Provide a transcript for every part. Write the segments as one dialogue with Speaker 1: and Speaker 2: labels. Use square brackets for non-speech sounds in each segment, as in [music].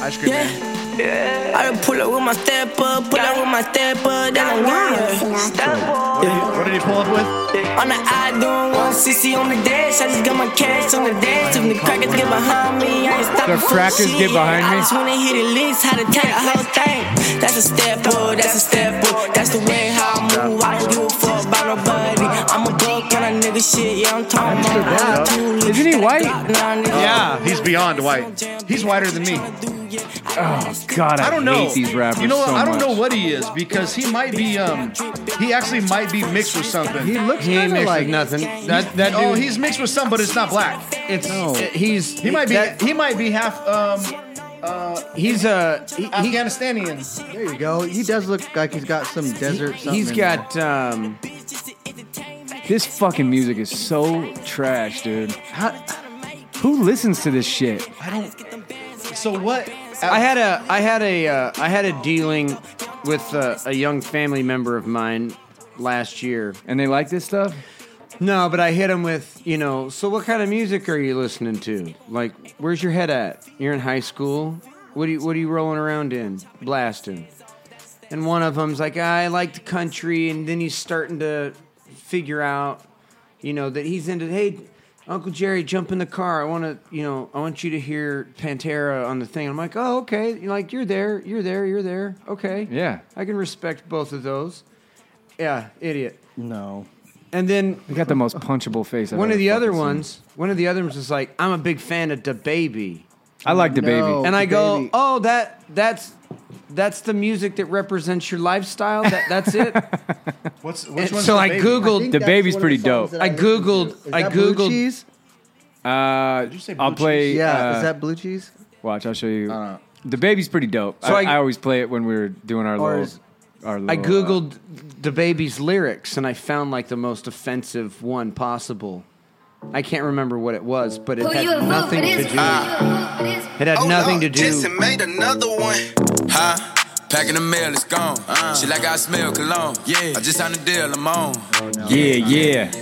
Speaker 1: Ice cream
Speaker 2: Yeah.
Speaker 1: man.
Speaker 2: I done pull up with my step up, pull up with my step up, then I'm gone.
Speaker 1: What did, he, what did he pull up with?
Speaker 2: On the I doing 160 on the dash. I just got my cash on the dash. If the crackers get behind me, I ain't stopping
Speaker 3: The
Speaker 2: for
Speaker 3: crackers
Speaker 2: shit.
Speaker 3: get behind me?
Speaker 2: I just wanna hit the list, how to take the whole thing. That's a step up, that's a step up. That's the way how I move. I don't give a fuck about nobody. I'm a buck on a nigga shit, yeah, I'm talking about.
Speaker 1: Mr.
Speaker 2: I'm too
Speaker 3: Isn't he white?
Speaker 1: Yeah, he's beyond white. He's whiter than me.
Speaker 3: Oh God, I,
Speaker 1: I don't know.
Speaker 3: hate these rappers.
Speaker 1: You know, what?
Speaker 3: so
Speaker 1: I don't know
Speaker 3: much.
Speaker 1: what he is because he might be. Um, he actually might be mixed with something.
Speaker 4: He looks
Speaker 5: He ain't
Speaker 4: kind of
Speaker 5: mixed
Speaker 4: like
Speaker 5: with nothing. That that dude.
Speaker 1: oh, he's mixed with some, but it's not black.
Speaker 5: it's
Speaker 4: No.
Speaker 5: he's
Speaker 1: He might be.
Speaker 5: that-
Speaker 1: he might be half um,
Speaker 5: he's a he, he,
Speaker 1: Afghanistanian.
Speaker 4: There you go. He does look like he's got some desert. Something
Speaker 5: he's
Speaker 4: in
Speaker 5: got um.
Speaker 3: This fucking music is so trash, dude. How, who listens to this shit?
Speaker 1: So what? uh,
Speaker 5: I had a I had a uh, I had a dealing with uh, a, a young family member of mine last year.
Speaker 3: And they like this stuff?
Speaker 5: No, but I hit him with you know. So what kind of music are you listening to? Like, where's your head at? You're in high school. What do you What are you rolling around in? Blasting. And one of them's like, "Ah, I like the country, and then he's starting to figure out, you know, that he's into. Hey, Uncle Jerry, jump in the car. I want to, you know, I want you to hear Pantera on the thing. I'm like, oh, okay. You're like, you're there, you're there, you're there. Okay.
Speaker 3: Yeah.
Speaker 5: I can respect both of those. Yeah, idiot.
Speaker 4: No.
Speaker 5: And then
Speaker 3: They got the most punchable face. I've
Speaker 5: one of
Speaker 3: ever
Speaker 5: the other
Speaker 3: fucking seen.
Speaker 5: ones, one of the other ones is like, I'm a big fan of the baby,
Speaker 3: I like the
Speaker 4: No.
Speaker 3: baby.
Speaker 5: and I go,
Speaker 4: DaBaby.
Speaker 5: oh, that that's that's the music that represents your lifestyle. That
Speaker 3: [laughs]
Speaker 5: that's it.
Speaker 1: What's which
Speaker 5: And
Speaker 1: one's
Speaker 5: so
Speaker 1: the
Speaker 5: I
Speaker 1: baby?
Speaker 5: googled-
Speaker 4: think
Speaker 3: The
Speaker 4: that's
Speaker 3: baby's
Speaker 4: one of
Speaker 3: pretty
Speaker 4: songs
Speaker 3: dope.
Speaker 4: that
Speaker 5: I
Speaker 4: listen to.
Speaker 5: googled-
Speaker 4: Is
Speaker 5: I
Speaker 4: that Blue
Speaker 5: googled-
Speaker 4: Cheese?
Speaker 3: Uh,
Speaker 1: you say blue
Speaker 3: I'll play.
Speaker 1: cheese?
Speaker 4: Yeah.
Speaker 3: uh,
Speaker 4: is that blue cheese?
Speaker 3: Watch, I'll show you.
Speaker 1: don't know.
Speaker 3: The baby's pretty dope.
Speaker 5: So
Speaker 3: I,
Speaker 5: I-
Speaker 3: I always play it when we're doing our
Speaker 5: Or
Speaker 3: little.
Speaker 5: is-
Speaker 3: Our little
Speaker 5: I
Speaker 3: uh,
Speaker 5: googled the baby's lyrics, and I found like the most offensive one possible. I can't remember what it was, but it
Speaker 6: Who you a
Speaker 5: had
Speaker 6: fool for
Speaker 5: nothing to
Speaker 6: this?
Speaker 5: do.
Speaker 6: Who you a fool for this?
Speaker 5: It had
Speaker 7: Hold
Speaker 5: nothing
Speaker 7: up,
Speaker 5: to do.
Speaker 7: Justin made another one.
Speaker 8: Huh? Packing the mail, it's gone. She like I smell cologne. Yeah. I just signed a deal, I'm on.
Speaker 3: uh, Yeah, yeah.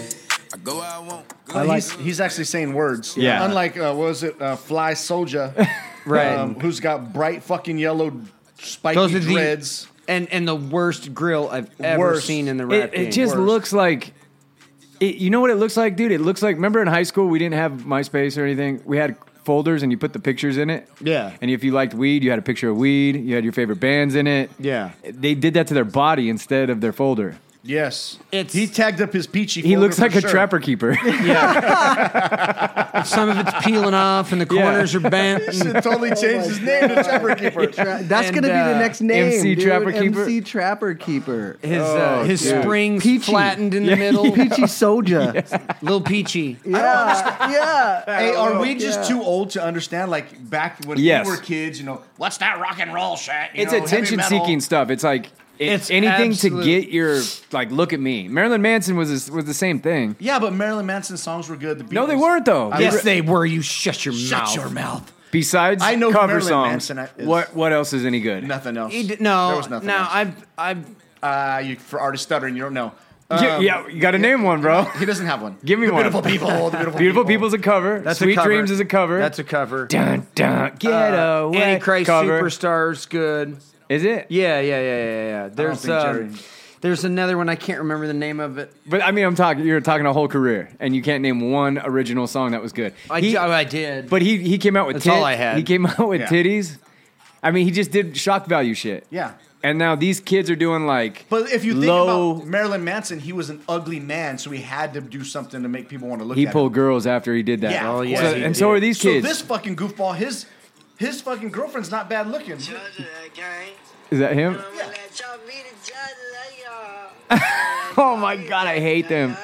Speaker 8: I go where I want. Go
Speaker 1: Uh, he's, he's actually saying words.
Speaker 3: Yeah.
Speaker 1: Unlike uh, what was it uh, Fly Soldier,
Speaker 5: [laughs]
Speaker 1: um,
Speaker 5: Right.
Speaker 1: who's got bright fucking yellow spiky
Speaker 5: Those are the
Speaker 1: dreads.
Speaker 5: and and the worst grill I've ever
Speaker 1: Worst.
Speaker 5: seen in the rap
Speaker 3: It,
Speaker 5: game.
Speaker 3: it just
Speaker 1: worse.
Speaker 3: looks like. It, you know what it looks like, dude? It looks like. Remember in high school, we didn't have MySpace or anything. We had folders and you put the pictures in it.
Speaker 5: Yeah.
Speaker 3: And if you liked weed, you had a picture of weed. You had your favorite bands in it.
Speaker 5: Yeah.
Speaker 3: They did that to their body instead of their folder.
Speaker 1: yes.
Speaker 5: It's-
Speaker 1: he tagged up his peachy.
Speaker 3: He
Speaker 1: folder
Speaker 3: looks
Speaker 1: for
Speaker 3: like a
Speaker 1: sure. Oh,
Speaker 3: trapper keeper. [laughs]
Speaker 5: Some of it's peeling off, and the corners are [laughs] bent. and-
Speaker 1: Should totally
Speaker 3: [laughs] Oh
Speaker 1: changed his name to Trapper Keeper.
Speaker 4: Tra- [laughs] that's
Speaker 5: And,
Speaker 4: gonna be
Speaker 5: uh,
Speaker 4: the next name.
Speaker 3: MC
Speaker 4: dude.
Speaker 3: Trapper Keeper.
Speaker 4: MC Trapper Keeper.
Speaker 5: His uh, his
Speaker 3: dude.
Speaker 5: springs
Speaker 4: Peachy.
Speaker 5: flattened in the [laughs] middle.
Speaker 4: Peachy Soldier.
Speaker 5: Little peachy.
Speaker 4: Yeah. [laughs] Yeah.
Speaker 1: Hey, are we
Speaker 4: Yeah.
Speaker 1: just too old to understand? Like back when
Speaker 3: Oh, Yes.
Speaker 1: we were kids, you know, what's that rock and roll shit? You
Speaker 3: it's
Speaker 1: know, heavy
Speaker 3: attention
Speaker 1: metal.
Speaker 3: seeking stuff. It's like it-
Speaker 5: It's
Speaker 3: anything
Speaker 5: absolute-
Speaker 3: to get your like. Look at me. Marilyn Manson was this, was the same thing.
Speaker 1: Yeah, but Marilyn Manson's songs were good. The
Speaker 3: No, they
Speaker 1: Beatles-
Speaker 3: weren't though.
Speaker 1: I
Speaker 5: Yes,
Speaker 1: re-
Speaker 5: they were. You shut your
Speaker 1: Shut
Speaker 5: mouth.
Speaker 1: your mouth.
Speaker 3: Besides
Speaker 1: I know who
Speaker 3: cover
Speaker 1: Marilyn
Speaker 3: songs,
Speaker 1: Manson is.
Speaker 3: what what else is any good?
Speaker 1: Nothing else.
Speaker 5: He did- no,
Speaker 1: there was nothing.
Speaker 5: no.
Speaker 1: else.
Speaker 5: I've I've
Speaker 1: Uh, you for artist stuttering, you don't know.
Speaker 3: Yeah,
Speaker 1: Um,
Speaker 3: yeah, you got to name one, bro.
Speaker 1: He doesn't have one.
Speaker 3: Give me
Speaker 1: the
Speaker 3: one.
Speaker 1: Beautiful people. The beautiful,
Speaker 3: Beautiful
Speaker 1: people.
Speaker 3: People's a cover. Sweet Dreams is a cover.
Speaker 5: That's a cover.
Speaker 3: dun dun. Get
Speaker 5: Uh,
Speaker 3: away.
Speaker 5: Antichrist
Speaker 3: cover.
Speaker 5: Superstar's good.
Speaker 3: Is it?
Speaker 5: Yeah, yeah, yeah, yeah, yeah. There's
Speaker 1: think
Speaker 5: uh,
Speaker 1: Jerry-
Speaker 5: there's another one I can't remember the name of it.
Speaker 3: But I mean, I'm talking. You're talking a whole career, and you can't name one original song that was good.
Speaker 5: I,
Speaker 3: He-
Speaker 5: oh, I did.
Speaker 3: But he he came out with
Speaker 5: That's all I had.
Speaker 3: He came out with
Speaker 1: Yeah.
Speaker 3: titties. I mean, he just did shock value shit.
Speaker 1: Yeah.
Speaker 3: And now these kids are doing like
Speaker 1: But if you think
Speaker 3: low.
Speaker 1: about Marilyn Manson, he was an ugly man, so he had to do something to make people want to look
Speaker 3: he
Speaker 1: at him.
Speaker 3: pulled girls after he did that.
Speaker 1: Yeah,
Speaker 3: So-
Speaker 1: of course he
Speaker 3: and so
Speaker 5: did.
Speaker 3: are these
Speaker 1: So
Speaker 3: kids.
Speaker 1: this fucking goofball, his his fucking girlfriend's not bad looking.
Speaker 3: Is that him? Oh my god, I hate them.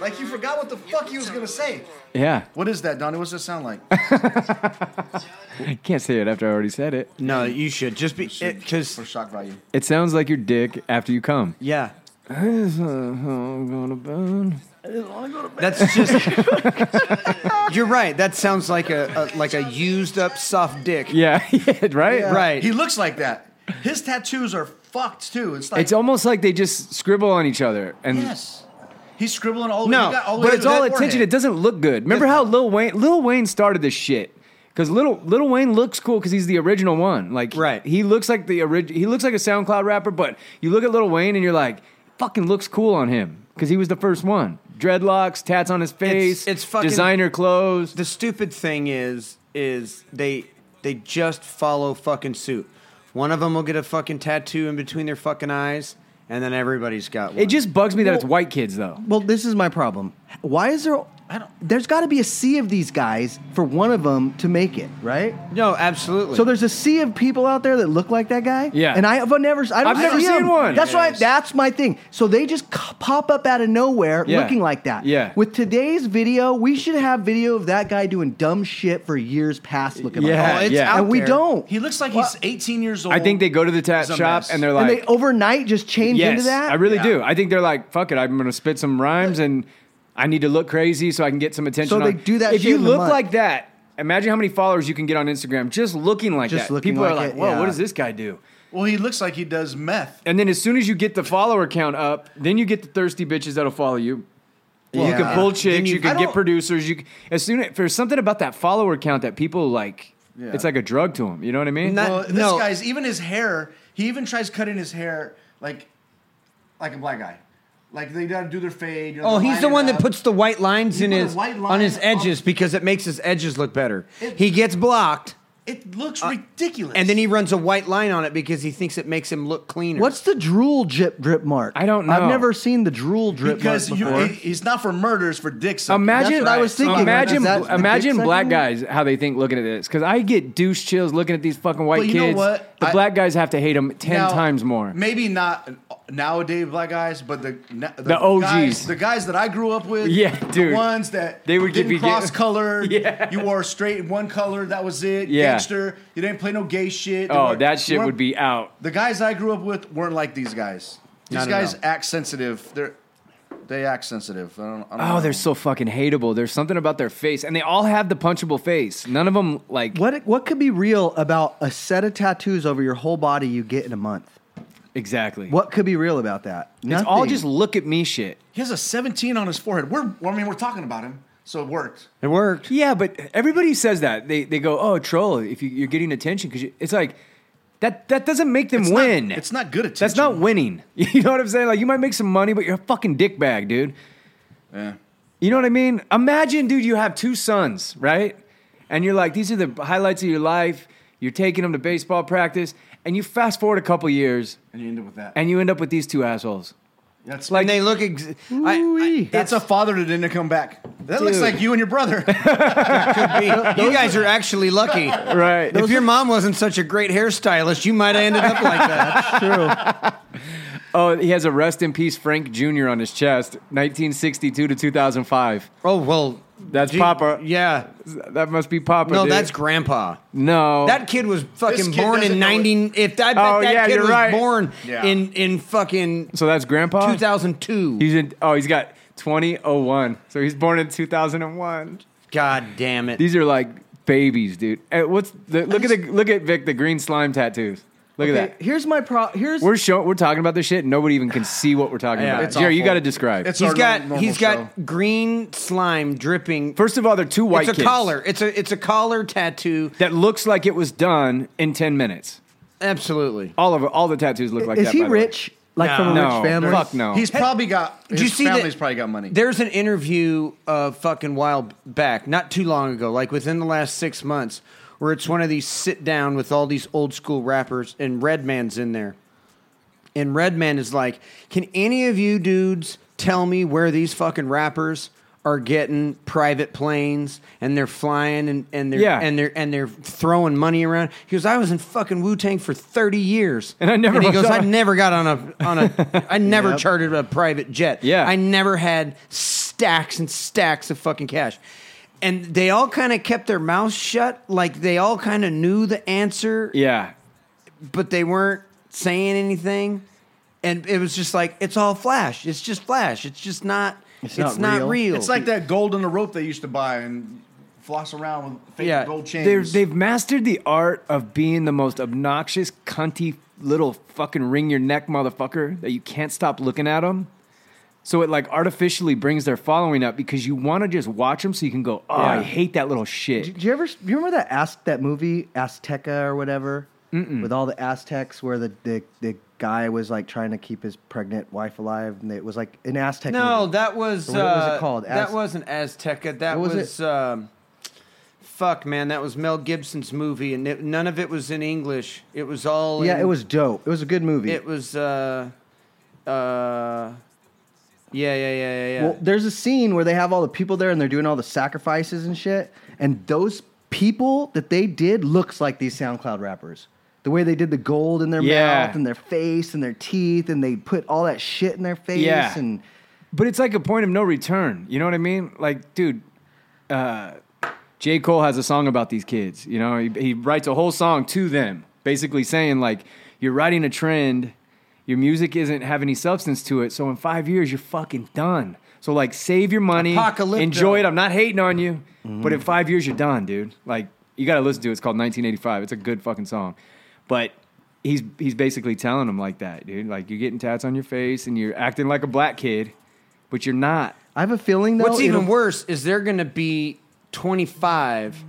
Speaker 1: Like you forgot what the fuck he was gonna say.
Speaker 3: Yeah,
Speaker 1: What is that, Donnie? What's that sound like?
Speaker 3: I can't say it after I already said it.
Speaker 5: no, you should just be
Speaker 1: for
Speaker 5: because
Speaker 1: shock value.
Speaker 3: [laughs] It sounds like your dick after you come.
Speaker 5: yeah.
Speaker 3: I just wanna go to bed.
Speaker 5: That's just. [laughs] you're right. That sounds like a, a like a used up soft dick.
Speaker 3: Yeah, yeah, right?
Speaker 4: Yeah.
Speaker 5: Right.
Speaker 1: He looks like that. His tattoos are fucked too. It's like
Speaker 3: It's almost like they just scribble on each other. And
Speaker 1: yes, he's scribbling all. the way-
Speaker 5: No,
Speaker 1: he got all the
Speaker 3: but
Speaker 1: way
Speaker 3: it's
Speaker 1: to
Speaker 3: all
Speaker 1: that
Speaker 3: attention.
Speaker 1: forehead.
Speaker 3: It doesn't look good. Remember how Lil Wayne Lil Wayne started this shit? Because Lil Lil Wayne looks cool because he's the original one. Like
Speaker 5: Right.
Speaker 3: he looks like the original. He looks like a SoundCloud rapper, but you look at Lil Wayne and you're like, fucking looks cool on him because he was the first one. Dreadlocks, tats on his face,
Speaker 5: it's fucking-
Speaker 3: designer clothes.
Speaker 5: the stupid thing is is they they just follow fucking suit. One of them will get a fucking tattoo in between their fucking eyes, and then everybody's got one.
Speaker 3: it just bugs me that it's white kids though.
Speaker 4: Well, this is my problem. Why is there?
Speaker 1: I don't-
Speaker 4: There's got to be a sea of these guys for one of them to make it, right?
Speaker 5: no, absolutely.
Speaker 4: So there's a sea of people out there that look like that guy.
Speaker 3: Yeah.
Speaker 4: and I've never, I don't
Speaker 3: I've never
Speaker 4: see
Speaker 3: seen
Speaker 4: 'em.
Speaker 3: one.
Speaker 4: That's why.
Speaker 1: Yes.
Speaker 4: That's my thing. So they just c- pop up out of nowhere,
Speaker 3: Yeah.
Speaker 4: looking like that.
Speaker 3: Yeah.
Speaker 4: With today's video, we should have video of that guy doing dumb shit for years past, looking
Speaker 3: Yeah,
Speaker 4: like that.
Speaker 3: Oh, it's yeah. out
Speaker 4: and we
Speaker 5: there.
Speaker 4: don't.
Speaker 1: He looks like he's 18 years old.
Speaker 3: I think they go to the tat
Speaker 1: He's a
Speaker 3: shop
Speaker 1: mess.
Speaker 3: and they're
Speaker 4: and
Speaker 3: like,
Speaker 4: they overnight just change
Speaker 3: yes,
Speaker 4: into that.
Speaker 3: I really
Speaker 1: Yeah.
Speaker 3: do. I think they're like, fuck it, I'm gonna spit some rhymes and I need to look crazy so I can get some attention.
Speaker 4: So they
Speaker 3: on-
Speaker 4: do that
Speaker 3: If
Speaker 4: shit
Speaker 3: you
Speaker 4: in the
Speaker 3: look
Speaker 4: mud.
Speaker 3: like that, imagine how many followers you can get on Instagram just looking like
Speaker 4: Just
Speaker 3: that.
Speaker 4: looking
Speaker 3: People are
Speaker 4: like
Speaker 3: like,
Speaker 4: it,
Speaker 3: whoa,
Speaker 4: yeah.
Speaker 3: what does this guy do?
Speaker 1: Well, he looks like he does meth.
Speaker 3: And then as soon as you get the follower count up, then you get the thirsty bitches that'll follow you. you can
Speaker 5: yeah.
Speaker 3: pull
Speaker 5: Then
Speaker 3: chicks,
Speaker 5: you-
Speaker 3: you,
Speaker 5: I
Speaker 3: can
Speaker 5: don't-
Speaker 3: get producers. You can, as soon as, there's something about that follower count that people like. It's like a drug to them. You know what I mean?
Speaker 5: Not-
Speaker 1: Well, this
Speaker 5: no.
Speaker 1: guy's even his hair. He even tries cutting his hair like, like a black guy. Like they gotta do their fade. you know,
Speaker 5: Oh,
Speaker 1: they
Speaker 5: he's
Speaker 1: line
Speaker 5: the
Speaker 1: it
Speaker 5: one that
Speaker 1: up.
Speaker 5: puts the white lines
Speaker 1: You
Speaker 5: in
Speaker 1: put a
Speaker 5: his
Speaker 1: white
Speaker 5: on
Speaker 1: line
Speaker 5: his
Speaker 1: up-
Speaker 5: edges because it makes his edges look better.
Speaker 1: It-
Speaker 5: he gets blocked,
Speaker 1: It looks ridiculous.
Speaker 5: and then he runs a white line on it because he thinks it makes him look cleaner.
Speaker 4: What's the drool drip drip mark?
Speaker 3: I don't know.
Speaker 4: I've never seen the drool drip
Speaker 1: because
Speaker 4: mark
Speaker 1: you,
Speaker 4: before.
Speaker 1: it, it's not for murders for dick sucking.
Speaker 3: Imagine
Speaker 4: That's what I was thinking.
Speaker 3: Imagine,
Speaker 4: Is that the
Speaker 3: imagine
Speaker 4: dick
Speaker 3: black
Speaker 4: sucking?
Speaker 3: guys how they think looking at this. Because I get douche chills looking at these fucking white
Speaker 1: But you know
Speaker 3: kids.
Speaker 1: what?
Speaker 3: The
Speaker 1: I-
Speaker 3: black guys have to hate them ten
Speaker 1: Now,
Speaker 3: times more.
Speaker 1: Maybe not nowadays black guys, but the na- the,
Speaker 3: OGs.
Speaker 1: guys, the guys that I grew up with,
Speaker 3: Yeah, dude.
Speaker 1: the ones that
Speaker 3: They would get-
Speaker 1: didn't
Speaker 3: be get-
Speaker 1: cross
Speaker 3: [laughs]
Speaker 1: color.
Speaker 3: Yeah.
Speaker 1: you wore straight one color, that was it.
Speaker 3: Yeah.
Speaker 1: gangster. You didn't play no gay shit. They
Speaker 3: oh,
Speaker 1: weren't-
Speaker 3: that
Speaker 1: they
Speaker 3: shit
Speaker 1: weren't-
Speaker 3: would be out.
Speaker 1: The guys I grew up with weren't like these guys. These
Speaker 5: Not at
Speaker 1: guys
Speaker 5: all.
Speaker 1: act sensitive. They're they act sensitive. I don't, I don't
Speaker 3: Oh,
Speaker 1: know.
Speaker 3: they're so fucking hateable. There's something about their face, and they all have the punchable face. None of them like
Speaker 4: What what could be real about a set of tattoos over your whole body you get in a month?
Speaker 3: exactly.
Speaker 4: What could be real about that?
Speaker 3: It's all
Speaker 4: Nothing.
Speaker 3: just look at me shit.
Speaker 1: He has a 17 on his forehead. We're I mean we're talking about him, so it worked.
Speaker 5: It worked.
Speaker 3: Yeah, but everybody says that. They they go, oh, troll. If you, you're getting attention, because it's like that that doesn't make them
Speaker 1: It's not-
Speaker 3: win.
Speaker 1: it's not good
Speaker 3: That's not
Speaker 1: attention.
Speaker 3: winning. [laughs] You know what I'm saying? Like you might make some money, but you're a fucking dickbag, dude.
Speaker 1: Yeah.
Speaker 3: You know what I mean? Imagine, dude, you have two sons, right? And you're like, these are the highlights of your life. You're taking them to baseball practice, and you fast forward a couple years,
Speaker 1: And you end up with that.
Speaker 3: and you end up with these two assholes.
Speaker 1: That's
Speaker 5: Like, and they look. Ex- I- I,
Speaker 1: That's a father that didn't come back. That looks
Speaker 3: Dude.
Speaker 1: like you and your brother. [laughs]
Speaker 5: you guys are actually lucky.
Speaker 3: [laughs] Right.
Speaker 5: If your mom wasn't such a great hairstylist, you might have ended up like
Speaker 1: [laughs]
Speaker 5: that.
Speaker 3: Oh, he has a rest in peace Frank Jr. on his chest, 1962 to 2005.
Speaker 5: Oh well,
Speaker 3: That's Papa.
Speaker 5: Yeah,
Speaker 3: That must be Papa.
Speaker 5: no,
Speaker 3: dude.
Speaker 5: that's Grandpa.
Speaker 3: no.
Speaker 5: That kid was fucking
Speaker 1: kid
Speaker 5: born
Speaker 1: doesn't
Speaker 5: in
Speaker 1: know it.
Speaker 5: ninety. If I bet
Speaker 3: Oh,
Speaker 5: that
Speaker 3: yeah,
Speaker 5: kid
Speaker 3: you're
Speaker 5: was
Speaker 3: right.
Speaker 5: born
Speaker 1: Yeah.
Speaker 5: in in fucking
Speaker 3: so that's Grandpa.
Speaker 5: two thousand two.
Speaker 3: He's in. Oh, he's got 2001. So he's born in 2001.
Speaker 5: God damn it!
Speaker 3: These are like babies, dude. Eh, What's the, look at the look at Vic the green slime tattoos. Look
Speaker 4: Okay,
Speaker 3: at that.
Speaker 4: Here's my pro. Here's
Speaker 3: We're showing. We're talking about this shit. and Nobody even can see what we're talking
Speaker 5: Yeah,
Speaker 3: about.
Speaker 5: it's
Speaker 3: Jerry, you
Speaker 1: awful.
Speaker 3: got to describe.
Speaker 1: It's
Speaker 5: he's
Speaker 1: our
Speaker 5: got
Speaker 1: normal
Speaker 5: he's
Speaker 1: show.
Speaker 5: got green slime dripping.
Speaker 3: First of all, they're two white
Speaker 5: it's a
Speaker 3: kids
Speaker 5: collar. It's a it's a collar tattoo.
Speaker 3: that looks like it was done in 10 minutes.
Speaker 5: Absolutely.
Speaker 3: All of all the tattoos look like
Speaker 4: is
Speaker 3: that.
Speaker 4: he
Speaker 3: by the way.
Speaker 4: rich? Like
Speaker 5: No.
Speaker 4: from a
Speaker 3: No,
Speaker 4: rich family?
Speaker 3: fuck no.
Speaker 1: He's probably got. His
Speaker 5: Did you see that-
Speaker 1: family's probably got money.
Speaker 5: There's an interview uh, fucking while back, not too long ago, like within the last six months, where it's one of these sit down with all these old school rappers, and Redman's in there. And Redman is like, Can any of you dudes tell me where these fucking rappers are getting private planes and they're flying and, and they're
Speaker 3: Yeah.
Speaker 5: and they're and they're throwing money around? He goes, I was in fucking Wu Tang for thirty years.
Speaker 3: And I never
Speaker 5: he
Speaker 3: was
Speaker 5: goes, I
Speaker 3: on-
Speaker 5: never got on a on a I never chartered a private jet.
Speaker 3: Yeah.
Speaker 5: I never had stacks and stacks of fucking cash. And they all kind of kept their mouths shut, like they all kind of knew the answer,
Speaker 3: Yeah.
Speaker 5: but they weren't saying anything. And it was just like, it's all flash. It's just flash. It's just not It's,
Speaker 4: not
Speaker 5: not real.
Speaker 4: real.
Speaker 9: It's like that gold on the rope they used to buy and floss around with fake
Speaker 5: Yeah,
Speaker 9: gold
Speaker 3: They're,
Speaker 9: chains.
Speaker 3: they've mastered the art of being the most obnoxious, cunty little fucking wring your neck motherfucker that you can't stop looking at them. So it like artificially brings their following up because you want to just watch them so you can go, oh, I
Speaker 5: Yeah.
Speaker 3: hate that little shit.
Speaker 4: Do you ever? You remember that Aztec that movie Azteca or whatever with all the Aztecs where the, the the guy was like trying to keep his pregnant wife alive and it was like an Aztec.
Speaker 5: No,
Speaker 4: movie.
Speaker 5: that was
Speaker 4: Or what was it
Speaker 5: uh,
Speaker 4: called? Az-
Speaker 5: that wasn't Azteca. That
Speaker 4: What was
Speaker 5: was,
Speaker 4: it?
Speaker 5: um, fuck, man. That was Mel Gibson's movie, and it, none of it was in English. It was all
Speaker 4: yeah,
Speaker 5: in-
Speaker 4: it was dope. It was a good movie.
Speaker 5: It was uh, uh, yeah, yeah, yeah, yeah, yeah.
Speaker 4: Well, there's a scene where they have all the people there and they're doing all the sacrifices and shit. And those people that they did looks like these SoundCloud rappers. The way they did the gold in their
Speaker 3: Yeah.
Speaker 4: mouth and their face and their teeth and they put all that shit in their face
Speaker 3: Yeah.
Speaker 4: and
Speaker 3: But it's like a point of no return. You know what I mean? Like, dude, uh, J. Cole has a song about these kids. You know, he, he writes a whole song to them, basically saying, like, you're riding a trend, your music isn't have any substance to it. So in five years, you're fucking done. So, like, save your money,
Speaker 5: Apocalypto.
Speaker 3: enjoy it. I'm not hating on you, but in five years, you're done, dude. Like, you got to listen to it. It's called 1985. It's a good fucking song. But he's, he's basically telling them like that, dude. Like, you're getting tats on your face and you're acting like a black kid but you're not.
Speaker 4: I have a feeling though.
Speaker 5: What's even
Speaker 4: it'll-
Speaker 5: worse is they're gonna be 25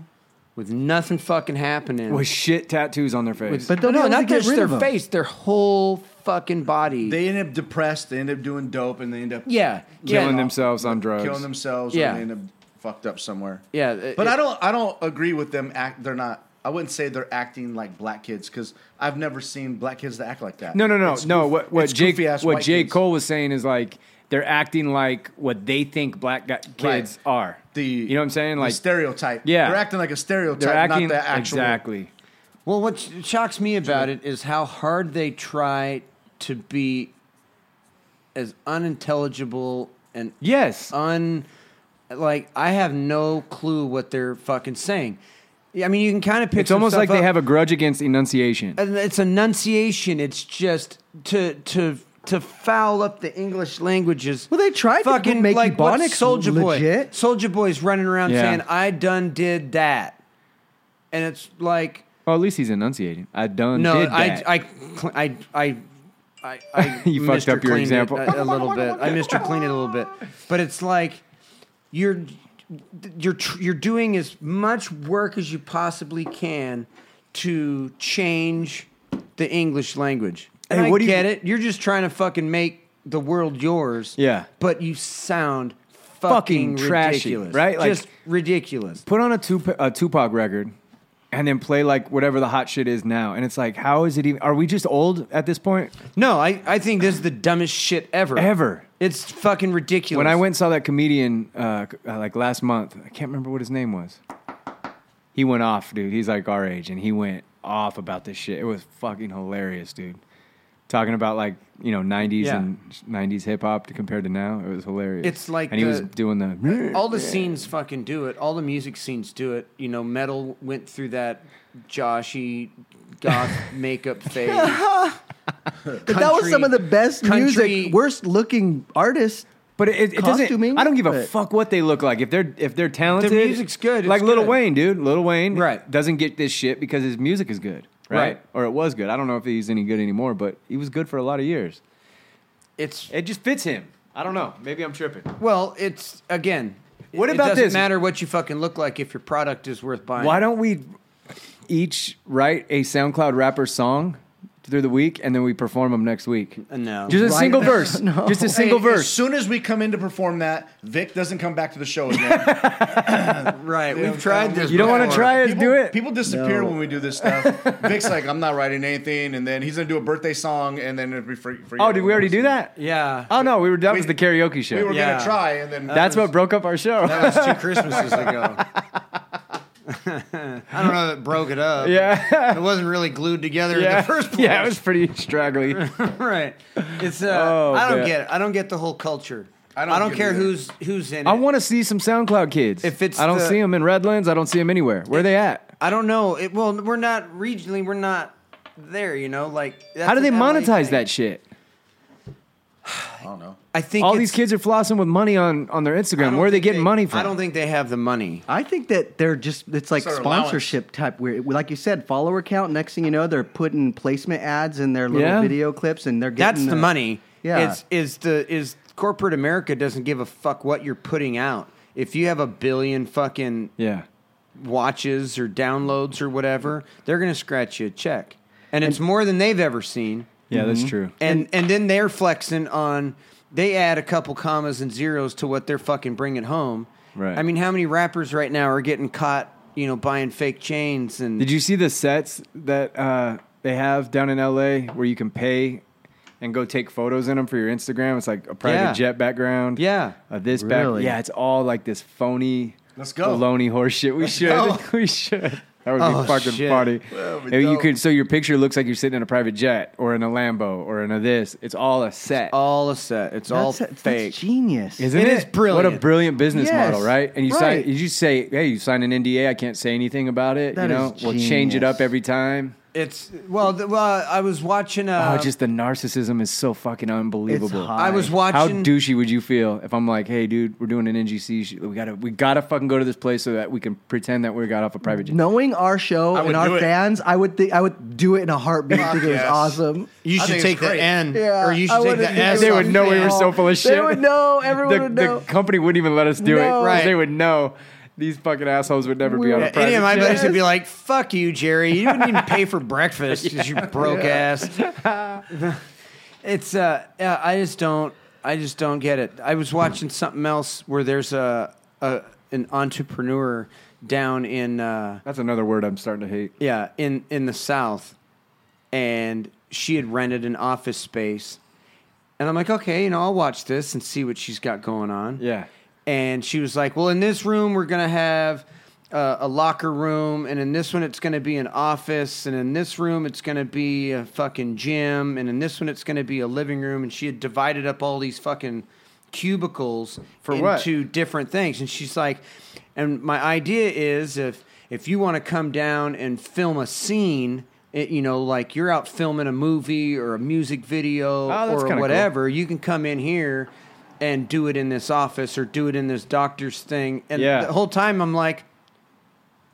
Speaker 5: with nothing fucking happening.
Speaker 3: With shit tattoos on their face.
Speaker 4: But they'll be
Speaker 5: no,
Speaker 4: able to
Speaker 5: not
Speaker 4: get
Speaker 5: just
Speaker 4: rid
Speaker 5: their
Speaker 4: of them.
Speaker 5: face, their whole fucking body.
Speaker 9: they end up depressed. They end up doing dope, and they end up
Speaker 5: yeah,
Speaker 3: killing
Speaker 5: yeah,
Speaker 3: themselves on drugs.
Speaker 9: killing themselves.
Speaker 5: Yeah.
Speaker 9: or they end up fucked up somewhere.
Speaker 5: Yeah, it-
Speaker 9: but I
Speaker 5: it-
Speaker 9: don't. I don't agree with them. Act. They're not. I wouldn't say they're acting like black kids because I've never seen black kids that act like that.
Speaker 3: No, no, no,
Speaker 9: It's
Speaker 3: no.
Speaker 9: goof-
Speaker 3: What what
Speaker 9: it's
Speaker 3: Jake
Speaker 9: goofy-ass
Speaker 3: what
Speaker 9: white
Speaker 3: J
Speaker 9: kids.
Speaker 3: Cole was saying is like they're acting like what they think black guy, kids are.
Speaker 9: The
Speaker 3: you know what I'm saying?
Speaker 9: the
Speaker 3: Like
Speaker 9: stereotype.
Speaker 3: Yeah.
Speaker 9: they're acting like a stereotype,
Speaker 3: they're acting
Speaker 9: not the actual.
Speaker 3: exactly.
Speaker 5: Well, what sh- shocks me about it is how hard they try to be as unintelligible and
Speaker 9: Um,
Speaker 3: Yes,
Speaker 5: un like I have no clue what they're fucking saying. Yeah, I mean, you can kind of pick.
Speaker 3: it's almost
Speaker 5: some
Speaker 3: like
Speaker 5: stuff
Speaker 3: they
Speaker 5: up.
Speaker 3: have a grudge against enunciation.
Speaker 9: Uh,
Speaker 5: and it's enunciation. It's just to to to foul up the English languages.
Speaker 4: Well, they tried to
Speaker 5: fucking
Speaker 4: make
Speaker 5: like
Speaker 4: Ebonics
Speaker 5: Soldier Boy.
Speaker 4: legit.
Speaker 5: Soldier Boy's running around
Speaker 3: Yeah.
Speaker 5: saying, "I done did that," and it's like,
Speaker 3: Well, at least he's enunciating. I done
Speaker 5: no,
Speaker 3: did
Speaker 5: I
Speaker 3: that.
Speaker 5: I cl- I I. I, I
Speaker 3: [laughs] You fucked
Speaker 5: Mr.
Speaker 3: up your
Speaker 5: Cleaned it
Speaker 3: example.
Speaker 5: a, a little bit. I Mr. Clean it a little bit, but it's like you're you're tr- you're doing as much work as you possibly can to change the English language.
Speaker 3: Hey,
Speaker 5: And I
Speaker 3: what do you-
Speaker 5: get it. You're just trying to fucking make the world yours.
Speaker 3: Yeah.
Speaker 5: But you sound
Speaker 3: Fucking
Speaker 5: fucking,
Speaker 3: trashy,
Speaker 5: ridiculous,
Speaker 3: right? Like-
Speaker 5: just ridiculous.
Speaker 3: put on a, Tup- a Tupac record and then play like whatever the hot shit is now. And it's like, how is it even? Are we just old at this point?
Speaker 5: No, I, I think this is the dumbest shit ever.
Speaker 3: Ever.
Speaker 5: It's fucking ridiculous.
Speaker 3: When I went and saw that comedian uh, c- uh, like last month, I can't remember what his name was. He went off, dude. He's like our age, and he went off about this shit. It was fucking hilarious, dude. Talking about like you know '90s
Speaker 5: Yeah.
Speaker 3: and '90s hip hop compared to now, it was hilarious.
Speaker 5: It's like
Speaker 3: and he was
Speaker 5: the-
Speaker 3: doing the
Speaker 5: all the scenes fucking do it. All the music scenes do it. You know, metal went through that Joshy
Speaker 3: [laughs]
Speaker 5: goth makeup phase.
Speaker 4: But that was some of the best
Speaker 5: country-
Speaker 4: music. Worst looking artists.
Speaker 3: But it, it doesn't.
Speaker 4: Costuming,
Speaker 3: I don't give a
Speaker 4: but-
Speaker 3: fuck what they look like. If they're if they're talented,
Speaker 5: music's good, it's
Speaker 3: Like Lil
Speaker 5: good.
Speaker 3: Wayne, dude. Lil Wayne,
Speaker 5: Right.
Speaker 3: doesn't get this shit because his music is good, right?
Speaker 5: Right.
Speaker 3: Or it was good. I don't know if he's any good anymore, but he was good for a lot of years.
Speaker 5: It's
Speaker 3: It just fits him. I don't know. Maybe I'm tripping.
Speaker 5: well, it's again.
Speaker 3: What
Speaker 5: it
Speaker 3: about
Speaker 5: doesn't
Speaker 3: this?
Speaker 5: matter what you fucking look like if your product is worth buying.
Speaker 3: Why don't we each write a SoundCloud rapper song through the week and then we perform them next week?
Speaker 5: Uh, no.
Speaker 3: Just a
Speaker 4: Right.
Speaker 3: single [laughs] verse. Just a single
Speaker 9: Hey, As
Speaker 3: verse.
Speaker 9: soon as we come in to perform that, Vic doesn't come back to the show
Speaker 3: [laughs]
Speaker 9: again.
Speaker 5: right?
Speaker 9: You know,
Speaker 5: We've tried this.
Speaker 3: You don't wanna
Speaker 5: before.
Speaker 3: try it?
Speaker 9: People-
Speaker 3: do it.
Speaker 9: People disappear when we do this
Speaker 3: [laughs]
Speaker 9: stuff. Vic's like, I'm not writing anything, and then he's gonna do a birthday song, and then it'll be free. free
Speaker 3: Oh, did we already do that?
Speaker 5: Yeah.
Speaker 3: Oh no, we were that
Speaker 9: We-
Speaker 3: was the karaoke show.
Speaker 9: We were
Speaker 5: Yeah.
Speaker 9: gonna try, and then
Speaker 3: That's what broke up our show.
Speaker 5: That was two Christmases ago. [laughs] I don't know that broke it
Speaker 3: [laughs]
Speaker 5: up.
Speaker 3: Yeah.
Speaker 5: It wasn't really glued together in
Speaker 3: yeah.
Speaker 5: the first place.
Speaker 3: [laughs] Yeah, it was pretty straggly.
Speaker 5: [laughs] right. It's uh,
Speaker 3: Oh,
Speaker 5: I don't
Speaker 3: man.
Speaker 5: get it. I don't get the whole culture. I don't,
Speaker 9: don't get it
Speaker 5: care
Speaker 9: either.
Speaker 5: who's who's in
Speaker 3: I
Speaker 5: it.
Speaker 3: want to see some SoundCloud kids.
Speaker 5: If it's
Speaker 3: I don't
Speaker 5: the-
Speaker 3: see them in Redlands. I don't see them anywhere. Where are they at?
Speaker 5: I don't know. It, well, we're not regionally. We're not there. You know, like that's
Speaker 3: How do they
Speaker 5: an LA
Speaker 3: monetize
Speaker 5: thing.
Speaker 3: that shit?
Speaker 9: I don't know.
Speaker 5: I think
Speaker 3: All
Speaker 5: it's-
Speaker 3: these kids are flossing with money on, on their
Speaker 5: I
Speaker 3: Instagram.
Speaker 5: don't
Speaker 3: Where are they
Speaker 5: think
Speaker 3: getting money from?
Speaker 5: I don't think they have the money.
Speaker 4: I think that they're just it's like
Speaker 9: Sort of
Speaker 4: sponsorship type weird like you said, follower count. Next thing you know, they're putting placement ads in their little
Speaker 3: Yeah.
Speaker 4: video clips and they're getting
Speaker 5: That's the money.
Speaker 4: yeah.
Speaker 5: It's is the is corporate America doesn't give a fuck what you're putting out. If you have a billion fucking
Speaker 3: Yeah.
Speaker 5: watches or downloads or whatever, they're gonna scratch you a check. And it's more than they've ever seen.
Speaker 3: Yeah,
Speaker 5: Mm-hmm.
Speaker 3: that's true.
Speaker 5: And and then they're flexing on they add a couple commas and zeros to what they're fucking bringing home.
Speaker 3: Right.
Speaker 5: I mean, how many rappers right now are getting caught, you know, buying fake chains and
Speaker 3: Did you see the sets that uh, they have down in LA where you can pay and go take photos in them for your Instagram? It's like a private
Speaker 5: Yeah.
Speaker 3: jet background.
Speaker 5: Yeah.
Speaker 3: Uh, this back.
Speaker 4: Really?
Speaker 3: Yeah, it's all like this phony,
Speaker 9: Let's go.
Speaker 3: baloney horse shit. We should.
Speaker 9: go.
Speaker 3: [laughs] we should. That would
Speaker 5: Oh,
Speaker 3: be fucking
Speaker 5: shit.
Speaker 3: funny.
Speaker 9: Well, we
Speaker 3: Maybe you
Speaker 9: don't.
Speaker 3: could. So your picture looks like you're sitting in a private jet or in a Lambo or in a this. It's all a set.
Speaker 5: all a set. It's all
Speaker 4: that's, that's
Speaker 5: fake.
Speaker 4: genius.
Speaker 3: Isn't
Speaker 5: It
Speaker 3: it,
Speaker 5: is brilliant.
Speaker 3: What a brilliant business
Speaker 4: Yes,
Speaker 3: model, right? And you
Speaker 4: right.
Speaker 3: sign, you just say, "Hey, you sign an NDA. I can't say anything about it.
Speaker 4: That
Speaker 3: you
Speaker 4: is
Speaker 3: know, we'll change it
Speaker 4: genius.
Speaker 3: up every time."
Speaker 5: It's well, th- well I was watching. Uh,
Speaker 3: oh, just the narcissism is so fucking unbelievable.
Speaker 4: Um, hot.
Speaker 5: I was
Speaker 3: How
Speaker 5: watching.
Speaker 3: douchey would you feel if I'm like, "Hey, dude, we're doing an NGC. sh- We gotta, we gotta fucking go to this place so that we can pretend that we got off a private jet."
Speaker 4: Knowing our show
Speaker 9: would
Speaker 4: and
Speaker 9: do
Speaker 4: our
Speaker 9: it.
Speaker 4: fans, I would think I would do it in a heartbeat. I
Speaker 9: Fuck
Speaker 4: think it was
Speaker 9: yes.
Speaker 4: awesome.
Speaker 5: you
Speaker 9: I
Speaker 5: should
Speaker 9: think it's
Speaker 5: take the
Speaker 9: great.
Speaker 5: N,
Speaker 4: Yeah,
Speaker 5: or you
Speaker 4: I
Speaker 5: should take
Speaker 4: would've
Speaker 5: the
Speaker 4: been
Speaker 5: S.
Speaker 4: so
Speaker 3: Mm. They would know we were
Speaker 4: fail.
Speaker 3: so full of shit.
Speaker 4: They would know. Everyone
Speaker 3: The,
Speaker 4: would know.
Speaker 3: the company wouldn't even let us do
Speaker 4: No.
Speaker 3: it.
Speaker 5: Right.
Speaker 3: They would know. These fucking assholes would never be
Speaker 4: We
Speaker 3: on
Speaker 5: Yeah,
Speaker 3: a
Speaker 4: were-
Speaker 3: private
Speaker 5: any of my
Speaker 3: jet.
Speaker 5: buddies would be like, "Fuck you, Jerry. You didn't even pay
Speaker 3: [laughs]
Speaker 5: for breakfast because you broke ass."
Speaker 3: [laughs]
Speaker 5: it's uh, yeah, I just don't, I just don't get it. I was watching something else where there's a, a an entrepreneur down in. Uh,
Speaker 3: That's another word I'm starting to hate.
Speaker 5: Yeah, in in the South, and she had rented an office space, and I'm like, okay, you know, I'll watch this and see what she's got going on.
Speaker 3: Yeah.
Speaker 5: and she was like, well, in this room we're gonna have uh, a locker room, and in this one it's gonna be an office, and in this room it's gonna be a fucking gym, and in this one it's gonna be a living room, and she had divided up all these fucking cubicles
Speaker 3: For
Speaker 5: into
Speaker 3: what?
Speaker 5: different things and she's like and my idea is if if you want to come down and film a scene it, you know like you're out filming a movie or a music video
Speaker 3: Oh, that's
Speaker 5: or
Speaker 3: kinda
Speaker 5: whatever you can come in here and do it in this office or do it in this doctor's thing and
Speaker 3: Yeah.
Speaker 5: the whole time i'm like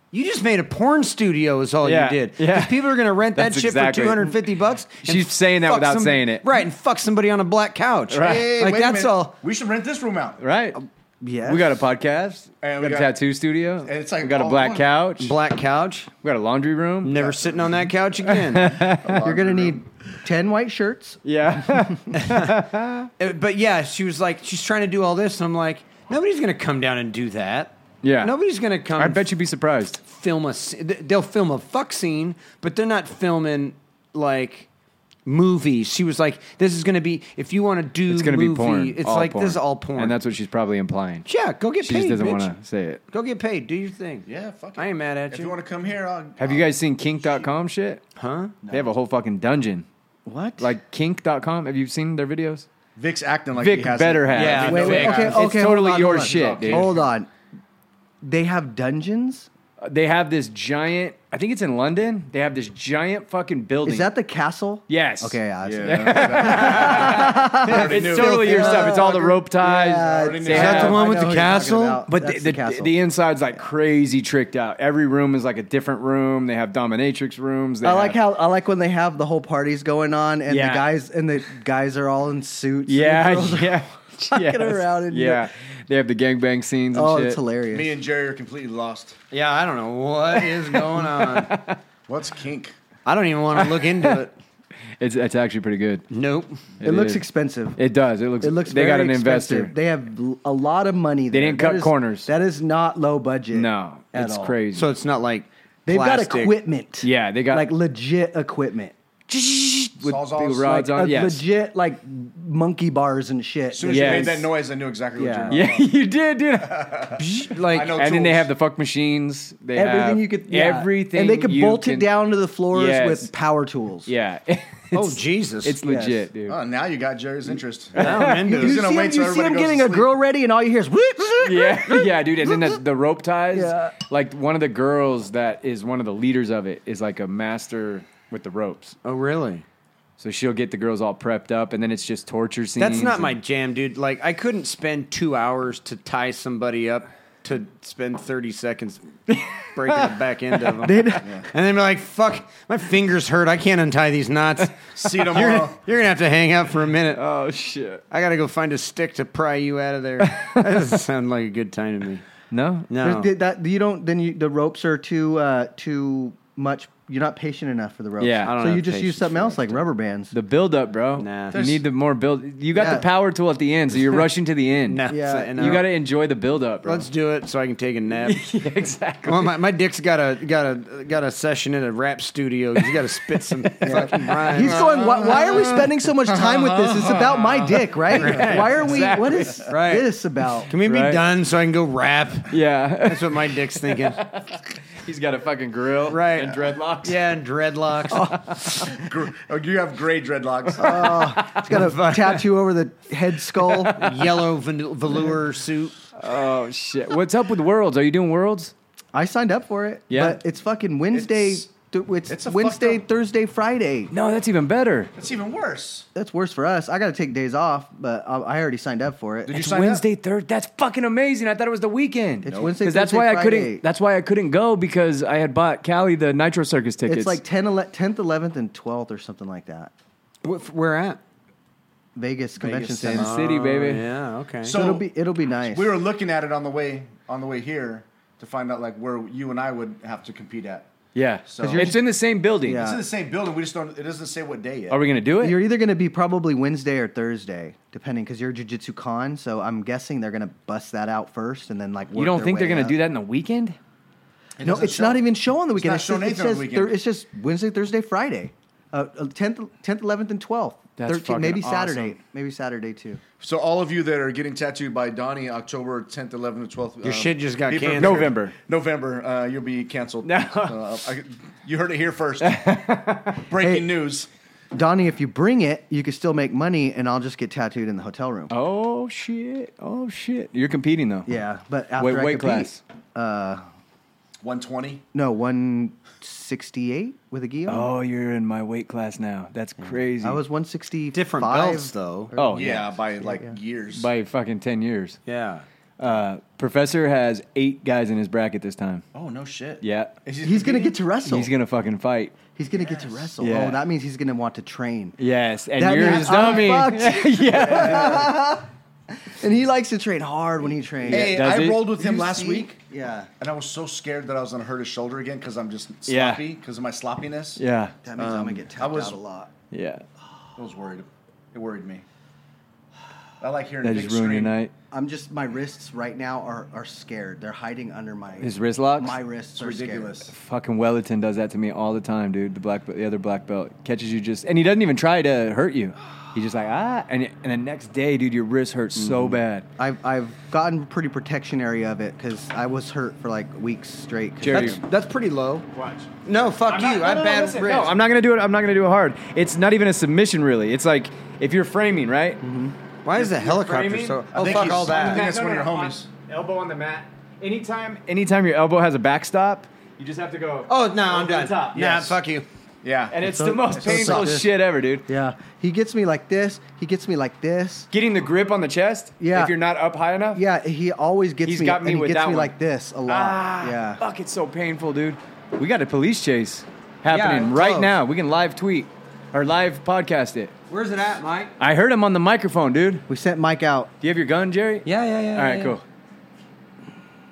Speaker 5: you just made a porn studio is all
Speaker 3: Yeah,
Speaker 5: you did. 'Cause
Speaker 3: yeah.
Speaker 5: people are going to rent that
Speaker 3: That's
Speaker 5: shit
Speaker 3: exactly-
Speaker 5: for 250 bucks. and
Speaker 3: She's saying that
Speaker 5: fuck
Speaker 3: without
Speaker 5: some-
Speaker 3: saying it.
Speaker 5: Right, and fuck somebody on a black couch.
Speaker 3: Right.
Speaker 9: Hey,
Speaker 5: like
Speaker 9: wait a
Speaker 5: that's
Speaker 9: minute.
Speaker 5: all.
Speaker 9: We should rent this room out.
Speaker 3: Right?
Speaker 4: yes.
Speaker 3: We got a podcast.
Speaker 9: And
Speaker 3: we
Speaker 9: we
Speaker 3: got, a
Speaker 9: got-
Speaker 3: tattoo studio.
Speaker 9: and it's like oh,
Speaker 3: we got a
Speaker 9: all
Speaker 3: black
Speaker 9: one.
Speaker 3: couch.
Speaker 5: Black couch.
Speaker 3: we got a laundry room.
Speaker 5: Never sitting on that
Speaker 3: [laughs]
Speaker 5: couch again.
Speaker 4: You're gonna need ten white shirts.
Speaker 3: Yeah.
Speaker 5: Uh, but yeah, she was like, she's trying to do all this, and I'm like, nobody's gonna come down and do that.
Speaker 3: Yeah.
Speaker 5: nobody's gonna come.
Speaker 3: [laughs] I bet you'd be surprised.
Speaker 5: film a. s- th- They'll film a fuck scene, but they're not filming like movies. She was like, this is gonna be if you want to do.
Speaker 3: It's going to be
Speaker 5: movie,
Speaker 3: porn.
Speaker 5: It's
Speaker 3: all
Speaker 5: like
Speaker 3: porn.
Speaker 5: this is all porn,
Speaker 3: And that's what she's probably implying.
Speaker 5: yeah. Go get
Speaker 3: She
Speaker 5: paid.
Speaker 3: just doesn't
Speaker 5: bitch.
Speaker 3: want to say it.
Speaker 5: Go get paid. Do your thing.
Speaker 9: Yeah, fuck it.
Speaker 5: I ain't mad at
Speaker 9: If
Speaker 5: you.
Speaker 9: you want to come here, I'll.
Speaker 3: Have you guys seen kink.com shit?
Speaker 5: Huh?
Speaker 3: They have a whole fucking dungeon.
Speaker 4: What?
Speaker 3: Like kink.com. Have you seen their videos?
Speaker 9: Vic's acting like
Speaker 3: Vic
Speaker 9: he has
Speaker 3: better
Speaker 9: it.
Speaker 3: have.
Speaker 5: Yeah. Wait, wait, okay,
Speaker 3: It's
Speaker 4: okay,
Speaker 3: totally
Speaker 4: hold on,
Speaker 3: your
Speaker 4: hold on.
Speaker 3: shit, dude.
Speaker 4: Hold on. They have dungeons.
Speaker 3: They have this giant, I think it's in London. They have this giant fucking building.
Speaker 4: Is that the castle?
Speaker 3: Yes.
Speaker 4: Okay. I see.
Speaker 3: [laughs] It's totally your stuff. It's all the rope ties.
Speaker 4: Yeah,
Speaker 3: They
Speaker 9: Is
Speaker 3: have-
Speaker 9: that the
Speaker 5: one with
Speaker 4: I
Speaker 5: the
Speaker 4: know who you're talking
Speaker 5: castle?
Speaker 4: about.
Speaker 3: But
Speaker 4: That's
Speaker 3: the, the,
Speaker 4: castle.
Speaker 3: the inside's like crazy tricked out. Every room is like a different room. They have dominatrix rooms. They
Speaker 4: I like
Speaker 3: have-
Speaker 4: how I like when they have the whole parties going on and
Speaker 3: Yeah.
Speaker 4: the guys and the guys are all in suits. and
Speaker 3: [laughs]
Speaker 4: the
Speaker 3: Yeah,
Speaker 4: [laughs]
Speaker 3: [laughs]
Speaker 4: girls are-
Speaker 3: yeah. yes.
Speaker 4: around and-
Speaker 3: yeah. They have the gangbang scenes and
Speaker 4: Oh,
Speaker 3: shit.
Speaker 4: it's hilarious.
Speaker 9: Me and Jerry are completely lost.
Speaker 5: Yeah, I don't know what is going on.
Speaker 9: What's kink?
Speaker 5: I don't even want to look into it.
Speaker 3: [laughs] It's, it's actually pretty good.
Speaker 5: Nope.
Speaker 4: it, looks
Speaker 3: is.
Speaker 4: expensive.
Speaker 3: It does. It looks.
Speaker 4: It looks.
Speaker 3: They
Speaker 4: very
Speaker 3: got an
Speaker 4: expensive.
Speaker 3: investor.
Speaker 4: They have l- a lot of money. There.
Speaker 3: didn't
Speaker 4: That
Speaker 3: cut
Speaker 4: is-
Speaker 3: corners.
Speaker 4: That is not low budget.
Speaker 3: no,
Speaker 4: at
Speaker 3: it's
Speaker 4: all.
Speaker 3: crazy.
Speaker 5: So it's not like
Speaker 4: They've
Speaker 5: plastic.
Speaker 4: got equipment.
Speaker 3: Yeah, they got- [laughs]
Speaker 4: like legit equipment.
Speaker 3: with
Speaker 9: Sawzall's
Speaker 3: big rods
Speaker 4: like
Speaker 3: on.
Speaker 4: a
Speaker 3: Yes.
Speaker 4: legit like monkey bars and shit.
Speaker 9: As soon as
Speaker 3: Yes.
Speaker 9: you made that noise, I knew exactly
Speaker 4: Yeah.
Speaker 9: what you were
Speaker 3: [laughs] yeah, you
Speaker 5: [laughs]
Speaker 3: did, dude.
Speaker 5: Like
Speaker 9: I know
Speaker 3: and then they
Speaker 9: tools.
Speaker 3: have the fuck machines. They
Speaker 4: everything
Speaker 3: have
Speaker 4: you could, yeah.
Speaker 3: Everything.
Speaker 4: and they could
Speaker 3: you
Speaker 4: bolt
Speaker 3: can-
Speaker 4: it down to the floors
Speaker 3: Yes.
Speaker 4: with power tools.
Speaker 3: Yeah. [laughs]
Speaker 5: oh
Speaker 3: It's-
Speaker 5: Jesus!
Speaker 3: It's
Speaker 4: Yes.
Speaker 3: legit, dude.
Speaker 1: Uh,
Speaker 9: Oh, now you got Jerry's interest.
Speaker 5: now I'm
Speaker 4: [laughs]
Speaker 5: into
Speaker 9: He's
Speaker 4: You
Speaker 5: it.
Speaker 9: gonna
Speaker 4: see him,
Speaker 9: wait till
Speaker 4: you see
Speaker 9: everybody
Speaker 4: him
Speaker 9: goes
Speaker 4: getting
Speaker 9: to
Speaker 4: a
Speaker 9: sleep.
Speaker 4: girl ready, and all you hear is.
Speaker 3: [laughs] yeah, yeah, dude. And then the, the rope ties.
Speaker 4: Yeah.
Speaker 3: Like one of the girls that is one of the leaders of it is like a master with the ropes.
Speaker 5: Oh really?
Speaker 3: So she'll get the girls all prepped up, and then it's just torture scenes.
Speaker 4: Mm-hmm.
Speaker 5: That's not
Speaker 3: and-
Speaker 5: my jam, dude. Like I couldn't spend two hours to tie somebody up to spend thirty seconds breaking the back end of
Speaker 4: [laughs]
Speaker 5: them, and then be like, "Fuck, my fingers hurt. I can't untie these
Speaker 4: [laughs]
Speaker 5: knots."
Speaker 9: See you
Speaker 5: You're
Speaker 9: tomorrow.
Speaker 5: gonna, you're gonna have to hang out for a minute.
Speaker 3: Oh shit!
Speaker 5: I gotta go find a stick to pry you out of
Speaker 4: [laughs]
Speaker 5: there. that doesn't sound like a good time to me.
Speaker 3: No,
Speaker 5: No,
Speaker 4: There's- that you don't then you, the ropes are too uh, too much. You're not patient enough for the ropes.
Speaker 3: Yeah. I
Speaker 5: don't
Speaker 4: so you
Speaker 5: have
Speaker 4: just
Speaker 5: patience
Speaker 4: use something
Speaker 5: for
Speaker 4: else like rubber bands.
Speaker 3: the build up, bro.
Speaker 5: Nah.
Speaker 3: you need the more build. You got
Speaker 4: Yeah.
Speaker 3: the power tool at the end, so you're rushing to the end.
Speaker 5: no,
Speaker 4: Yeah.
Speaker 5: so- no.
Speaker 3: You got to enjoy the build up, bro. [laughs]
Speaker 5: Let's [laughs] do it so I can take a
Speaker 4: [laughs]
Speaker 5: nap.
Speaker 3: Yeah, exactly.
Speaker 5: Well, my, my dick's got a got a got a session in a rap studio. He's got to spit
Speaker 4: [laughs]
Speaker 5: some fucking rhymes.
Speaker 4: He's going. Why, why are we spending so much time with this? It's about my
Speaker 3: [laughs]
Speaker 4: dick, right? Why are we? What is
Speaker 5: Right.
Speaker 4: this about?
Speaker 5: Can we
Speaker 3: Right.
Speaker 5: be done so I can go rap?
Speaker 3: Yeah,
Speaker 5: That's what my dick's
Speaker 4: [laughs]
Speaker 5: thinking.
Speaker 3: he's got a fucking grill,
Speaker 5: Right.
Speaker 3: And dreadlocks.
Speaker 5: yeah, and dreadlocks.
Speaker 9: [laughs] Gr- oh, you have gray dreadlocks.
Speaker 5: [laughs]
Speaker 4: It's [laughs] got a tattoo over the head skull.
Speaker 5: Yellow ven- velour suit.
Speaker 3: Oh shit! What's up with worlds? Are you doing worlds?
Speaker 4: I signed up for it.
Speaker 3: Yeah.
Speaker 4: but it's fucking Wednesday.
Speaker 9: It's-
Speaker 4: It's, it's,
Speaker 9: it's a
Speaker 4: Wednesday,
Speaker 9: fucked up-
Speaker 4: Thursday, Friday.
Speaker 3: No, that's even better.
Speaker 9: That's even worse.
Speaker 4: That's worse for us. I got to take days off, but I, I already signed up for it.
Speaker 9: Did you
Speaker 3: It's
Speaker 9: sign up?
Speaker 3: Wednesday, third. That's fucking amazing. I thought it was the weekend.
Speaker 4: It's Wednesday,
Speaker 3: Because that's
Speaker 4: Thursday,
Speaker 3: why I
Speaker 4: Friday.
Speaker 3: couldn't. That's why I couldn't go because I had bought Callie the Nitro Circus tickets.
Speaker 4: [laughs] It's like 10, 11 10th, 11th, and 12th or something like that.
Speaker 5: Wh- Where at?
Speaker 4: Vegas Convention
Speaker 3: Sin
Speaker 4: Center.
Speaker 3: City, baby.
Speaker 5: Yeah, okay.
Speaker 9: So-
Speaker 4: So it'll be it'll be nice.
Speaker 9: We were looking at it on the way on the way here to find out like where you and I would have to compete at.
Speaker 3: Yeah.
Speaker 9: So-
Speaker 3: it's in the same building.
Speaker 4: Yeah.
Speaker 9: It's in the same building. We just don't. It doesn't say what day yet.
Speaker 3: Are we gonna do it?
Speaker 4: you're either going to be probably Wednesday or Thursday, depending, because you're Jiu-Jitsu Con. So I'm guessing they're going to bust that out first, and then like
Speaker 3: you don't think they're gonna do that in the weekend?
Speaker 9: It
Speaker 4: No,
Speaker 9: doesn't
Speaker 4: it's
Speaker 9: show.
Speaker 4: not even show on the weekend.
Speaker 9: not
Speaker 4: just-
Speaker 9: shown anything on
Speaker 4: says
Speaker 9: the weekend.
Speaker 4: Thur- it's just Wednesday, Thursday, Friday, Uh, tenth, tenth, eleventh, and twelfth.
Speaker 3: That's fucking
Speaker 4: maybe
Speaker 3: awesome.
Speaker 4: Saturday, maybe Saturday too.
Speaker 9: So all of you that are getting tattooed by Donnie, October 10th, 11th, 12th.
Speaker 5: Your shit just got
Speaker 9: be prepared.
Speaker 5: canceled.
Speaker 3: November.
Speaker 9: um, November, uh, you'll be canceled.
Speaker 3: No.
Speaker 9: Uh, I- you heard it here first. Breaking news.
Speaker 4: Donnie, if you bring it, you can still make money, and I'll just get tattooed in the hotel room.
Speaker 3: Oh shit! Oh shit! You're competing though.
Speaker 4: Yeah, but after
Speaker 3: Wait,
Speaker 4: I
Speaker 3: weight
Speaker 4: compete-
Speaker 3: class.
Speaker 9: 120.
Speaker 4: No, one sixty-eight with a guillotine.
Speaker 3: Oh, you're in my weight class now. That's crazy.
Speaker 4: I was one sixty.
Speaker 5: Different belts, though.
Speaker 3: Oh yeah.
Speaker 9: Yeah, by like years.
Speaker 3: By fucking ten years.
Speaker 5: Yeah.
Speaker 3: Uh, Professor has eight guys in his bracket this time.
Speaker 9: oh no shit.
Speaker 3: Yeah.
Speaker 9: Is he
Speaker 4: He's gonna get
Speaker 9: competing?
Speaker 4: to wrestle.
Speaker 3: He's gonna fucking fight.
Speaker 4: He's gonna get to wrestle.
Speaker 3: Yeah.
Speaker 4: Oh, that means he's gonna want to train.
Speaker 3: Yes, and
Speaker 4: That
Speaker 3: you're
Speaker 4: means
Speaker 3: his
Speaker 4: I'm
Speaker 3: dummy. [laughs]
Speaker 4: fucked.
Speaker 3: yeah.
Speaker 4: And he likes to train hard when he trains.
Speaker 9: Hey,
Speaker 3: does
Speaker 9: I
Speaker 3: he?
Speaker 9: rolled with him
Speaker 4: You
Speaker 9: last
Speaker 4: see?
Speaker 9: week,
Speaker 4: Yeah.
Speaker 9: and I was so scared that I was gonna hurt his shoulder again because I'm just
Speaker 3: Yeah.
Speaker 9: sloppy because of my sloppiness.
Speaker 3: Yeah.
Speaker 4: That means I'm gonna get
Speaker 9: I
Speaker 4: tapped
Speaker 9: was-
Speaker 4: out a lot.
Speaker 3: Yeah.
Speaker 9: I was worried. It worried me. I like hearing
Speaker 3: That
Speaker 9: big
Speaker 3: just ruined your
Speaker 9: scream.
Speaker 3: night.
Speaker 4: I'm just my wrists right now are are scared. They're hiding under my
Speaker 3: His wrist locks?
Speaker 4: My wrists
Speaker 9: It's
Speaker 4: are
Speaker 9: ridiculous.
Speaker 4: Scared.
Speaker 3: Fucking Wellington does that to me all the time, dude. The black, the other black belt catches you just, and he doesn't even try to hurt you. He's just like ah, and and the next day, dude, your wrist hurts
Speaker 5: Mm-hmm.
Speaker 3: so bad.
Speaker 4: I've I've gotten pretty protectionary of it because I was hurt for like weeks straight. 'cause-
Speaker 3: Jerry.
Speaker 5: That's, that's pretty low.
Speaker 9: Watch.
Speaker 5: No, fuck
Speaker 3: No,
Speaker 5: you.
Speaker 3: no,
Speaker 5: I
Speaker 3: no,
Speaker 5: bad
Speaker 3: listen,
Speaker 5: wrist.
Speaker 3: No, I'm not gonna do it. I'm not gonna do it hard. It's not even a submission, really. It's like if you're framing, right?
Speaker 5: Mm-hmm. Why is the helicopter
Speaker 3: framing?
Speaker 5: so?
Speaker 9: I
Speaker 5: Oh
Speaker 9: think
Speaker 5: fuck
Speaker 9: he's-
Speaker 5: all
Speaker 9: I
Speaker 5: that.
Speaker 9: think- that's one of your homies.
Speaker 3: on- elbow on the mat. Anytime, anytime your elbow has a backstop, you just have to go.
Speaker 5: Oh no, I'm
Speaker 3: over the
Speaker 5: done.
Speaker 3: top.
Speaker 5: Nah,
Speaker 9: Yes.
Speaker 3: [laughs]
Speaker 5: fuck you.
Speaker 9: Yeah.
Speaker 3: and it's
Speaker 4: So-
Speaker 3: the most
Speaker 4: so
Speaker 3: painful
Speaker 4: soft.
Speaker 3: shit ever, dude.
Speaker 4: Yeah, he gets me like this. He gets me like this.
Speaker 3: Getting the grip on the chest.
Speaker 4: Yeah.
Speaker 3: If you're not up high enough.
Speaker 4: Yeah, he always gets
Speaker 3: He's
Speaker 4: me.
Speaker 3: got me
Speaker 4: and he
Speaker 3: with
Speaker 4: gets
Speaker 3: that
Speaker 4: me
Speaker 3: one.
Speaker 4: like this a lot.
Speaker 3: Ah,
Speaker 4: yeah.
Speaker 3: Fuck, it's so painful, dude. We got a police chase happening
Speaker 5: Yeah,
Speaker 3: right
Speaker 5: close.
Speaker 3: now. We can live tweet or live podcast it.
Speaker 5: Where's it at, Mike?
Speaker 3: I heard him on the microphone, dude. Do
Speaker 4: We sent Mike out.
Speaker 3: you have your gun, Jerry?
Speaker 5: Yeah, yeah, yeah.
Speaker 3: All right,
Speaker 5: yeah.
Speaker 3: cool.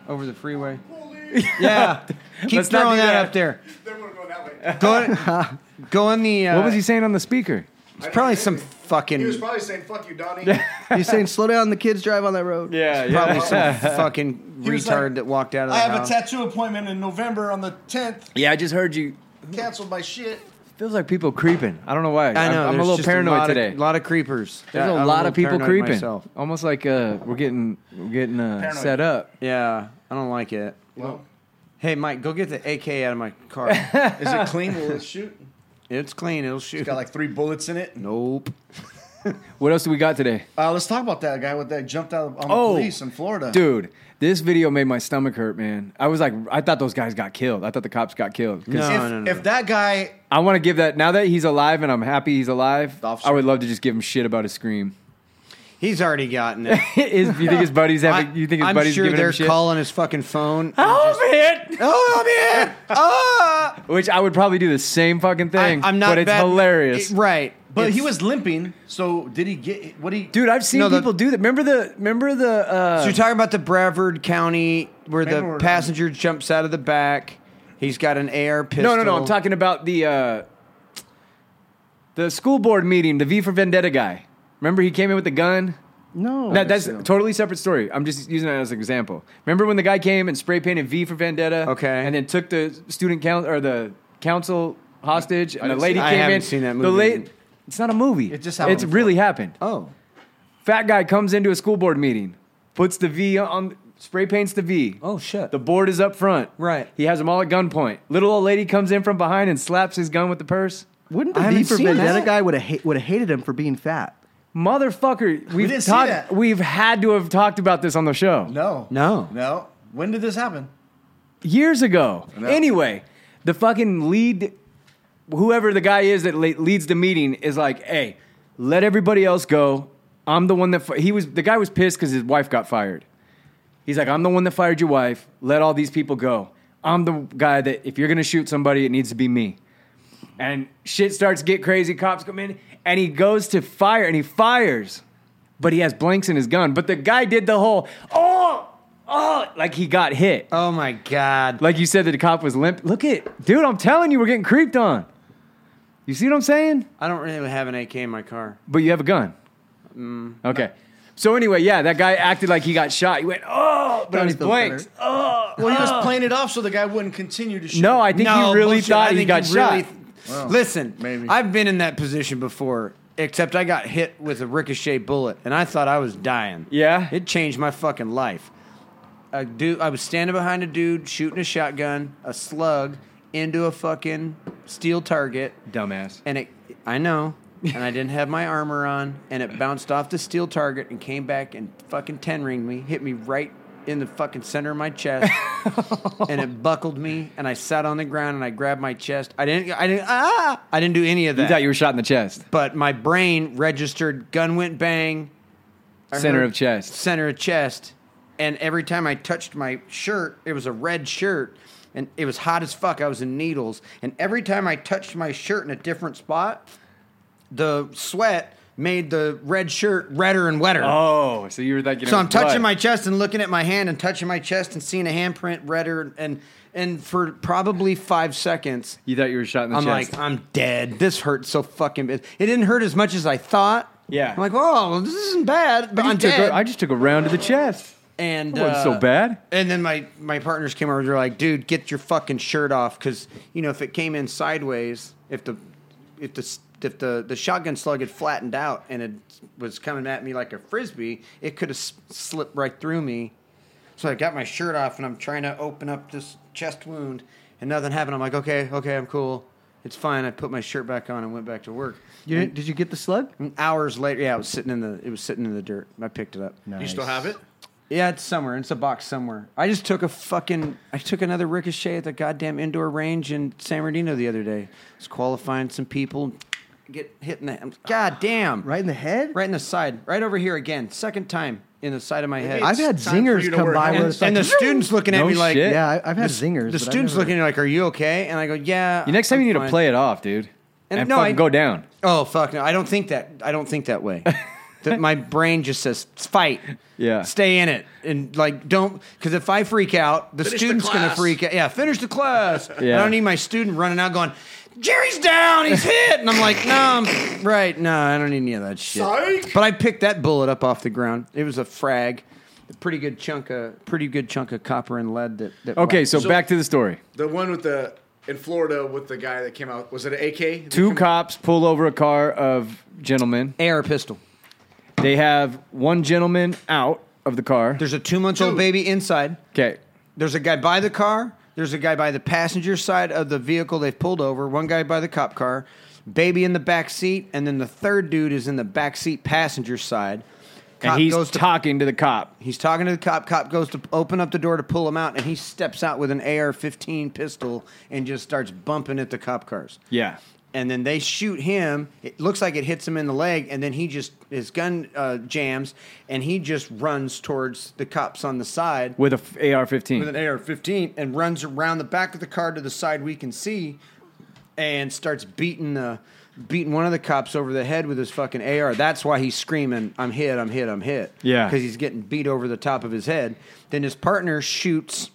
Speaker 5: Over the freeway.
Speaker 4: [laughs]
Speaker 5: yeah. Keep
Speaker 3: Let's not
Speaker 5: throwing
Speaker 3: do
Speaker 5: that,
Speaker 3: that.
Speaker 5: up there.
Speaker 9: Then we're going that way.
Speaker 5: Go, go in the. Uh,
Speaker 3: What was he saying on the speaker?
Speaker 5: It's probably some fucking.
Speaker 9: He was probably saying "fuck you, Donnie."
Speaker 4: You're saying slow down. The kids drive on that road.
Speaker 3: Yeah,
Speaker 5: Probably some
Speaker 3: [laughs]
Speaker 5: fucking
Speaker 9: He was
Speaker 5: retard
Speaker 9: like,
Speaker 5: that walked out of the
Speaker 9: I have
Speaker 5: house.
Speaker 9: a tattoo appointment in November on the 10th.
Speaker 3: yeah. I just heard you.
Speaker 9: Canceled my shit.
Speaker 3: Feels like people creeping. I don't know why.
Speaker 5: I
Speaker 3: I'm- I'm,
Speaker 5: know.
Speaker 3: a
Speaker 5: there's
Speaker 3: little
Speaker 5: just
Speaker 3: paranoid
Speaker 5: lot of-
Speaker 3: today.
Speaker 5: A lot of creepers.
Speaker 3: There's
Speaker 5: Yeah, I'm
Speaker 3: a lot of people
Speaker 5: paranoid
Speaker 3: creeping.
Speaker 5: myself.
Speaker 3: Almost like uh, we're getting we're getting uh,
Speaker 9: Paranoid.
Speaker 3: set up.
Speaker 5: Yeah, I don't like it.
Speaker 9: Well,
Speaker 5: Hey, Mike, go get the AK out of my
Speaker 9: [laughs]
Speaker 3: [laughs]
Speaker 5: car.
Speaker 9: is it clean? Will it shoot?
Speaker 5: it's clean. It'll shoot.
Speaker 9: Got like three bullets in it.
Speaker 5: nope.
Speaker 3: What else do we got today?
Speaker 9: Uh, let's talk about that guy with that jumped out on the
Speaker 3: Oh,
Speaker 9: police in Florida.
Speaker 3: Dude, this video made my stomach hurt, man. I was like, I thought those guys got killed. I thought the cops got killed. 'Cause
Speaker 5: No,
Speaker 9: if,
Speaker 5: no, no, no.
Speaker 9: if that guy,
Speaker 3: I want to give that, now that he's alive and I'm happy he's alive,
Speaker 9: The officer.
Speaker 3: I would love to just give him shit about his scream. [laughs]
Speaker 5: He's already gotten it.
Speaker 3: Is, you think his buddies having, [laughs] you think his
Speaker 5: I'm
Speaker 3: buddies
Speaker 5: sure
Speaker 3: giving
Speaker 5: they're
Speaker 3: him shit?
Speaker 5: calling his fucking
Speaker 3: [laughs]
Speaker 5: phone.
Speaker 3: Help it!
Speaker 5: [laughs] Oh man!
Speaker 3: [laughs]
Speaker 5: Oh,
Speaker 3: Which I would probably do the same fucking thing.
Speaker 5: I, am not.
Speaker 3: But it's
Speaker 5: bad-
Speaker 3: hilarious.
Speaker 5: It- right?
Speaker 9: but he
Speaker 5: It's-
Speaker 9: was limping. So did he get what he?
Speaker 3: Dude, I've seen
Speaker 5: No, the-
Speaker 3: people do that. Remember the, remember the, uh,
Speaker 5: So you're talking about the Brevard County where
Speaker 9: Remember
Speaker 5: the
Speaker 9: we're-
Speaker 5: passenger jumps out of the back. He's got an AR pistol.
Speaker 3: No, no, no. I'm talking about the uh, the school board meeting, the V for Vendetta guy. Remember, he came in with a gun.
Speaker 4: No.
Speaker 5: Oh,
Speaker 3: That, that's a totally separate story. I'm just using that as an example. Remember when the guy came and spray painted V for Vendetta?
Speaker 5: Okay.
Speaker 3: and then took the student council or the council hostage, and the
Speaker 5: didn't
Speaker 3: lady
Speaker 5: see- I
Speaker 3: came
Speaker 5: haven't
Speaker 3: in.
Speaker 5: seen that
Speaker 3: The
Speaker 5: movie.
Speaker 3: late, it's not a movie.
Speaker 9: It just happened
Speaker 3: It's
Speaker 9: before.
Speaker 3: really happened.
Speaker 5: Oh,
Speaker 3: Fat guy comes into a school board meeting, puts the V on, spray paints the V.
Speaker 5: Oh, shit.
Speaker 3: The board is up front.
Speaker 5: Right.
Speaker 3: He has them all at gunpoint. Little old lady comes in from behind and slaps his gun with the purse.
Speaker 4: Wouldn't
Speaker 5: I
Speaker 4: the
Speaker 5: haven't
Speaker 4: V for
Speaker 5: seen
Speaker 4: Vendetta
Speaker 5: that.
Speaker 4: guy would have ha- would have hated him for being fat?
Speaker 3: Motherfucker, we've
Speaker 9: didn't see
Speaker 3: talked,
Speaker 9: that.
Speaker 3: we've had to have talked about this on the show
Speaker 9: no,
Speaker 5: No.
Speaker 9: no. When did this happen?
Speaker 3: years ago.
Speaker 9: No.
Speaker 3: Anyway, the fucking lead, whoever the guy is that le- leads the meeting, is like, "Hey, let everybody else go. I'm the one that fi-. he was. The guy was pissed because his wife got fired. He's like, I'm the one that fired your wife. Let all these people go. I'm the guy that if you're gonna shoot somebody, it needs to be me." And shit starts to get crazy. Cops come in, and he goes to fire, and he fires, but he has blanks in his gun. But the guy did the whole, oh, oh, like he got hit.
Speaker 5: Oh my god.
Speaker 3: Like you said that the cop was limp. Look at dude, I'm telling you, we're getting creeped on. You see what I'm saying?
Speaker 5: I don't really have an AK in my car.
Speaker 3: But you have a gun.
Speaker 5: Mm.
Speaker 3: okay. So anyway, yeah, that guy acted like he got shot. He went, oh, but
Speaker 4: Now
Speaker 3: it
Speaker 4: he
Speaker 3: was
Speaker 4: feels
Speaker 3: blanks.
Speaker 4: better.
Speaker 3: Oh,
Speaker 9: Well, he was playing it off so the guy wouldn't continue to shoot.
Speaker 3: no, I think he really
Speaker 5: bullshit. I
Speaker 3: thought he
Speaker 5: think
Speaker 3: got shot.
Speaker 5: really- Listen,
Speaker 9: maybe.
Speaker 5: I've been in that position before, except I got hit with a ricochet bullet, and I thought I was dying.
Speaker 3: Yeah?
Speaker 5: it changed my fucking life. A dude, I was standing behind a dude shooting a shotgun, a slug into a fucking steel target,
Speaker 3: Dumbass.
Speaker 5: and it. I know. and I didn't have my armor on, and it bounced off the steel target and came back and fucking ten ringed me, hit me right in the fucking center of my chest, and it buckled me. And I sat on the ground and I grabbed my chest. I didn't, I didn't, ah, I didn't do any of that.
Speaker 3: You thought you were shot in the chest.
Speaker 5: but my brain registered. Gun went bang. I
Speaker 3: Center
Speaker 5: heard
Speaker 3: of chest.
Speaker 5: Center of chest. And every time I touched my shirt, it was a red shirt, and it was hot as fuck. I was in needles, and every time I touched my shirt in a different spot, the sweat made the red shirt redder and wetter.
Speaker 3: Oh, so you were thinking.
Speaker 5: So
Speaker 3: it
Speaker 5: I'm
Speaker 3: was
Speaker 5: touching my
Speaker 3: blood.
Speaker 5: chest and looking at my hand and touching my chest and seeing a handprint redder and and for probably five seconds
Speaker 3: You thought you were shot in the
Speaker 5: I'm
Speaker 3: chest.
Speaker 5: like, I'm dead. This hurts so fucking bad. It didn't hurt as much as I thought.
Speaker 3: Yeah.
Speaker 5: I'm like, oh, this isn't bad, but
Speaker 3: I
Speaker 5: I'm
Speaker 3: just, took
Speaker 5: dead.
Speaker 3: a, I just took a round to the chest.
Speaker 5: and
Speaker 3: That wasn't so
Speaker 5: uh,
Speaker 3: bad.
Speaker 5: And then my my partners came over. They're like, dude, get your fucking shirt off, because you know if it came in sideways, if the if the if the, the shotgun slug had flattened out and it was coming at me like a frisbee, it could have s- slipped right through me. So I got my shirt off and I'm trying to open up this chest wound, and nothing happened. I'm like, okay, okay, I'm cool. It's fine. I put my shirt back on and went back to work.
Speaker 4: You didn't, did you get the slug?
Speaker 5: And hours later, yeah, it was sitting in the it was sitting in the dirt. I picked it up.
Speaker 9: Do you still have it?
Speaker 5: Yeah, it's somewhere. It's a box somewhere. I just took a fucking. I took another ricochet at the goddamn indoor range in San Bernardino the other day. Was qualifying some people, get hit in the. I'm- God damn!
Speaker 4: Right in the head?
Speaker 5: right in the side, right over here again. Second time in the side of my head.
Speaker 9: Maybe
Speaker 4: I've
Speaker 9: it's
Speaker 4: had
Speaker 9: time for
Speaker 4: zingers
Speaker 9: you to
Speaker 4: come
Speaker 9: work
Speaker 4: by
Speaker 9: out.
Speaker 4: where
Speaker 5: and,
Speaker 4: it's
Speaker 5: and
Speaker 4: like,
Speaker 5: the students looking at
Speaker 3: No
Speaker 5: me like,
Speaker 3: shit.
Speaker 4: yeah, I, I've had
Speaker 5: the, The
Speaker 4: zingers. but I've
Speaker 5: students
Speaker 4: never-
Speaker 5: looking at me like, "Are you okay?" And I go, "Yeah."
Speaker 3: You next time you need
Speaker 5: I'm
Speaker 3: to
Speaker 5: fine."
Speaker 3: play it off, dude,
Speaker 5: And
Speaker 3: and,
Speaker 5: no,
Speaker 3: fucking
Speaker 5: I-
Speaker 3: go down.
Speaker 5: Oh fuck no! I don't think that. I don't think
Speaker 3: [laughs]
Speaker 5: that way. that my brain just says fight.
Speaker 3: Yeah.
Speaker 5: Stay in it and like don't because if I freak out, the student's gonna freak out. Yeah, finish the class.
Speaker 3: [laughs]
Speaker 5: I
Speaker 3: Yeah.
Speaker 5: don't need my student running out going, Jerry's down, he's hit, and I'm like, no, I'm [clears throat] right, no, I don't need any of that shit.
Speaker 9: Psych.
Speaker 5: But I picked that bullet up off the ground. It was a frag, a pretty good chunk of pretty good chunk of copper and lead. That, that
Speaker 3: Okay,
Speaker 5: whacked.
Speaker 3: so,
Speaker 1: So-
Speaker 3: back to the story.
Speaker 1: The one with the in Florida with the guy that came out was it an AK?
Speaker 3: Two cops pull over a car of gentlemen.
Speaker 5: AR pistol.
Speaker 3: They have one gentleman out of the car.
Speaker 5: There's a two month old baby inside.
Speaker 3: Okay.
Speaker 5: There's a guy by the car. There's a guy by the passenger side of the vehicle they've pulled over. One guy by the cop car. Baby in the back seat, and then the third dude is in the back seat passenger side. Cop
Speaker 3: and he's
Speaker 5: goes to-
Speaker 3: talking to the cop.
Speaker 5: He's talking to the cop. Cop goes to open up the door to pull him out, and he steps out with an AR-15 pistol and just starts bumping at the cop cars.
Speaker 3: Yeah.
Speaker 5: And then they shoot him. It looks like it hits him in the leg, and then he just his gun uh, jams, and he just runs towards the cops on the side
Speaker 3: With a f- AR-15.
Speaker 5: with an AR-15 and runs around the back of the car to the side we can see, and starts beating the beating one of the cops over the head with his fucking AR. That's why he's screaming, "I'm hit! I'm hit! I'm hit!"
Speaker 3: Yeah.
Speaker 5: because he's getting beat over the top of his head. Then his partner shoots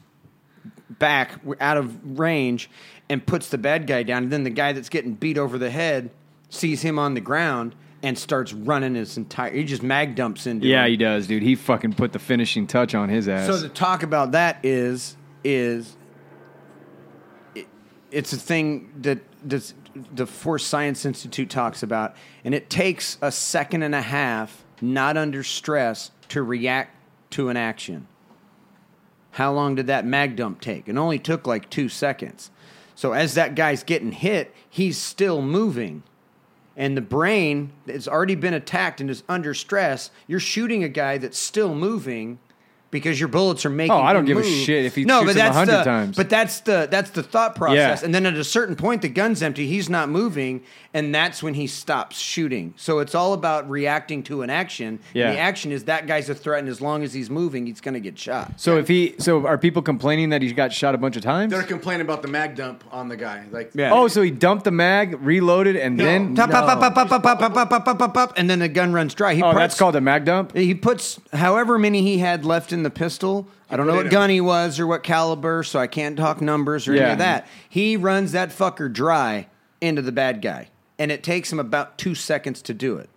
Speaker 5: back w- out of range and puts the bad guy down. And then the guy that's getting beat over the head sees him on the ground. And starts running his entire. He just mag dumps into.
Speaker 3: yeah,
Speaker 5: him.
Speaker 3: he does, dude. He fucking put the finishing touch on his ass.
Speaker 5: So to talk about that is is it, it's a thing that that's, the Force Science Institute talks about, and it takes a second and a half, not under stress, to react to an action. How long did that mag dump take? It only took like two seconds. So as that guy's getting hit, he's still moving and the brain that's already been attacked and is under stress, you're shooting a guy that's still moving because your bullets are making.
Speaker 3: Oh, I don't
Speaker 5: him
Speaker 3: give a
Speaker 5: move.
Speaker 3: shit if he
Speaker 5: no,
Speaker 3: shoots him
Speaker 5: but
Speaker 3: a
Speaker 5: that's
Speaker 3: hundred
Speaker 5: the,
Speaker 3: times.
Speaker 5: But that's the that's the thought process.
Speaker 3: Yeah.
Speaker 5: And then at a certain point, the gun's empty. He's not moving, and that's when he stops shooting. So it's all about reacting to an action.
Speaker 3: Yeah.
Speaker 5: And the action is that guy's a threat, and as long as he's moving, he's going to get shot.
Speaker 3: So if he, so are people complaining that he got shot a bunch of times?
Speaker 1: They're complaining about the mag dump on the guy. Like,
Speaker 5: Yeah.
Speaker 3: Oh, so he dumped the mag, reloaded, and then
Speaker 5: Pop, pop, pop, pop, pop, pop, pop, pop, pop, pop, pop, pop, and then the gun runs dry. He
Speaker 3: oh,
Speaker 5: parts-
Speaker 3: that's called a mag dump.
Speaker 5: He puts however many he had left in the pistol. I don't know what gun he was or what caliber, so I can't talk numbers or any
Speaker 3: Yeah.
Speaker 5: of that. He runs that fucker dry into the bad guy, and it takes him about two seconds to do it,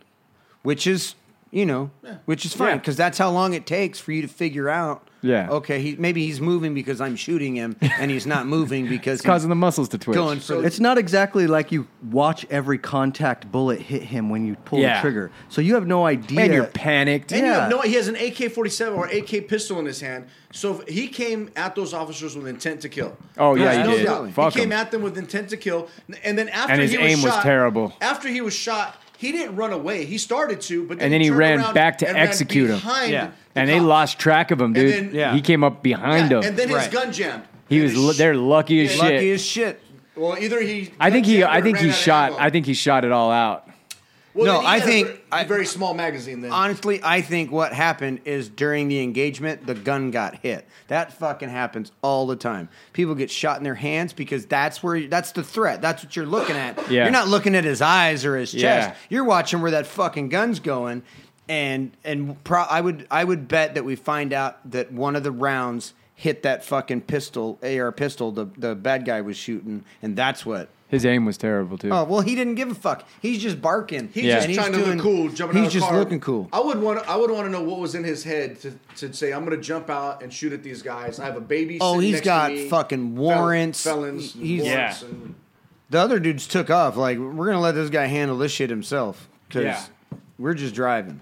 Speaker 5: which is you know, which is fine
Speaker 3: Yeah.
Speaker 5: because that's how long it takes for you to figure out.
Speaker 3: Yeah.
Speaker 5: Okay. He maybe he's moving because I'm shooting him, and he's not moving because
Speaker 3: It's causing
Speaker 5: he's
Speaker 3: the muscles to twitch.
Speaker 5: going for.
Speaker 4: It's not exactly like you watch every contact bullet hit him when you pull
Speaker 3: Yeah.
Speaker 4: the trigger. So you have no idea.
Speaker 3: and you're panicked.
Speaker 1: And you have
Speaker 4: Yeah.
Speaker 1: no, he has an AK 47 or AK pistol in his hand. So if he came at those officers with intent to kill.
Speaker 3: Oh, yeah,
Speaker 1: There's
Speaker 5: he
Speaker 1: no
Speaker 5: did.
Speaker 1: doubt.
Speaker 3: Fuck
Speaker 1: he came
Speaker 3: 'em.
Speaker 1: at them with intent to kill. And then after
Speaker 3: And his
Speaker 1: he was
Speaker 3: aim was
Speaker 1: shot,
Speaker 3: terrible.
Speaker 1: After he was shot, he didn't run away. He started to, but then
Speaker 3: and then he
Speaker 1: turned
Speaker 3: ran
Speaker 1: around
Speaker 3: back to
Speaker 1: and ran
Speaker 3: execute him.
Speaker 1: behind
Speaker 5: Yeah.
Speaker 1: the
Speaker 3: and they
Speaker 1: cops.
Speaker 3: lost track of him, dude.
Speaker 1: then- Yeah.
Speaker 3: He came up behind
Speaker 1: Yeah,
Speaker 3: him.
Speaker 1: And then
Speaker 5: Right.
Speaker 1: his gun jammed.
Speaker 3: he
Speaker 1: And
Speaker 3: was.
Speaker 1: his
Speaker 3: lu-
Speaker 1: sh-
Speaker 3: they're lucky as
Speaker 5: lucky
Speaker 3: shit.
Speaker 5: as shit.
Speaker 1: Well, either he.
Speaker 3: I think
Speaker 1: gun
Speaker 3: he.
Speaker 1: jammed
Speaker 3: I
Speaker 1: or
Speaker 3: think
Speaker 1: ran
Speaker 3: he
Speaker 1: out of
Speaker 3: shot.
Speaker 1: ammo.
Speaker 3: I think he shot it all out.
Speaker 1: Well,
Speaker 5: No,
Speaker 1: then he
Speaker 5: I
Speaker 1: had a
Speaker 5: think-
Speaker 1: very-
Speaker 5: I-
Speaker 1: very small magazine then.
Speaker 5: Honestly, I think what happened is during the engagement, the gun got hit. That fucking happens all the time. People get shot in their hands because that's where that's the threat. That's what you're looking at.
Speaker 3: Yeah.
Speaker 5: You're not looking at his eyes or his chest.
Speaker 3: Yeah.
Speaker 5: You're watching where that fucking gun's going. And and pro- I would I would bet that we find out that one of the rounds hit that fucking pistol, AR pistol, the the bad guy was shooting, and that's what.
Speaker 3: His aim was terrible too.
Speaker 5: Oh well, he didn't give a fuck. He's just barking.
Speaker 1: He's
Speaker 3: Yeah.
Speaker 1: just
Speaker 5: And he's
Speaker 1: trying to
Speaker 5: doing-
Speaker 1: look cool, jumping
Speaker 5: He's
Speaker 1: out of the
Speaker 5: just
Speaker 1: car.
Speaker 5: looking cool.
Speaker 1: I would want. I would want to know what was in his head to, to say, "I'm going to jump out and shoot at these guys. I have a baby."
Speaker 5: Oh,
Speaker 1: sitting
Speaker 5: he's
Speaker 1: next to
Speaker 5: got
Speaker 1: me.
Speaker 5: fucking
Speaker 1: Fel-
Speaker 5: warrants.
Speaker 1: felons,
Speaker 5: He's-
Speaker 1: warrants,
Speaker 3: Yeah.
Speaker 1: and-
Speaker 5: the other dudes took off. Like we're gonna let this guy handle this shit himself because
Speaker 3: Yeah.
Speaker 5: we're just driving.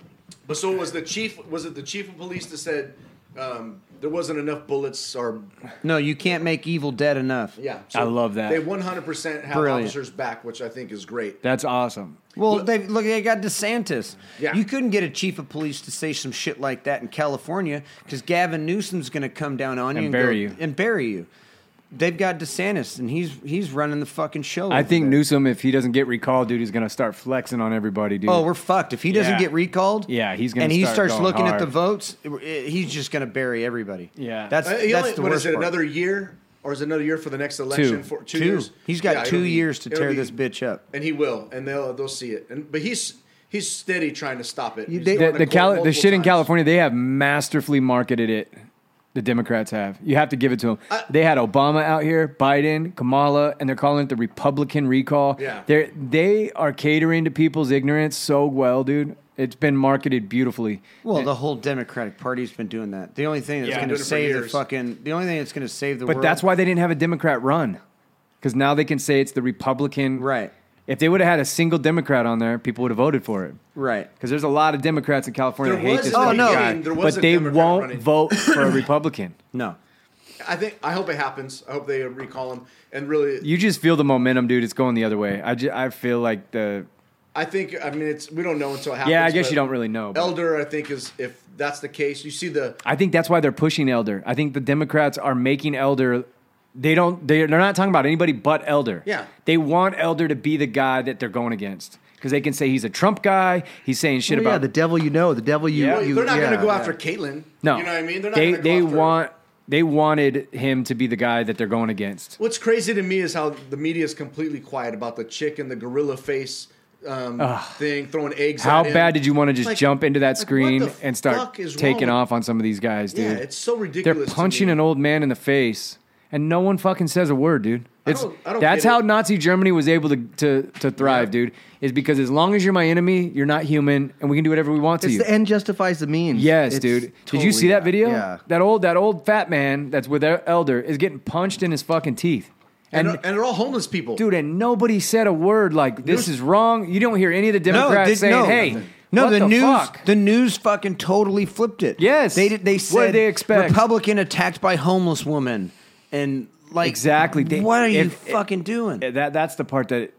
Speaker 1: but so was the chief. Was it the chief of police that said um, there wasn't enough bullets? Or
Speaker 5: No, you can't make evil dead enough.
Speaker 1: yeah,
Speaker 3: I love that.
Speaker 1: They 100 percent have
Speaker 5: Brilliant.
Speaker 1: officers back, which I think is great.
Speaker 3: That's awesome.
Speaker 5: Well, they look. They got DeSantis.
Speaker 1: Yeah.
Speaker 5: You couldn't get a chief of police to say some shit like that in California because Gavin Newsom's going to come down on
Speaker 3: And
Speaker 5: you and
Speaker 3: bury
Speaker 5: go,
Speaker 3: you.
Speaker 5: and bury you. They've got DeSantis, and he's he's running the fucking show.
Speaker 3: I
Speaker 5: over
Speaker 3: think
Speaker 5: there.
Speaker 3: Newsom, if he doesn't get recalled, dude, he's gonna start flexing on everybody, dude.
Speaker 5: Oh, we're fucked if he doesn't
Speaker 3: Yeah.
Speaker 5: get recalled.
Speaker 3: Yeah, he's gonna
Speaker 5: and he
Speaker 3: start
Speaker 5: starts
Speaker 3: going
Speaker 5: looking at
Speaker 3: hard.
Speaker 5: the votes. it- it- He's just going to bury everybody.
Speaker 3: Yeah.
Speaker 5: that's
Speaker 1: Uh, he
Speaker 5: that's
Speaker 1: only,
Speaker 5: the
Speaker 1: what
Speaker 5: worst
Speaker 1: is it?
Speaker 5: part.
Speaker 1: Another year, or is it another year for the next election?
Speaker 3: Two.
Speaker 1: For, two,
Speaker 5: two.
Speaker 1: years.
Speaker 5: He's got
Speaker 1: Yeah,
Speaker 5: two
Speaker 1: it'll be-
Speaker 5: years to
Speaker 1: it'll
Speaker 5: tear
Speaker 1: be-
Speaker 5: this bitch up.
Speaker 1: and he will, and they'll they'll see it. And but he's he's steady trying to stop it. He's
Speaker 5: they-
Speaker 1: going
Speaker 3: the
Speaker 1: to
Speaker 3: the,
Speaker 1: court
Speaker 3: Cali- the
Speaker 1: multiple
Speaker 3: shit in
Speaker 1: times.
Speaker 3: California, they have masterfully marketed it. The Democrats have. You have to give it to them. they had Obama out here, Biden, Kamala, and they're calling it the Republican recall.
Speaker 1: Yeah.
Speaker 3: They're, they are catering to people's ignorance so well, dude. It's been marketed beautifully.
Speaker 5: Well, the whole Democratic Party's been doing that. The only thing that's
Speaker 3: Yeah.
Speaker 5: going
Speaker 3: Been
Speaker 1: doing
Speaker 5: to
Speaker 1: it for
Speaker 5: save the
Speaker 1: years.
Speaker 5: fucking the only thing that's going to save the
Speaker 3: But
Speaker 5: world.
Speaker 3: that's why they didn't have a Democrat run. Because now they can say it's the Republican.
Speaker 5: Right.
Speaker 3: If they would have had a single Democrat on there, people would have voted for it.
Speaker 5: right.
Speaker 3: Because there's a lot of Democrats in California
Speaker 1: There
Speaker 3: that hate
Speaker 1: was
Speaker 3: this
Speaker 1: in the
Speaker 3: fucking
Speaker 5: beginning,
Speaker 3: guy,
Speaker 1: there was
Speaker 3: but
Speaker 1: a
Speaker 3: they
Speaker 1: Democrat
Speaker 3: won't
Speaker 1: running.
Speaker 3: vote for a Republican.
Speaker 5: No.
Speaker 1: I think I hope it happens. I hope they recall him and really.
Speaker 3: You just feel the momentum, dude. It's going the other way. I, ju- I feel like the
Speaker 1: I think I mean it's we don't know until it happens.
Speaker 3: yeah. I guess
Speaker 1: but
Speaker 3: you don't really know. but-
Speaker 1: Elder, I think is if that's the case, you see the
Speaker 3: I think that's why they're pushing Elder. I think the Democrats are making Elder. They don't. They're, they're not talking about anybody but Elder.
Speaker 1: Yeah.
Speaker 3: They want Elder to be the guy that they're going against because they can say he's a Trump guy. He's saying shit
Speaker 4: Well,
Speaker 3: about
Speaker 4: yeah, the devil you know, the devil you.
Speaker 3: Yeah.
Speaker 1: Well,
Speaker 4: you-
Speaker 1: they're not going
Speaker 4: yeah,
Speaker 1: to go
Speaker 4: yeah.
Speaker 1: after Caitlyn.
Speaker 3: no.
Speaker 1: you know what I mean. They're not.
Speaker 3: they
Speaker 1: gonna go
Speaker 3: they
Speaker 1: after-
Speaker 3: want they wanted him to be the guy that they're going against.
Speaker 1: What's crazy to me is how the media is completely quiet about the chick and the gorilla face um, thing, throwing eggs.
Speaker 3: How
Speaker 1: at him.
Speaker 3: bad did you want to just
Speaker 1: Like-
Speaker 3: jump into that
Speaker 1: like, what
Speaker 3: screen
Speaker 1: the
Speaker 3: and start
Speaker 1: fuck is
Speaker 3: taking
Speaker 1: wrong?
Speaker 3: off on some of these guys, dude?
Speaker 1: Yeah, it's so
Speaker 3: They're
Speaker 1: ridiculous. to
Speaker 3: punching
Speaker 1: me.
Speaker 3: an old man in the face, and no one fucking says a word, dude. It's
Speaker 1: don't- I don't
Speaker 3: that's
Speaker 1: get
Speaker 3: how
Speaker 1: it.
Speaker 3: Nazi Germany was able to to, to thrive, dude. Is because as long as you're my enemy, you're not human, and we can do whatever we want to
Speaker 4: It's
Speaker 3: you.
Speaker 4: the end justifies the means.
Speaker 3: Yes,
Speaker 4: It's
Speaker 3: dude. Did you
Speaker 4: totally
Speaker 3: see that video?
Speaker 4: Yeah.
Speaker 3: That old that old fat man that's with their elder is getting punched in his fucking teeth.
Speaker 1: and,
Speaker 3: And,
Speaker 1: and they're all homeless people.
Speaker 3: dude, and nobody said a word like this is wrong. You don't hear any of the Democrats
Speaker 5: did-
Speaker 3: saying, "Hey,
Speaker 5: no,
Speaker 3: what
Speaker 5: the, news,
Speaker 3: fuck?
Speaker 5: the news fucking totally flipped it.
Speaker 3: Yes.
Speaker 5: they did. They
Speaker 3: What
Speaker 5: said
Speaker 3: did they expect?
Speaker 5: Republican attacked by homeless woman, and like
Speaker 3: Exactly. They-
Speaker 5: what are you
Speaker 3: if-
Speaker 5: fucking doing?
Speaker 3: Yeah, that that's the part that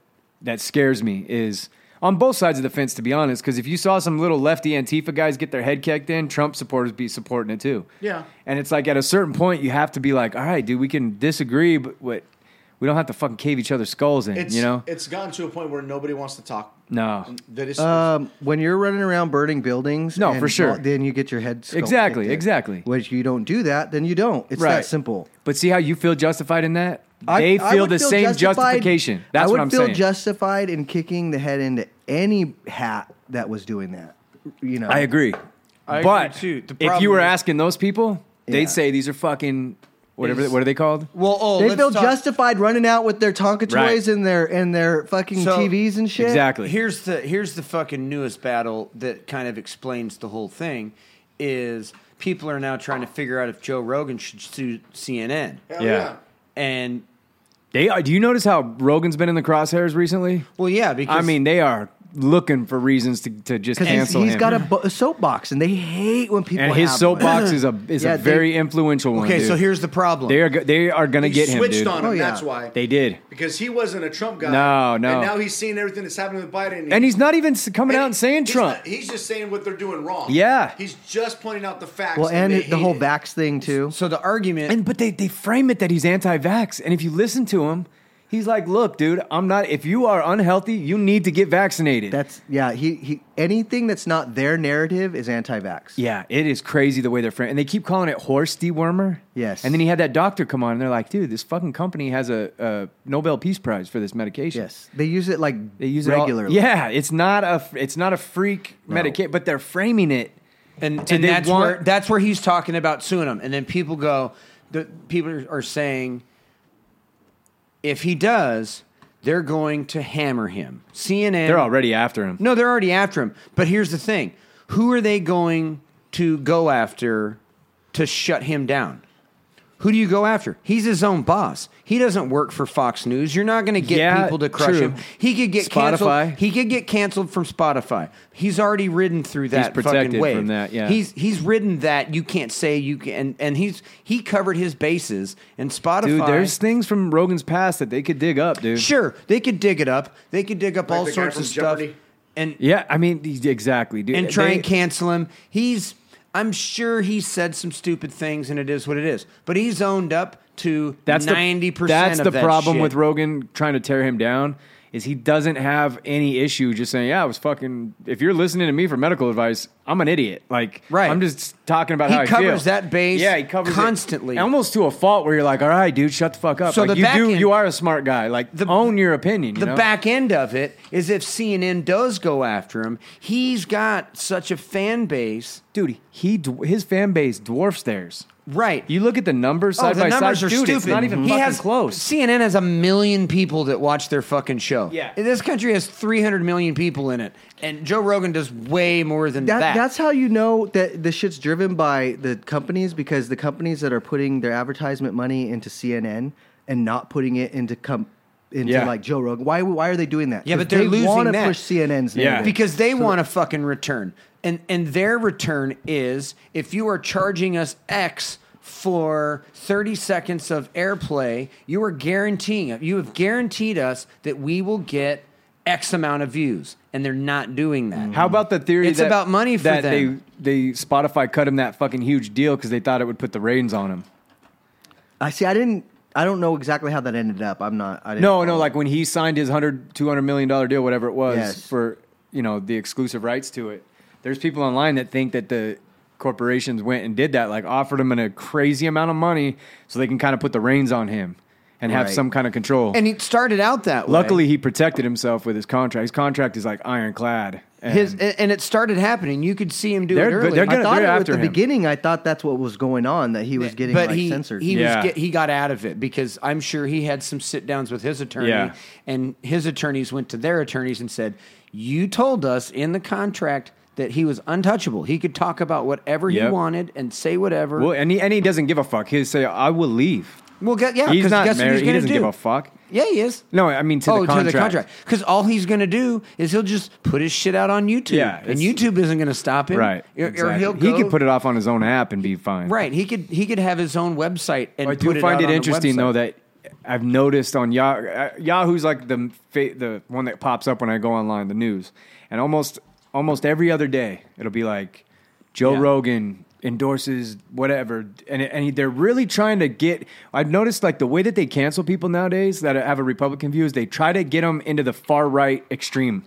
Speaker 3: that scares me is on both sides of the fence to be honest because if you saw some little lefty antifa guys get their head kicked in trump supporters be supporting it too
Speaker 1: Yeah.
Speaker 3: and it's like at a certain point you have to be like all right dude we can disagree but what we don't have to fucking cave each other's skulls in
Speaker 1: it's,
Speaker 3: you know
Speaker 1: it's gotten to a point where nobody wants to talk.
Speaker 3: no Oh,
Speaker 1: That is
Speaker 4: Um, when you're running around burning buildings,
Speaker 3: No,
Speaker 4: and
Speaker 3: for sure.
Speaker 4: Then you get your head skull
Speaker 3: Exactly,
Speaker 4: kicked in.
Speaker 3: exactly.
Speaker 4: Which you don't do that, then you don't. It's
Speaker 3: Right.
Speaker 4: that simple.
Speaker 3: but see how you feel justified in that they
Speaker 4: I- I
Speaker 3: feel
Speaker 4: would
Speaker 3: the same
Speaker 4: justified-
Speaker 3: justification that's
Speaker 4: I would
Speaker 3: what i'm
Speaker 4: feel
Speaker 3: saying
Speaker 4: justified in kicking the head into any hat that was doing that. You know,
Speaker 3: i agree
Speaker 5: agree,
Speaker 3: but
Speaker 5: too. The
Speaker 3: if you
Speaker 5: problem
Speaker 3: were
Speaker 5: is-
Speaker 3: asking those people
Speaker 4: Yeah.
Speaker 3: they'd say these are fucking whatever
Speaker 5: These-
Speaker 3: what are they called
Speaker 5: well, oh,
Speaker 4: They
Speaker 5: let's
Speaker 4: feel
Speaker 5: talk-
Speaker 4: justified running out with their Tonka toys
Speaker 3: Right.
Speaker 4: and their and their fucking
Speaker 5: So-
Speaker 4: TVs and shit.
Speaker 3: Exactly.
Speaker 5: Here's the here's the fucking newest battle that kind of explains the whole thing. Is people are now trying to figure out if Joe Rogan should sue CNN,
Speaker 1: Hell
Speaker 3: yeah.
Speaker 5: and
Speaker 3: They are. Do you notice how Rogan's been in the crosshairs recently?
Speaker 5: well, yeah, because
Speaker 3: I mean, they are looking for reasons to, to just
Speaker 4: Because he's,
Speaker 3: cancel
Speaker 4: he's
Speaker 3: him.
Speaker 4: got a, bo- a soapbox, and they hate when people.
Speaker 3: and his
Speaker 4: have [laughs]
Speaker 3: soapbox
Speaker 4: [clears throat]
Speaker 3: is a is
Speaker 4: Yeah,
Speaker 3: a
Speaker 4: they-
Speaker 3: very influential one.
Speaker 5: okay,
Speaker 3: dude.
Speaker 5: so here's the problem.
Speaker 3: they are go- they are gonna
Speaker 1: He
Speaker 3: get him,
Speaker 1: switched
Speaker 3: dude.
Speaker 1: on him.
Speaker 4: Oh, yeah.
Speaker 1: That's why
Speaker 3: They did,
Speaker 1: because he wasn't a Trump guy.
Speaker 3: No, no.
Speaker 1: And now he's seeing everything that's happening with Biden,
Speaker 3: and he's not even s- coming out and saying
Speaker 1: he's
Speaker 3: Trump.
Speaker 1: not- he's just saying what they're doing wrong.
Speaker 3: Yeah.
Speaker 1: he's just pointing out the facts.
Speaker 4: Well, and
Speaker 1: they
Speaker 4: the whole
Speaker 1: hate it.
Speaker 4: vax thing too.
Speaker 5: so the argument
Speaker 3: and but they they frame it that he's anti-vax, and if you listen to him, he's like, "Look, dude, I'm not. If you are unhealthy, you need to get vaccinated."
Speaker 4: That's yeah. He, he anything that's not their narrative is anti-vax.
Speaker 3: Yeah, it is crazy the way they're framed. And they keep calling it horse dewormer.
Speaker 4: Yes.
Speaker 3: And then he had that doctor come on and they're like, dude, this fucking company has a, a Nobel Peace Prize for this medication.
Speaker 4: Yes, they use it like
Speaker 3: They use
Speaker 4: regularly.
Speaker 3: it all, Yeah, it's not a it's not a freak medication, but they're framing it.
Speaker 5: and,
Speaker 3: So
Speaker 5: and
Speaker 3: they
Speaker 5: that's
Speaker 3: want-
Speaker 5: where that's where he's talking about suing him. And then people go, the people are saying, if he does, they're going to hammer him. CNN,
Speaker 3: They're already after him.
Speaker 5: no, they're already after him. But here's the thing: who are they going to go after to shut him down? Who do you go after? He's his own boss. He doesn't work for Fox News. You're not going to get
Speaker 3: Yeah,
Speaker 5: people to crush
Speaker 3: true.
Speaker 5: him. He could get
Speaker 3: Spotify.
Speaker 5: canceled. He could get canceled from Spotify. He's already ridden through that
Speaker 3: protected
Speaker 5: fucking wave.
Speaker 3: from that, yeah.
Speaker 5: He's he's ridden that. You can't say you can. And, and he's he covered his bases. And Spotify.
Speaker 3: Dude, there's things from Rogan's past that they could dig up, dude.
Speaker 5: sure they could dig it up. They could dig up all
Speaker 1: the guy
Speaker 5: sorts
Speaker 1: from
Speaker 5: of stuff.
Speaker 1: Jeopardy.
Speaker 5: And
Speaker 3: Yeah, I mean e-, exactly, dude.
Speaker 5: and try
Speaker 3: They-
Speaker 5: and cancel him. He's I'm sure he said some stupid things, and it is what it is. But he's owned up to
Speaker 3: That's the-
Speaker 5: ninety percent.
Speaker 3: That's the problem with
Speaker 5: Rogan.
Speaker 3: Rogan trying to tear him down is he doesn't have any issue just saying, "Yeah, I was fucking." If you're listening to me for medical advice, I'm an idiot. Like,
Speaker 5: Right.
Speaker 3: I'm just talking about
Speaker 5: He
Speaker 3: how I
Speaker 5: covers
Speaker 3: feel.
Speaker 5: that base
Speaker 3: Yeah, he covers it
Speaker 5: constantly.
Speaker 3: almost to a fault where you're like, "All right, dude, shut the fuck up."
Speaker 5: So
Speaker 3: Like,
Speaker 5: the
Speaker 3: you
Speaker 5: back
Speaker 3: do,
Speaker 5: end-
Speaker 3: you are a smart guy. Like,
Speaker 5: The-
Speaker 3: own your opinion. You
Speaker 5: The
Speaker 3: know?
Speaker 5: back end of it is if CNN does go after him, he's got such a fan base.
Speaker 3: dude, he dw- his fan base dwarfs theirs.
Speaker 5: Right.
Speaker 3: You look at the numbers
Speaker 5: oh,
Speaker 3: side
Speaker 5: the
Speaker 3: by
Speaker 5: numbers
Speaker 3: side,
Speaker 5: are
Speaker 3: dude.
Speaker 5: stupid.
Speaker 3: It's not even
Speaker 5: he
Speaker 3: fucking
Speaker 5: has,
Speaker 3: close.
Speaker 5: CNN has a million people that watch their fucking show.
Speaker 3: Yeah.
Speaker 5: And This country has 300 million people in it. And Joe Rogan does way more than that.
Speaker 4: That, That's how you know that the shit's driven by the companies because the companies that are putting their advertisement money into CNN and not putting it into com- into
Speaker 3: Yeah.
Speaker 4: like Joe Rogan. Why why are they doing that?
Speaker 5: Yeah, but
Speaker 4: 'Cause
Speaker 5: they're
Speaker 4: they
Speaker 5: losing
Speaker 4: wanna
Speaker 5: that.
Speaker 4: push CNN's
Speaker 3: [laughs] Yeah.
Speaker 4: narrative.
Speaker 5: because they want a fucking return and and their return is if you are charging us x for 30 seconds of airplay, you are guaranteeing you have guaranteed us that we will get X amount of views, and they're not doing that.
Speaker 3: How about the theory
Speaker 5: It's
Speaker 3: that,
Speaker 5: about money for
Speaker 3: that
Speaker 5: them.
Speaker 3: they they Spotify cut him that fucking huge deal because they thought it would put the reins on him.
Speaker 4: I see. I didn't. I don't know exactly how that ended up. I'm not. I didn't
Speaker 3: No, no,
Speaker 4: follow.
Speaker 3: like when he signed his 100 200 million dollar deal whatever it was
Speaker 4: Yes.
Speaker 3: for, you know, the exclusive rights to it. There's people online that think that the corporations went and did that like offered him a crazy amount of money so they can kind of put the reins on him and have
Speaker 4: Right.
Speaker 3: some kind of control.
Speaker 5: And it started out that way.
Speaker 3: Luckily, he protected himself with his contract. His contract is like ironclad. And
Speaker 5: his and and it started happening. You could see him do
Speaker 3: They're
Speaker 5: it
Speaker 3: good-
Speaker 5: early.
Speaker 3: they're
Speaker 4: I
Speaker 3: gonna-
Speaker 4: thought
Speaker 3: they're
Speaker 4: it at
Speaker 3: after
Speaker 4: the
Speaker 3: him.
Speaker 4: beginning. I thought that's what was going on. That he was getting
Speaker 5: but
Speaker 4: like
Speaker 5: he,
Speaker 4: censored.
Speaker 5: He
Speaker 3: Yeah.
Speaker 5: was get, he got out of it because I'm sure he had some sit downs with his attorney,
Speaker 3: Yeah.
Speaker 5: and his attorneys went to their attorneys and said, "You told us in the contract." That he was untouchable. He could talk about whatever he
Speaker 3: Yep.
Speaker 5: wanted and say whatever.
Speaker 3: well, and he, and he doesn't give a fuck. He'll say, "I will leave."
Speaker 5: Well, gu- yeah,
Speaker 3: he's
Speaker 5: 'cause
Speaker 3: not
Speaker 5: guess what
Speaker 3: married. he
Speaker 5: gonna
Speaker 3: doesn't give
Speaker 5: do?
Speaker 3: a fuck.
Speaker 5: Yeah, he is. Oh,
Speaker 3: No, I mean to the contract.
Speaker 5: Because all he's going to do is he'll just put his shit out on YouTube.
Speaker 3: Yeah,
Speaker 5: and
Speaker 3: it's-
Speaker 5: YouTube isn't going to stop him.
Speaker 3: Right.
Speaker 5: Or, or
Speaker 3: exactly.
Speaker 5: he'll
Speaker 3: he
Speaker 5: go-
Speaker 3: could put it off on his own app and be fine.
Speaker 5: Right. He could. He could have his own website and
Speaker 3: I
Speaker 5: put
Speaker 3: do
Speaker 5: it
Speaker 3: find
Speaker 5: out
Speaker 3: it
Speaker 5: on a
Speaker 3: interesting though
Speaker 5: website.
Speaker 3: that I've noticed on Yahoo, uh, Yahoo's like the fa- the one that pops up when I go online, the news, and almost almost every other day it'll be like Joe
Speaker 5: Yeah.
Speaker 3: Rogan endorses whatever, and and they're really trying to get. I've noticed like the way that they cancel people nowadays that have a Republican view is they try to get them into the far right extreme.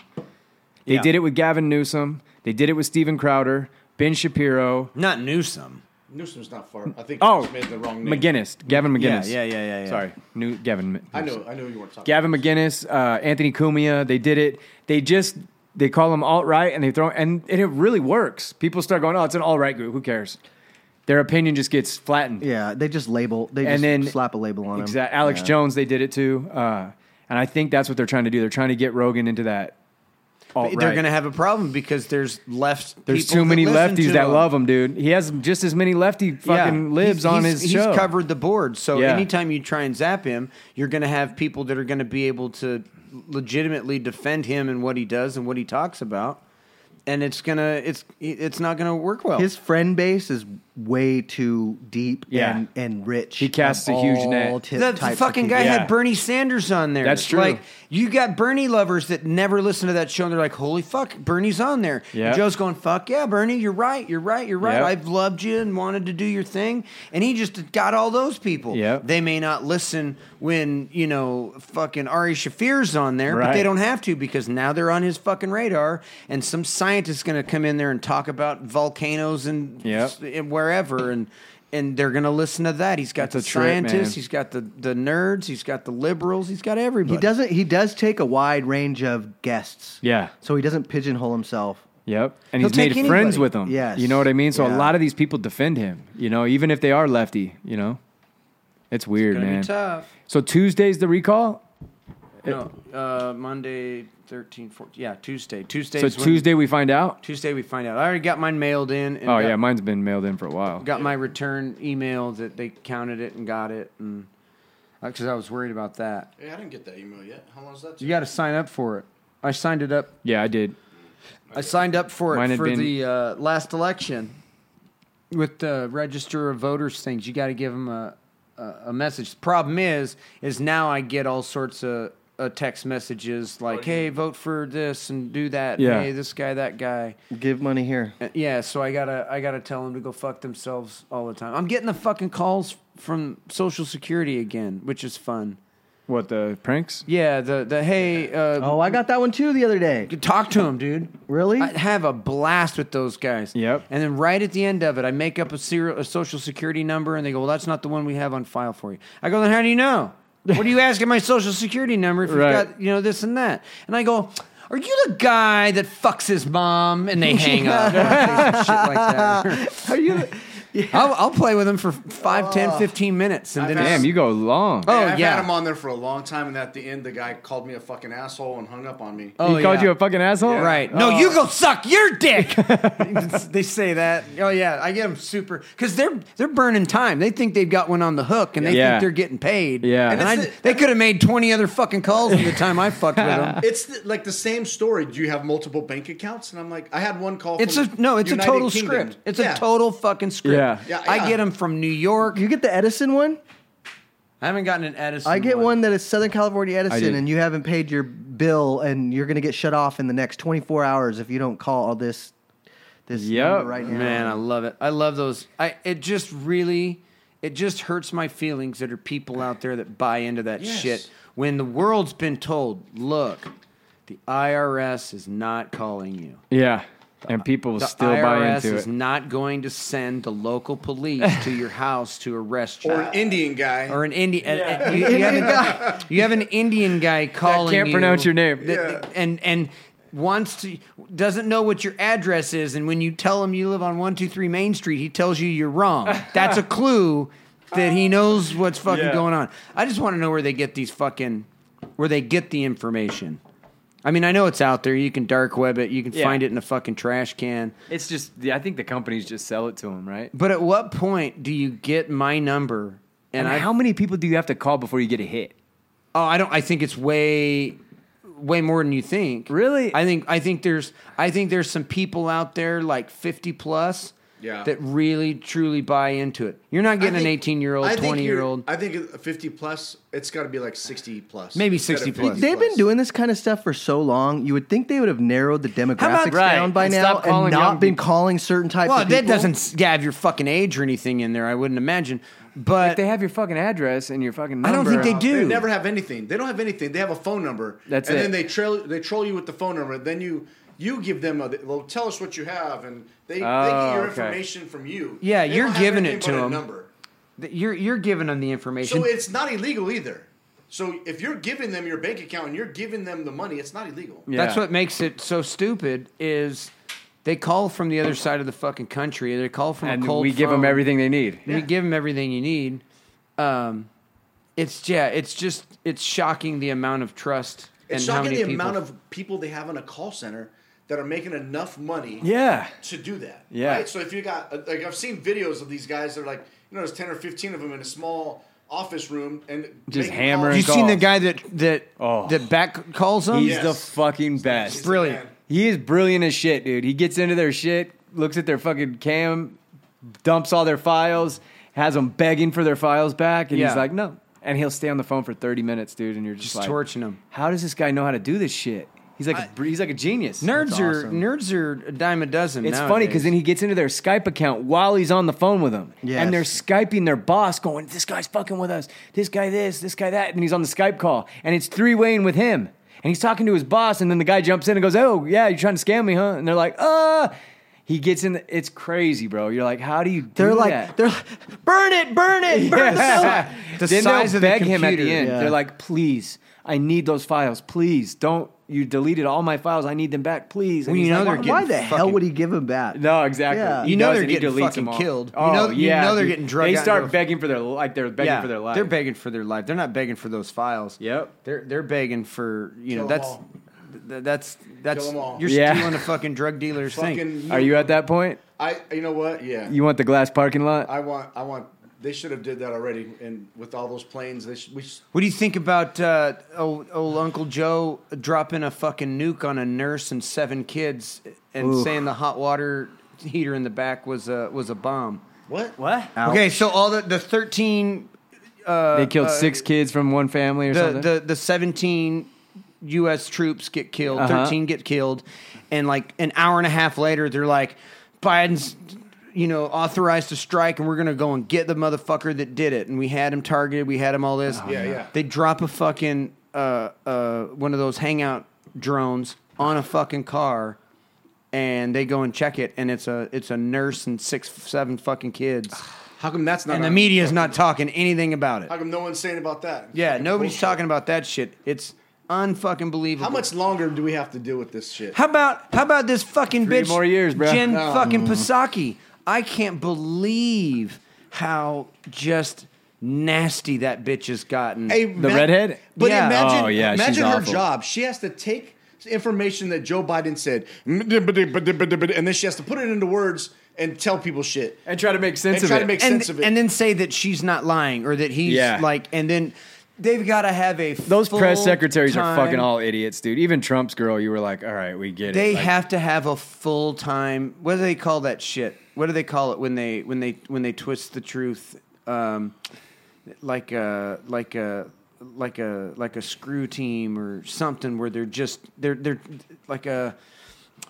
Speaker 3: They
Speaker 5: Yeah.
Speaker 3: did it with Gavin Newsom. They did it with Steven Crowder, Ben Shapiro.
Speaker 5: not Newsom.
Speaker 1: Newsom's not far. I think
Speaker 3: Oh,
Speaker 1: you just made the wrong name.
Speaker 3: McGinnis, Gavin
Speaker 5: Yeah,
Speaker 3: McGinnis.
Speaker 5: yeah, yeah, yeah, yeah.
Speaker 3: Sorry, New Gavin.
Speaker 1: I know. I know you weren't talking.
Speaker 3: Gavin McGinnis, uh, Anthony Cumia, they did it. They just they call them alt right, and they throw and, and it really works. People start going, "Oh, it's an alt right group. Who cares?" Their opinion just gets flattened.
Speaker 4: yeah, they just label. They
Speaker 3: And
Speaker 4: just
Speaker 3: then-
Speaker 4: slap a label on him.
Speaker 3: Exact- Alex
Speaker 4: Yeah.
Speaker 3: Jones, they did it too, uh, and I think that's what they're trying to do. They're trying to get Rogan into that. alt
Speaker 5: They're going to have a problem because there's left.
Speaker 3: There's
Speaker 5: people
Speaker 3: too many
Speaker 5: that listen
Speaker 3: lefties
Speaker 5: to
Speaker 3: that
Speaker 5: him.
Speaker 3: love him, dude. He has just as many lefty fucking libs
Speaker 5: He's-
Speaker 3: on
Speaker 5: he's-
Speaker 3: his show.
Speaker 5: He's covered the board, so
Speaker 3: Yeah.
Speaker 5: anytime you try and zap him, you're going to have people that are going to be able to legitimately defend him and what he does and what he talks about, and it's gonna it's it's not going to work
Speaker 3: Oh.
Speaker 5: well.
Speaker 4: His friend base is way too deep
Speaker 3: Yeah.
Speaker 4: and, and rich.
Speaker 3: He casts
Speaker 4: of
Speaker 3: a huge
Speaker 4: all
Speaker 3: net.
Speaker 4: ti-
Speaker 5: the
Speaker 4: types of
Speaker 5: fucking
Speaker 4: people.
Speaker 5: guy
Speaker 3: Yeah.
Speaker 5: had Bernie Sanders on there.
Speaker 3: That's true.
Speaker 5: Like you got Bernie lovers that never listen to that show, and they're like, "Holy fuck, Bernie's on there." And
Speaker 3: Yeah.
Speaker 5: Joe's going, "Fuck yeah, Bernie, you're right, you're right, you're right.
Speaker 3: Yep.
Speaker 5: I've loved you and wanted to do your thing." And he just got all those people.
Speaker 3: Yep.
Speaker 5: They may not listen when you know fucking Ari Shafir's on there, but
Speaker 3: Right.
Speaker 5: they don't have to because now they're on his fucking radar, and some scientist's going to come in there and talk about volcanoes and
Speaker 3: Yep.
Speaker 5: and wherever and. And they're gonna listen to that. He's
Speaker 3: It's
Speaker 5: got
Speaker 3: a
Speaker 5: the
Speaker 3: trip, man.
Speaker 5: scientists, he's got the the nerds, he's got the liberals, he's got everybody.
Speaker 4: He doesn't. He does take a wide range of guests.
Speaker 3: Yeah.
Speaker 4: So he doesn't pigeonhole himself.
Speaker 3: Yep. And
Speaker 5: He'll
Speaker 3: he's made
Speaker 5: take
Speaker 3: friends
Speaker 5: anybody.
Speaker 3: with them.
Speaker 4: Yes.
Speaker 3: You know what I mean? So a
Speaker 4: Yeah.
Speaker 3: lot of these people defend him, you know, even if they are lefty, you know? It's weird,
Speaker 5: Gonna
Speaker 3: man.
Speaker 5: be tough.
Speaker 3: So Tuesday's the recall?
Speaker 5: No, uh, Monday, 13, 14. Yeah, Tuesday. Tuesday.
Speaker 3: So Tuesday we find out?
Speaker 5: Tuesday we find out. I already got mine mailed in. And
Speaker 3: Oh,
Speaker 5: got,
Speaker 3: yeah. Mine's been mailed in for a while.
Speaker 5: got my return email that they counted it and got it, and because I was worried about that.
Speaker 1: Hey, I didn't get that email yet. How long is that?
Speaker 5: You got to sign up for it. I signed it up.
Speaker 3: Yeah, I did.
Speaker 5: I signed up for
Speaker 3: Mine
Speaker 5: it
Speaker 3: had
Speaker 5: for
Speaker 3: been-
Speaker 5: the uh, last election with the register of voters things. You got to give them a, a a message. Problem is, is now I get all sorts of uh, text messages like, "Hey, vote for this and do that."
Speaker 3: Yeah.
Speaker 5: Hey, this guy, that guy.
Speaker 4: Give money here.
Speaker 5: Uh, Yeah, so I gotta I gotta tell them to go fuck themselves all the time. I'm getting the fucking calls from Social Security again, which is fun.
Speaker 3: What, the pranks?
Speaker 5: Yeah, the the hey, uh,
Speaker 4: Oh, I got that one too the other day.
Speaker 5: Talk to him, dude.
Speaker 4: Oh. Really?
Speaker 5: I have a blast with those guys.
Speaker 3: Yep.
Speaker 5: And then right at the end of it, I make up a serial, a social security number, and they go, "Well, that's not the one we have on file for you." I go, "Then how do you know? What are you asking my social security number if
Speaker 3: Right.
Speaker 5: you've got you know this and that?" And I go. Are you the guy that fucks his mom and they
Speaker 3: [laughs]
Speaker 5: hang up? Or I say some shit like that. Are you? I'll, I'll play with him for 5, 10, 15 minutes, and
Speaker 1: Oh. I've
Speaker 5: then
Speaker 1: had-
Speaker 3: Damn, you go long.
Speaker 5: Oh,
Speaker 1: Hey, I've
Speaker 5: yeah.
Speaker 1: had him on there for a long time, and at the end, the guy called me a fucking asshole and hung up on me.
Speaker 5: Oh,
Speaker 3: he called
Speaker 5: yeah.
Speaker 3: you a fucking asshole? Oh.
Speaker 5: Right. No, you go suck your dick. Oh. [laughs] they say that. Oh yeah, I get them super because they're they're burning time. They think they've got one on the hook and they
Speaker 3: Yeah.
Speaker 5: think they're getting paid.
Speaker 3: Yeah.
Speaker 5: and,
Speaker 3: And
Speaker 5: I,
Speaker 1: it's
Speaker 5: they could have made twenty other fucking calls by the time I fucked with [laughs] them.
Speaker 1: It's the, like the same story. Do you have multiple bank accounts? And I'm like, I had one call.
Speaker 5: It's a
Speaker 1: from
Speaker 5: no. It's
Speaker 1: United
Speaker 5: a total
Speaker 1: Kingdom.
Speaker 5: script. It's
Speaker 1: Yeah.
Speaker 5: a total fucking script.
Speaker 3: Yeah.
Speaker 1: Yeah,
Speaker 5: I
Speaker 1: yeah.
Speaker 5: get them from New York.
Speaker 4: You get the Edison one?
Speaker 5: I haven't gotten an Edison.
Speaker 4: I get one that is Southern California
Speaker 3: did.
Speaker 4: Edison, and you haven't paid your bill, and you're gonna get shut off in the next 24 hours if you don't call this. This
Speaker 3: Yep.
Speaker 4: number right now.
Speaker 5: Man, I love it. I love those. I it just really it just hurts my feelings that are people out there that buy into that
Speaker 1: Yes.
Speaker 5: shit when the world's been told, look, the IRS is not calling you.
Speaker 3: Yeah. And people will
Speaker 5: The
Speaker 3: still
Speaker 5: IRS
Speaker 3: buy into
Speaker 5: is
Speaker 3: it.
Speaker 5: not going to send the local police
Speaker 3: [laughs]
Speaker 5: to your house to arrest you.
Speaker 1: or an Indian guy.
Speaker 5: Or an Indian, you, you have an- you have an Indian guy calling.
Speaker 3: can't
Speaker 5: you
Speaker 3: pronounce your name.
Speaker 5: that- and and wants to doesn't know what your address is, and when you tell him you live on one two three Main Street, he tells you you're wrong.
Speaker 3: [laughs]
Speaker 5: That's a clue that he knows what's fucking
Speaker 3: Yeah.
Speaker 5: going on. I just want to know where they get these fucking where they get the information. I mean, I know it's out there. You can dark web it. You can
Speaker 3: Yeah.
Speaker 5: find it in a fucking trash can.
Speaker 3: It's just, yeah, I think the companies just sell it to them, right?
Speaker 5: But at what point do you get my number?
Speaker 3: And,
Speaker 5: I,
Speaker 3: how many people do you have to call before you get a hit?
Speaker 5: Oh, I don't. I think it's way, way more than you think.
Speaker 3: Really?
Speaker 5: I think. I think there's. I think there's some people out there like fifty plus.
Speaker 1: Yeah.
Speaker 5: That really truly buy into it. You're not
Speaker 1: I
Speaker 5: getting an
Speaker 1: think-
Speaker 5: 18 year
Speaker 1: I
Speaker 5: old,
Speaker 1: think
Speaker 5: 20 year
Speaker 1: you're-
Speaker 5: old.
Speaker 1: I think it- 50 plus, it's got to be like 60 plus.
Speaker 5: Maybe
Speaker 1: Instead of
Speaker 5: 60 plus.
Speaker 1: 50
Speaker 4: They've been doing this kind of stuff for so long. You would think they would have narrowed the demographics
Speaker 3: right,
Speaker 4: down by
Speaker 3: and
Speaker 4: now
Speaker 3: stop
Speaker 4: and
Speaker 3: calling young
Speaker 4: not been
Speaker 3: people.
Speaker 4: calling certain types
Speaker 5: Well,
Speaker 4: of people.
Speaker 5: that doesn't s- yeah, have your fucking age or anything in there. I wouldn't imagine. But
Speaker 3: They have your fucking address and your fucking
Speaker 5: I
Speaker 3: number.
Speaker 5: don't think they do.
Speaker 1: They never have anything. They don't have anything. They have a phone number.
Speaker 3: That's
Speaker 1: and
Speaker 3: it.
Speaker 1: then they trail they troll you with the phone number. Then you you give them a well, tell us what you have, and they, they
Speaker 3: Oh,
Speaker 1: get your
Speaker 3: okay.
Speaker 1: information from you.
Speaker 5: Yeah,
Speaker 1: They
Speaker 5: you're
Speaker 1: don't have
Speaker 5: giving
Speaker 1: anything
Speaker 5: it to
Speaker 1: but a
Speaker 5: 'em.
Speaker 1: Number.
Speaker 5: Th- you're you're giving them the information.
Speaker 1: So it's not illegal either. So if you're giving them your bank account and you're giving them the money, it's not illegal.
Speaker 5: That's
Speaker 3: Yeah.
Speaker 5: what makes it so stupid is they call from the other side of the fucking country. They call from a
Speaker 3: And
Speaker 5: cold
Speaker 3: we give them
Speaker 5: phone.
Speaker 3: everything they need.
Speaker 5: You give them everything you need. Um, it's yeah, it's just it's shocking the amount of trust
Speaker 1: It's
Speaker 5: and how
Speaker 1: shocking
Speaker 5: many
Speaker 1: the
Speaker 5: people.
Speaker 1: amount of people they have in a call center that are making enough money.
Speaker 3: Yeah.
Speaker 1: to do that.
Speaker 3: Yeah.
Speaker 1: Right? So if you got like I've seen videos of these guys that are like you know there's ten or fifteen of them in a small office room and
Speaker 3: Just
Speaker 1: making
Speaker 3: hammering
Speaker 5: you
Speaker 1: calls.
Speaker 3: calls.
Speaker 5: seen the guy that that
Speaker 3: Oh.
Speaker 5: that back calls them?
Speaker 3: He's
Speaker 1: Yes.
Speaker 3: the fucking best.
Speaker 1: He's the
Speaker 5: brilliant.
Speaker 1: man.
Speaker 3: He is brilliant as shit, dude. He gets into their shit, looks at their fucking cam, dumps all their files, has them begging for their files back, and
Speaker 5: Yeah.
Speaker 3: he's like, no. And he'll stay on the phone for 30 minutes, dude, and you're just,
Speaker 5: Just
Speaker 3: like,
Speaker 5: torching 'em.
Speaker 3: How does this guy know how to do this shit? He's like, a br he's like a genius.
Speaker 5: Nerds
Speaker 3: That's
Speaker 5: are
Speaker 3: awesome.
Speaker 5: nerds are a dime a dozen.
Speaker 3: It's funny because
Speaker 5: nowadays.
Speaker 3: then he gets into their Skype account while he's on the phone with them,
Speaker 4: Yes.
Speaker 3: and they're skyping their boss, going, "This guy's fucking with us. This guy this. This guy that." And he's on the Skype call, and it's three waying with him, and he's talking to his boss, and then the guy jumps in and goes, "Oh yeah, you're trying to scam me, huh?" And they're like, "Uh." He gets in. The, it's crazy, bro. You're like, how do you? Do
Speaker 4: They're like,
Speaker 3: that?
Speaker 4: they're like, burn it, burn
Speaker 3: [laughs]
Speaker 5: [laughs]
Speaker 4: it, burn it. [laughs]
Speaker 3: Yeah.
Speaker 5: The
Speaker 3: then
Speaker 5: size
Speaker 3: they'll
Speaker 5: of the
Speaker 3: beg him at the
Speaker 5: computer.
Speaker 3: end.
Speaker 4: Yeah.
Speaker 3: They're like, please, I need those files. Please, don't. You deleted all my files. I need them back, please. And
Speaker 5: Well, you
Speaker 3: he's
Speaker 5: know
Speaker 3: like,
Speaker 5: they're
Speaker 3: "Why-
Speaker 5: getting
Speaker 4: Why the hell
Speaker 5: fucking-
Speaker 4: would he give him back?
Speaker 3: No, exactly.
Speaker 4: Yeah.
Speaker 3: He
Speaker 5: You know
Speaker 3: does,
Speaker 5: they're
Speaker 3: and he
Speaker 5: getting
Speaker 3: deletes
Speaker 5: fucking
Speaker 3: them all.
Speaker 5: killed. You
Speaker 3: Oh,
Speaker 5: know- you
Speaker 3: yeah,
Speaker 5: know they're
Speaker 3: dude.
Speaker 5: getting drugged
Speaker 3: They
Speaker 5: out
Speaker 3: start
Speaker 5: of-
Speaker 3: begging for their like they're begging
Speaker 5: Yeah,
Speaker 3: for their life.
Speaker 5: They're begging for their life. They're not begging for those files.
Speaker 3: Yep.
Speaker 5: They're they're begging for you know
Speaker 1: Kill 'em
Speaker 5: that's
Speaker 1: all.
Speaker 5: th- that's that's
Speaker 1: 'em all.
Speaker 5: you're
Speaker 3: Yeah.
Speaker 5: stealing a fucking drug dealer's thing.
Speaker 1: Fucking,
Speaker 3: Are you at that point?
Speaker 1: I you know what? Yeah.
Speaker 3: You want the glass parking lot?
Speaker 1: I want. I want. They should have did that already. And with all those planes, they should, we. Should,
Speaker 5: What do you think about uh, old, old Uncle Joe dropping a fucking nuke on a nurse and seven kids and saying the hot water heater in the back was a was a bomb?
Speaker 1: what?
Speaker 3: what?
Speaker 5: Okay, so all the the thirteen
Speaker 3: they
Speaker 4: Uh,
Speaker 3: killed six kids from one family or
Speaker 5: the
Speaker 3: something.
Speaker 5: the the seventeen U.S. troops get killed,
Speaker 3: Uh-huh.
Speaker 5: thirteen get killed, and like an hour and a half later, they're like, Biden's. You know, authorized to strike, and we're gonna go and get the motherfucker that did it. And we had him targeted. We had him all this.
Speaker 1: Oh, Yeah, no. yeah.
Speaker 5: They drop a fucking uh, uh, one of those hangout drones on a fucking car, and they go and check it, and it's a it's a nurse and six seven fucking kids,
Speaker 1: [sighs] How come that's not?
Speaker 5: and the
Speaker 1: on-
Speaker 5: media's not talking anything about it.
Speaker 1: How come no one's saying about that?
Speaker 5: Yeah,
Speaker 1: Fucking
Speaker 5: nobody's
Speaker 1: bullshit.
Speaker 5: talking about that shit. It's unfucking believable.
Speaker 1: How much longer do we have to deal with this shit?
Speaker 5: How about how about this fucking
Speaker 3: Three
Speaker 5: bitch?
Speaker 3: more years, bro.
Speaker 5: Jen
Speaker 1: Oh.
Speaker 3: No.
Speaker 5: fucking Pasaki. I can't believe how just nasty that bitch has gotten.
Speaker 1: Hey,
Speaker 3: The redhead?
Speaker 1: But
Speaker 5: Yeah.
Speaker 1: imagine,
Speaker 3: Oh, yeah, she's
Speaker 1: imagine her
Speaker 3: awful.
Speaker 1: job. She has to take information that Joe Biden said, and then she has to put it into words and tell people shit.
Speaker 3: and try to make sense
Speaker 1: And
Speaker 3: of
Speaker 1: try
Speaker 3: it.
Speaker 1: to make
Speaker 5: and,
Speaker 1: sense of it.
Speaker 5: and then say that she's not lying or that he's
Speaker 3: Yeah.
Speaker 5: like, and then They've got to have a
Speaker 3: Those press
Speaker 5: full
Speaker 3: secretaries
Speaker 5: time-
Speaker 3: are fucking all idiots, dude. Even Trump's girl, you were like, all right, we get
Speaker 5: They
Speaker 3: it. Like,
Speaker 5: have to have a full time. What do they call that shit? What do they call it when they when they when they twist the truth? Um, like a like a like a like a screw team or something where they're just they're they're like a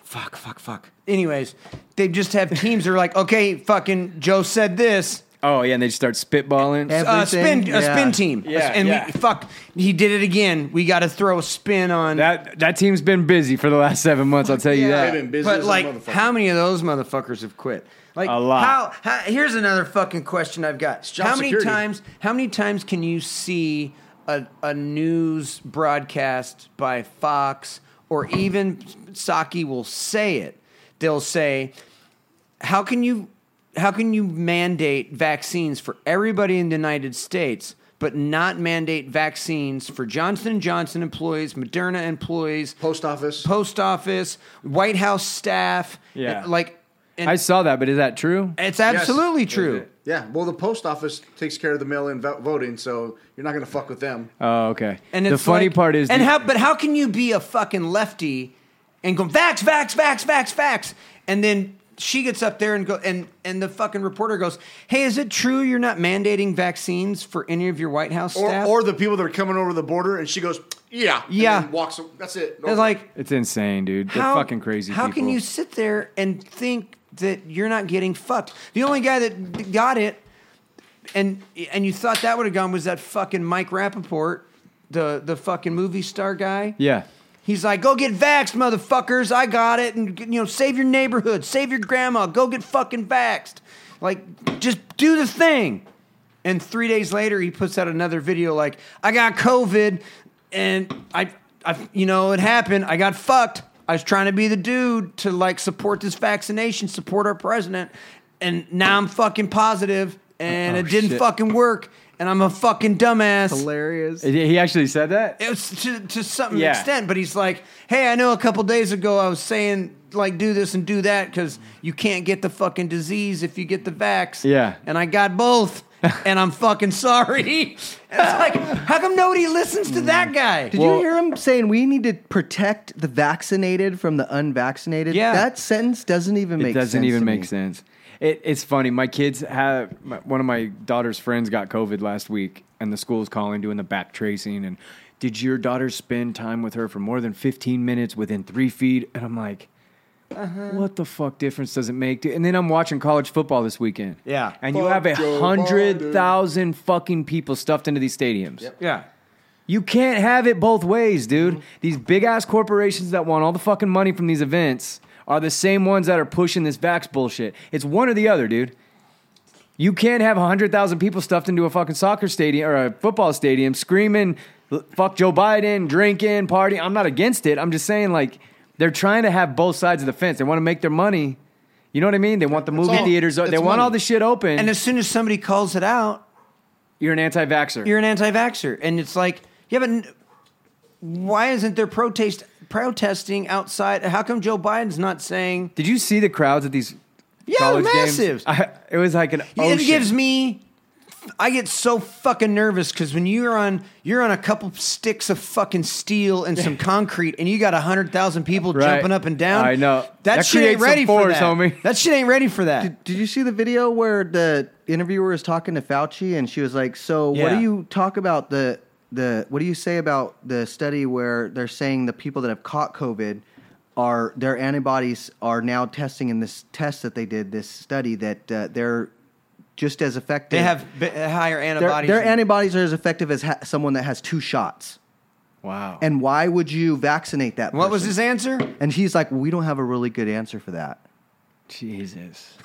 Speaker 5: fuck fuck fuck. Anyways, they just have teams that are like, okay, fucking Joe said this.
Speaker 3: Oh yeah, and they just start spitballing.
Speaker 4: Ev-
Speaker 5: Uh, spin
Speaker 4: Everything,
Speaker 5: a spin
Speaker 4: yeah.
Speaker 5: team.
Speaker 3: Yeah,
Speaker 5: and
Speaker 3: yeah.
Speaker 5: we fuck. He did it again. We got to throw a spin on
Speaker 3: that that team's been busy for the last seven months. I'll tell you
Speaker 5: Yeah.
Speaker 3: that.
Speaker 1: They've been busy
Speaker 5: but
Speaker 1: as a
Speaker 5: like,
Speaker 1: motherfucker.
Speaker 5: how many of those motherfuckers have quit? Like
Speaker 3: A lot.
Speaker 5: How, how, here's another fucking question I've got.
Speaker 1: job
Speaker 5: how many
Speaker 1: security.
Speaker 5: times? How many times can you see a, a news broadcast by Fox or even Saki will say it? They'll say, "How can you? How can you mandate vaccines for everybody in the United States?" But not mandate vaccines for Johnson and Johnson employees, Moderna employees,
Speaker 1: Post office.
Speaker 5: post office, White House staff.
Speaker 3: Yeah.
Speaker 5: and, like, and
Speaker 3: I saw that, but is that true?
Speaker 5: it's absolutely
Speaker 1: Yes.
Speaker 5: true.
Speaker 1: yeah, well, the post office takes care of the mail-in vo- voting, so you're not going to fuck with them.
Speaker 3: Oh, okay.
Speaker 5: And
Speaker 3: the
Speaker 5: it's
Speaker 3: funny
Speaker 5: like-
Speaker 3: part is,
Speaker 5: and
Speaker 3: the-
Speaker 5: how? But how can you be a fucking lefty and go vax, vax, vax, vax, vax, and then she gets up there and go and and the fucking reporter goes, "Hey, is it true you're not mandating vaccines for any of your White House
Speaker 1: Or,
Speaker 5: staff?"
Speaker 1: or the people that are coming over the border, and she goes, "Yeah, and
Speaker 5: Yeah.
Speaker 1: then walks. That's it.
Speaker 5: it's like
Speaker 3: it's insane, dude. They're fucking crazy.
Speaker 5: How
Speaker 3: people.
Speaker 5: can you sit there and think that you're not getting fucked? The only guy that got it, and and you thought that would have gone was that fucking Mike Rappaport, the the fucking movie star guy.
Speaker 3: Yeah.
Speaker 5: He's like, go get vaxxed, motherfuckers. I got it. And, you know, save your neighborhood, save your grandma, go get fucking vaxxed. Like, just do the thing. And three days later, he puts out another video like, I got COVID and I, I you know, it happened. I got fucked. I was trying to be the dude to like support this vaccination, support our president. And now I'm fucking positive and
Speaker 3: Oh,
Speaker 5: it didn't
Speaker 3: shit.
Speaker 5: fucking work. And I'm a fucking dumbass
Speaker 4: hilarious.
Speaker 3: He he actually said that.
Speaker 5: it was to to some
Speaker 3: Yeah.
Speaker 5: extent, but he's like, "Hey, I know a couple days ago I was saying like do this and do that because you can't get the fucking disease if you get the vax."
Speaker 3: Yeah.
Speaker 5: and I
Speaker 3: [laughs]
Speaker 5: got both, and I'm fucking sorry. And it's like, how come nobody listens to
Speaker 3: Mm.
Speaker 5: that guy?
Speaker 4: Did you hear him saying we need to protect the vaccinated from the unvaccinated?
Speaker 5: Yeah.
Speaker 4: That sentence doesn't even make
Speaker 3: it doesn't
Speaker 4: sense
Speaker 3: even
Speaker 4: to
Speaker 3: make
Speaker 4: me.
Speaker 3: sense. It, it's funny. My kids have my, one of my daughter's friends got COVID last week, and the school's calling doing the back tracing. And did your daughter spend time with her for more than fifteen minutes within three feet? And I'm like,
Speaker 4: Uh-huh.
Speaker 3: what the fuck difference does it make? dude? And then I'm watching college football this weekend.
Speaker 5: Yeah.
Speaker 3: and you have a
Speaker 1: Joe
Speaker 3: hundred thousand fucking people stuffed into these stadiums.
Speaker 5: Yeah,
Speaker 3: You can't have it both ways, dude. These big ass corporations that want all the fucking money from these events are the same ones that are pushing this vax bullshit. It's one or the other, dude. You can't have 100,000 people stuffed into a fucking soccer stadium or a football stadium screaming, "L- fuck Joe Biden, drinking, party. I'm not against it. I'm just saying, like, they're trying to have both sides of the fence. They want to make their money. You know what I mean? They want the movie
Speaker 1: all-
Speaker 3: theaters. They
Speaker 1: it's
Speaker 3: want
Speaker 1: money.
Speaker 3: all the shit open.
Speaker 5: and
Speaker 3: And
Speaker 5: as soon as somebody calls it out,
Speaker 3: you're an anti vaxxer.
Speaker 5: you're an anti-vaxxer, and it's like, yeah, but n- why isn't there protest protesting outside? How come Joe Biden's not saying?
Speaker 3: Did you see the crowds at these
Speaker 5: Yeah,
Speaker 3: college games?
Speaker 5: massive.
Speaker 3: [laughs] I, it was like an ocean.
Speaker 5: It gives me. I get so fucking nervous because when you're on, you're on a couple sticks of fucking steel and
Speaker 3: [laughs]
Speaker 5: some concrete, and you got a hundred thousand people
Speaker 3: Right.
Speaker 5: jumping up and down.
Speaker 3: I know.
Speaker 5: that,
Speaker 3: That
Speaker 5: shit ain't
Speaker 3: creates some
Speaker 5: ready for
Speaker 3: force,
Speaker 5: that.
Speaker 3: homie.
Speaker 5: That shit ain't ready for that.
Speaker 4: Did, did you see the video where the interviewer was talking to Fauci and she was like, "So what
Speaker 5: Yeah.
Speaker 4: do you talk about the the what do you say about the study where they're saying the people that have caught COVID are their antibodies are now testing in this test that they did this study that uh, they're just as effective.
Speaker 5: they have b- uh, higher
Speaker 4: their,
Speaker 5: antibodies.
Speaker 4: their antibodies are as effective as ha- someone that has two shots.
Speaker 3: Wow.
Speaker 4: And why would you vaccinate that?
Speaker 5: what was
Speaker 4: person?
Speaker 5: his answer?
Speaker 4: And he's like, "We don't have a really good answer for that."
Speaker 3: Jesus.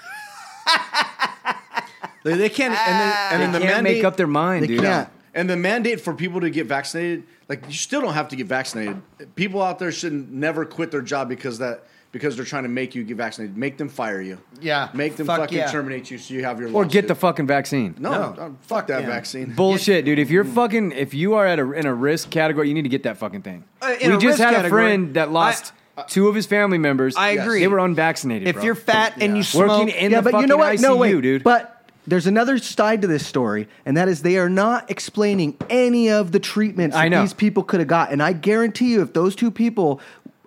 Speaker 1: They, they can't. And then, and
Speaker 3: They
Speaker 1: then the
Speaker 3: can't
Speaker 1: mandate,
Speaker 3: make up their mind,
Speaker 4: They
Speaker 3: dude.
Speaker 4: can't.
Speaker 1: And the mandate for people to get vaccinated, like you still don't have to get vaccinated. People out there should never quit their job because that because they're trying to make you get vaccinated. Make them fire you.
Speaker 5: Yeah.
Speaker 1: Make them
Speaker 5: Fuck
Speaker 1: fucking
Speaker 5: yeah.
Speaker 1: terminate you so you have your
Speaker 3: Or get
Speaker 1: lawsuit.
Speaker 3: the fucking vaccine.
Speaker 1: no,
Speaker 5: No.
Speaker 1: uh, fuck that
Speaker 5: Yeah.
Speaker 1: vaccine.
Speaker 3: Bullshit, dude. If you're fucking, if you are at a, in a risk category, you need to get that fucking thing.
Speaker 5: Uh, in
Speaker 3: we
Speaker 5: a risk
Speaker 3: just had a
Speaker 5: category,
Speaker 3: friend that lost two of his family members.
Speaker 5: I
Speaker 3: Yes.
Speaker 5: agree.
Speaker 3: They were unvaccinated.
Speaker 5: If
Speaker 3: bro.
Speaker 5: you're fat and you smoke,
Speaker 3: working in the fucking ICU, dude.
Speaker 4: But There's another side to this story, and that is they are not explaining any of the treatments
Speaker 3: I
Speaker 4: that
Speaker 3: know.
Speaker 4: these people could have got. And I guarantee you, if those two people,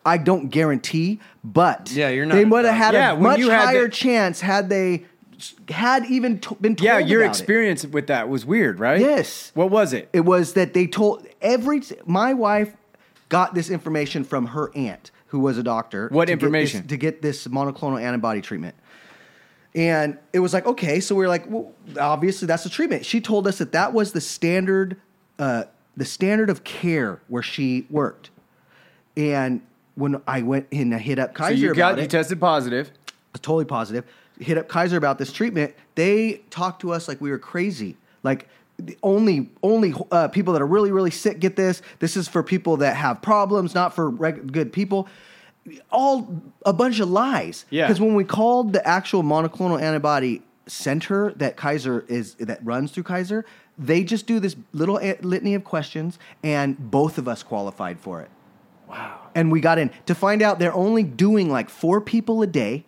Speaker 4: I don't guarantee, but
Speaker 5: Yeah, you're not-
Speaker 4: they would have had
Speaker 3: Yeah,
Speaker 4: a
Speaker 3: when
Speaker 4: much
Speaker 3: you had
Speaker 4: higher
Speaker 3: the-
Speaker 4: chance had they s- had even t- been told.
Speaker 3: Yeah, your
Speaker 4: about it.
Speaker 3: experience with that was weird, right?
Speaker 4: Yes.
Speaker 3: What was it?
Speaker 4: It was that they told every. My wife got this information from her aunt, who was a doctor.
Speaker 3: What
Speaker 4: to get this-
Speaker 3: information?
Speaker 4: to get this monoclonal antibody treatment. And it was like, okay, so we were like, well, obviously that's the treatment. She told us that that was the standard, uh, the standard of care where she worked. And when I went and I hit up
Speaker 3: so
Speaker 4: Kaiser
Speaker 3: you
Speaker 4: about
Speaker 3: got you
Speaker 4: it,
Speaker 3: tested positive.
Speaker 4: was totally positive. Hit up Kaiser about this treatment. They talked to us like we were crazy. Like the only only uh, people that are really really sick get this. This is for people that have problems, not for reg- good people. All a bunch of lies.
Speaker 3: Yeah.
Speaker 4: Because when we called the actual monoclonal antibody center that Kaiser is that runs through Kaiser, they just do this little a- litany of questions, and both of us qualified for it. Wow. And we got in to find out they're only doing like four people a day.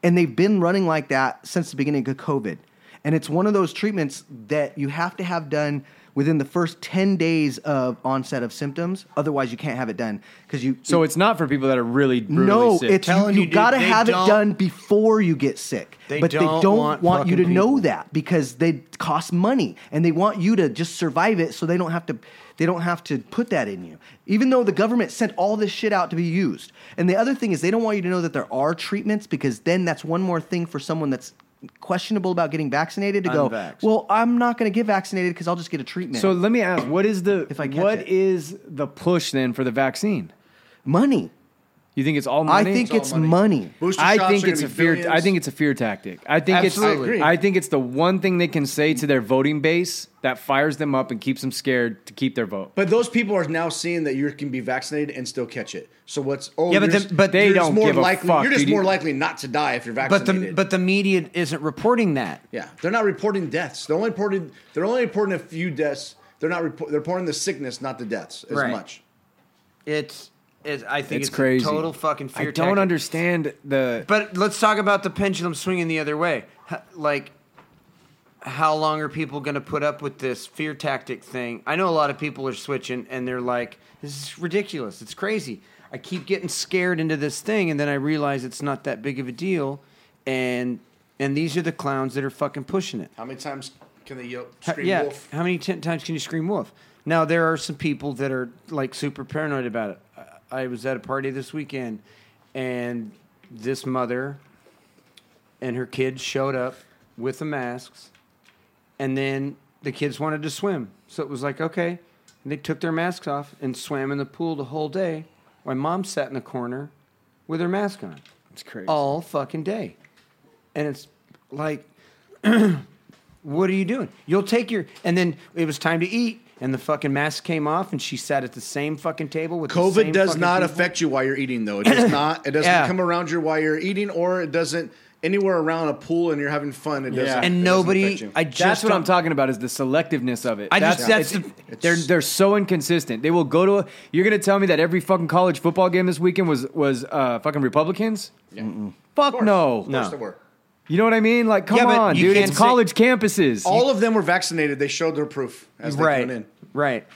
Speaker 4: And they've been running like that since the beginning of COVID. And it's one of those treatments that you have to have done within the first 10 days of onset of symptoms. Otherwise, you can't have it done because you.
Speaker 3: So it's not for people that are really brutally
Speaker 4: no,
Speaker 3: sick.
Speaker 4: it's you,
Speaker 5: Telling you,
Speaker 4: you
Speaker 5: dude,
Speaker 4: gotta
Speaker 5: they
Speaker 4: have it
Speaker 5: don't-
Speaker 4: done before you get sick.
Speaker 5: They
Speaker 4: but
Speaker 5: don't
Speaker 4: they don't
Speaker 5: want
Speaker 4: want, you to
Speaker 5: fucking people.
Speaker 4: know that because they cost money and they want you to just survive it so they don't have to they don't have to put that in you. Even though the government sent all this shit out to be used. And the other thing is they don't want you to know that there are treatments because then that's one more thing for someone that's questionable about getting vaccinated to go,
Speaker 5: Unvaxxed.
Speaker 4: well, I'm not going to get vaccinated because I'll just get a treatment.
Speaker 3: so let me ask, what is the
Speaker 4: If I catch
Speaker 3: what
Speaker 4: it.
Speaker 3: is the push then for the vaccine?
Speaker 4: money.
Speaker 3: You think it's all
Speaker 4: I
Speaker 3: money?
Speaker 4: think it's,
Speaker 9: money.
Speaker 4: money.
Speaker 1: Booster
Speaker 3: I
Speaker 1: shots
Speaker 3: think
Speaker 1: are gonna
Speaker 3: it's a
Speaker 1: be
Speaker 3: fear.
Speaker 1: billions.
Speaker 3: I think it's a fear tactic. I think
Speaker 5: Absolutely. I
Speaker 3: it's.
Speaker 5: agree.
Speaker 3: I think it's the one thing they can say to their voting base that fires them up and keeps them scared to keep their vote.
Speaker 1: But those people are now seeing that you can be vaccinated and still catch it. So what's oh
Speaker 5: Yeah, but
Speaker 1: you're
Speaker 5: the-
Speaker 1: just-
Speaker 5: but
Speaker 3: they
Speaker 1: you're just
Speaker 3: don't
Speaker 1: more
Speaker 3: give a
Speaker 1: likely,
Speaker 3: fuck,
Speaker 1: You're just
Speaker 3: dude.
Speaker 1: more likely not to die if you're
Speaker 5: But
Speaker 1: vaccinated.
Speaker 5: the but the media isn't reporting that.
Speaker 1: yeah, they're not reporting deaths. They're only reporting they're only reporting a few deaths. They're not report, they're reporting the sickness, not the deaths as
Speaker 5: Right.
Speaker 1: much.
Speaker 5: It's, it's I think
Speaker 3: it's,
Speaker 5: it's,
Speaker 3: crazy.
Speaker 5: A total fucking fear.
Speaker 3: I don't
Speaker 5: tactic.
Speaker 3: understand the.
Speaker 5: But let's talk about the pendulum swinging the other way. H- Like, how long are people going to put up with this fear tactic thing? I know a lot of people are switching and they're like, this is ridiculous. It's crazy. I keep getting scared into this thing and then I realize it's not that big of a deal. And and these are the clowns that are fucking pushing it.
Speaker 1: How many times can they yell
Speaker 5: H-
Speaker 1: scream
Speaker 5: yeah.
Speaker 1: wolf?
Speaker 5: How many ten times can you scream wolf? Now there are some people that are like super paranoid about it. I, I was at a party this weekend, and this mother and her kids showed up with the masks, and then the kids wanted to swim, so it was like okay, and they took their masks off and swam in the pool the whole day. My mom sat in the corner with her mask on
Speaker 3: It's crazy.
Speaker 5: all fucking day. And it's like, [clears throat] what are you doing? You'll take your. And then it was time to eat, and the fucking mask came off, and she sat at the same fucking table with the same
Speaker 1: COVID does
Speaker 5: fucking
Speaker 1: not
Speaker 5: people.
Speaker 1: affect you while you're eating, though. It
Speaker 5: [coughs]
Speaker 1: does not. It doesn't
Speaker 5: Yeah.
Speaker 1: come around you while you're eating, or it doesn't anywhere around a pool and you're having fun. It doesn't.
Speaker 5: And
Speaker 1: it doesn't affect
Speaker 5: nobody.
Speaker 1: you.
Speaker 5: I just.
Speaker 3: that's what
Speaker 5: don't-
Speaker 3: I'm talking about is the selectiveness of it.
Speaker 5: I just- that's
Speaker 3: it's-
Speaker 5: the-
Speaker 3: they're they're so inconsistent. They will go to a, you're going to tell me that every fucking college football game this weekend was was uh, fucking Republicans? Fuck
Speaker 1: Of course.
Speaker 3: no.
Speaker 1: Of course there were.
Speaker 3: You know what I mean? Like come
Speaker 5: Yeah, but
Speaker 3: on,
Speaker 5: you
Speaker 3: dude.
Speaker 5: can't
Speaker 3: It's
Speaker 5: say-
Speaker 3: college campuses.
Speaker 1: All of them were vaccinated. They showed their proof as they
Speaker 5: Right.
Speaker 1: went in.
Speaker 5: Right.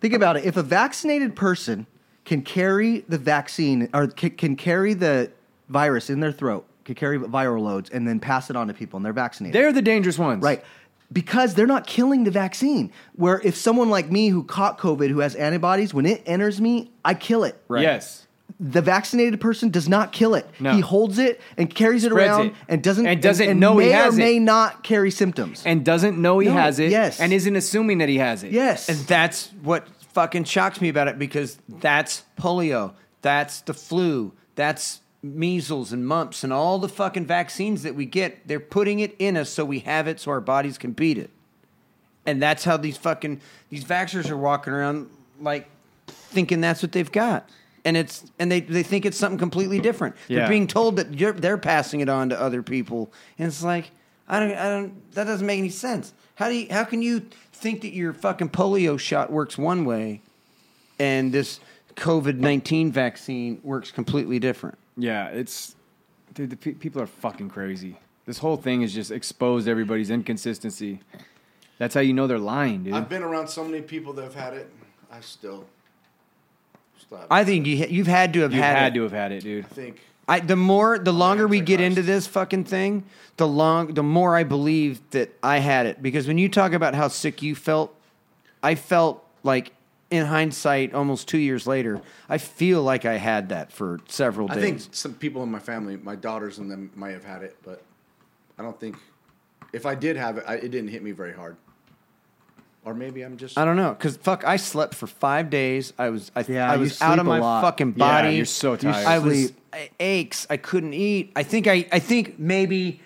Speaker 4: Think about it. If a vaccinated person can carry the vaccine or can, can carry the virus in their throat, can carry viral loads, and then pass it on to people, and they're vaccinated,
Speaker 3: they're the dangerous ones.
Speaker 4: right? Because they're not killing the vaccine. Where if someone like me who caught COVID, who has antibodies, when it enters me, I kill it.
Speaker 5: Right.
Speaker 3: Yes.
Speaker 4: The vaccinated person does not kill it.
Speaker 3: No.
Speaker 4: He holds it and carries it
Speaker 3: Spreads
Speaker 4: around
Speaker 3: it.
Speaker 4: and doesn't
Speaker 3: And doesn't know
Speaker 4: may
Speaker 3: he has
Speaker 4: or
Speaker 3: it.
Speaker 4: may not carry symptoms.
Speaker 3: and doesn't know he
Speaker 4: No,
Speaker 3: has it
Speaker 4: yes.
Speaker 3: and isn't assuming that he has it.
Speaker 4: yes,
Speaker 5: And that's what fucking shocks me about it because that's polio, that's the flu, that's measles and mumps and all the fucking vaccines that we get. They're putting it in us so we have it so our bodies can beat it. And that's how these fucking these vaxxers are walking around like thinking that's what they've got. And it's and they, they think it's something completely different.
Speaker 3: Yeah.
Speaker 5: They're being told that you're, they're passing it on to other people, and it's like I don't I don't that doesn't make any sense. How do you how can you think that your fucking polio shot works one way, and this COVID nineteen vaccine works completely different?
Speaker 3: Yeah, it's dude, the pe- people are fucking crazy. This whole thing has just exposed everybody's inconsistency. That's how you know they're lying, dude.
Speaker 1: I've been around so many people that have had it. I still, still have it.
Speaker 5: I think you ha- you've had to have
Speaker 3: you
Speaker 5: had,
Speaker 3: had,
Speaker 5: it.
Speaker 3: to have had it, dude.
Speaker 1: I think
Speaker 5: I, the more,
Speaker 1: Oh,
Speaker 5: the longer we get
Speaker 1: antichrist.
Speaker 5: into this fucking thing, the long, the more I believe that I had it. Because when you talk about how sick you felt, I felt like, in hindsight, almost two years later, I feel like I had that for several days.
Speaker 1: I think some people in my family, my daughters and them, might have had it, but I don't think if I did have it, I, it didn't hit me very hard. Or maybe I'm just.
Speaker 5: I don't know, cause fuck, I slept for five days. I was, I,
Speaker 4: Yeah,
Speaker 5: I
Speaker 4: you
Speaker 5: was
Speaker 4: sleep
Speaker 5: out of
Speaker 4: a
Speaker 5: my
Speaker 4: lot.
Speaker 5: fucking
Speaker 3: Yeah,
Speaker 5: body.
Speaker 3: you're so tired.
Speaker 5: I was
Speaker 4: sleep.
Speaker 5: I- aches. I couldn't eat. I think I, I think maybe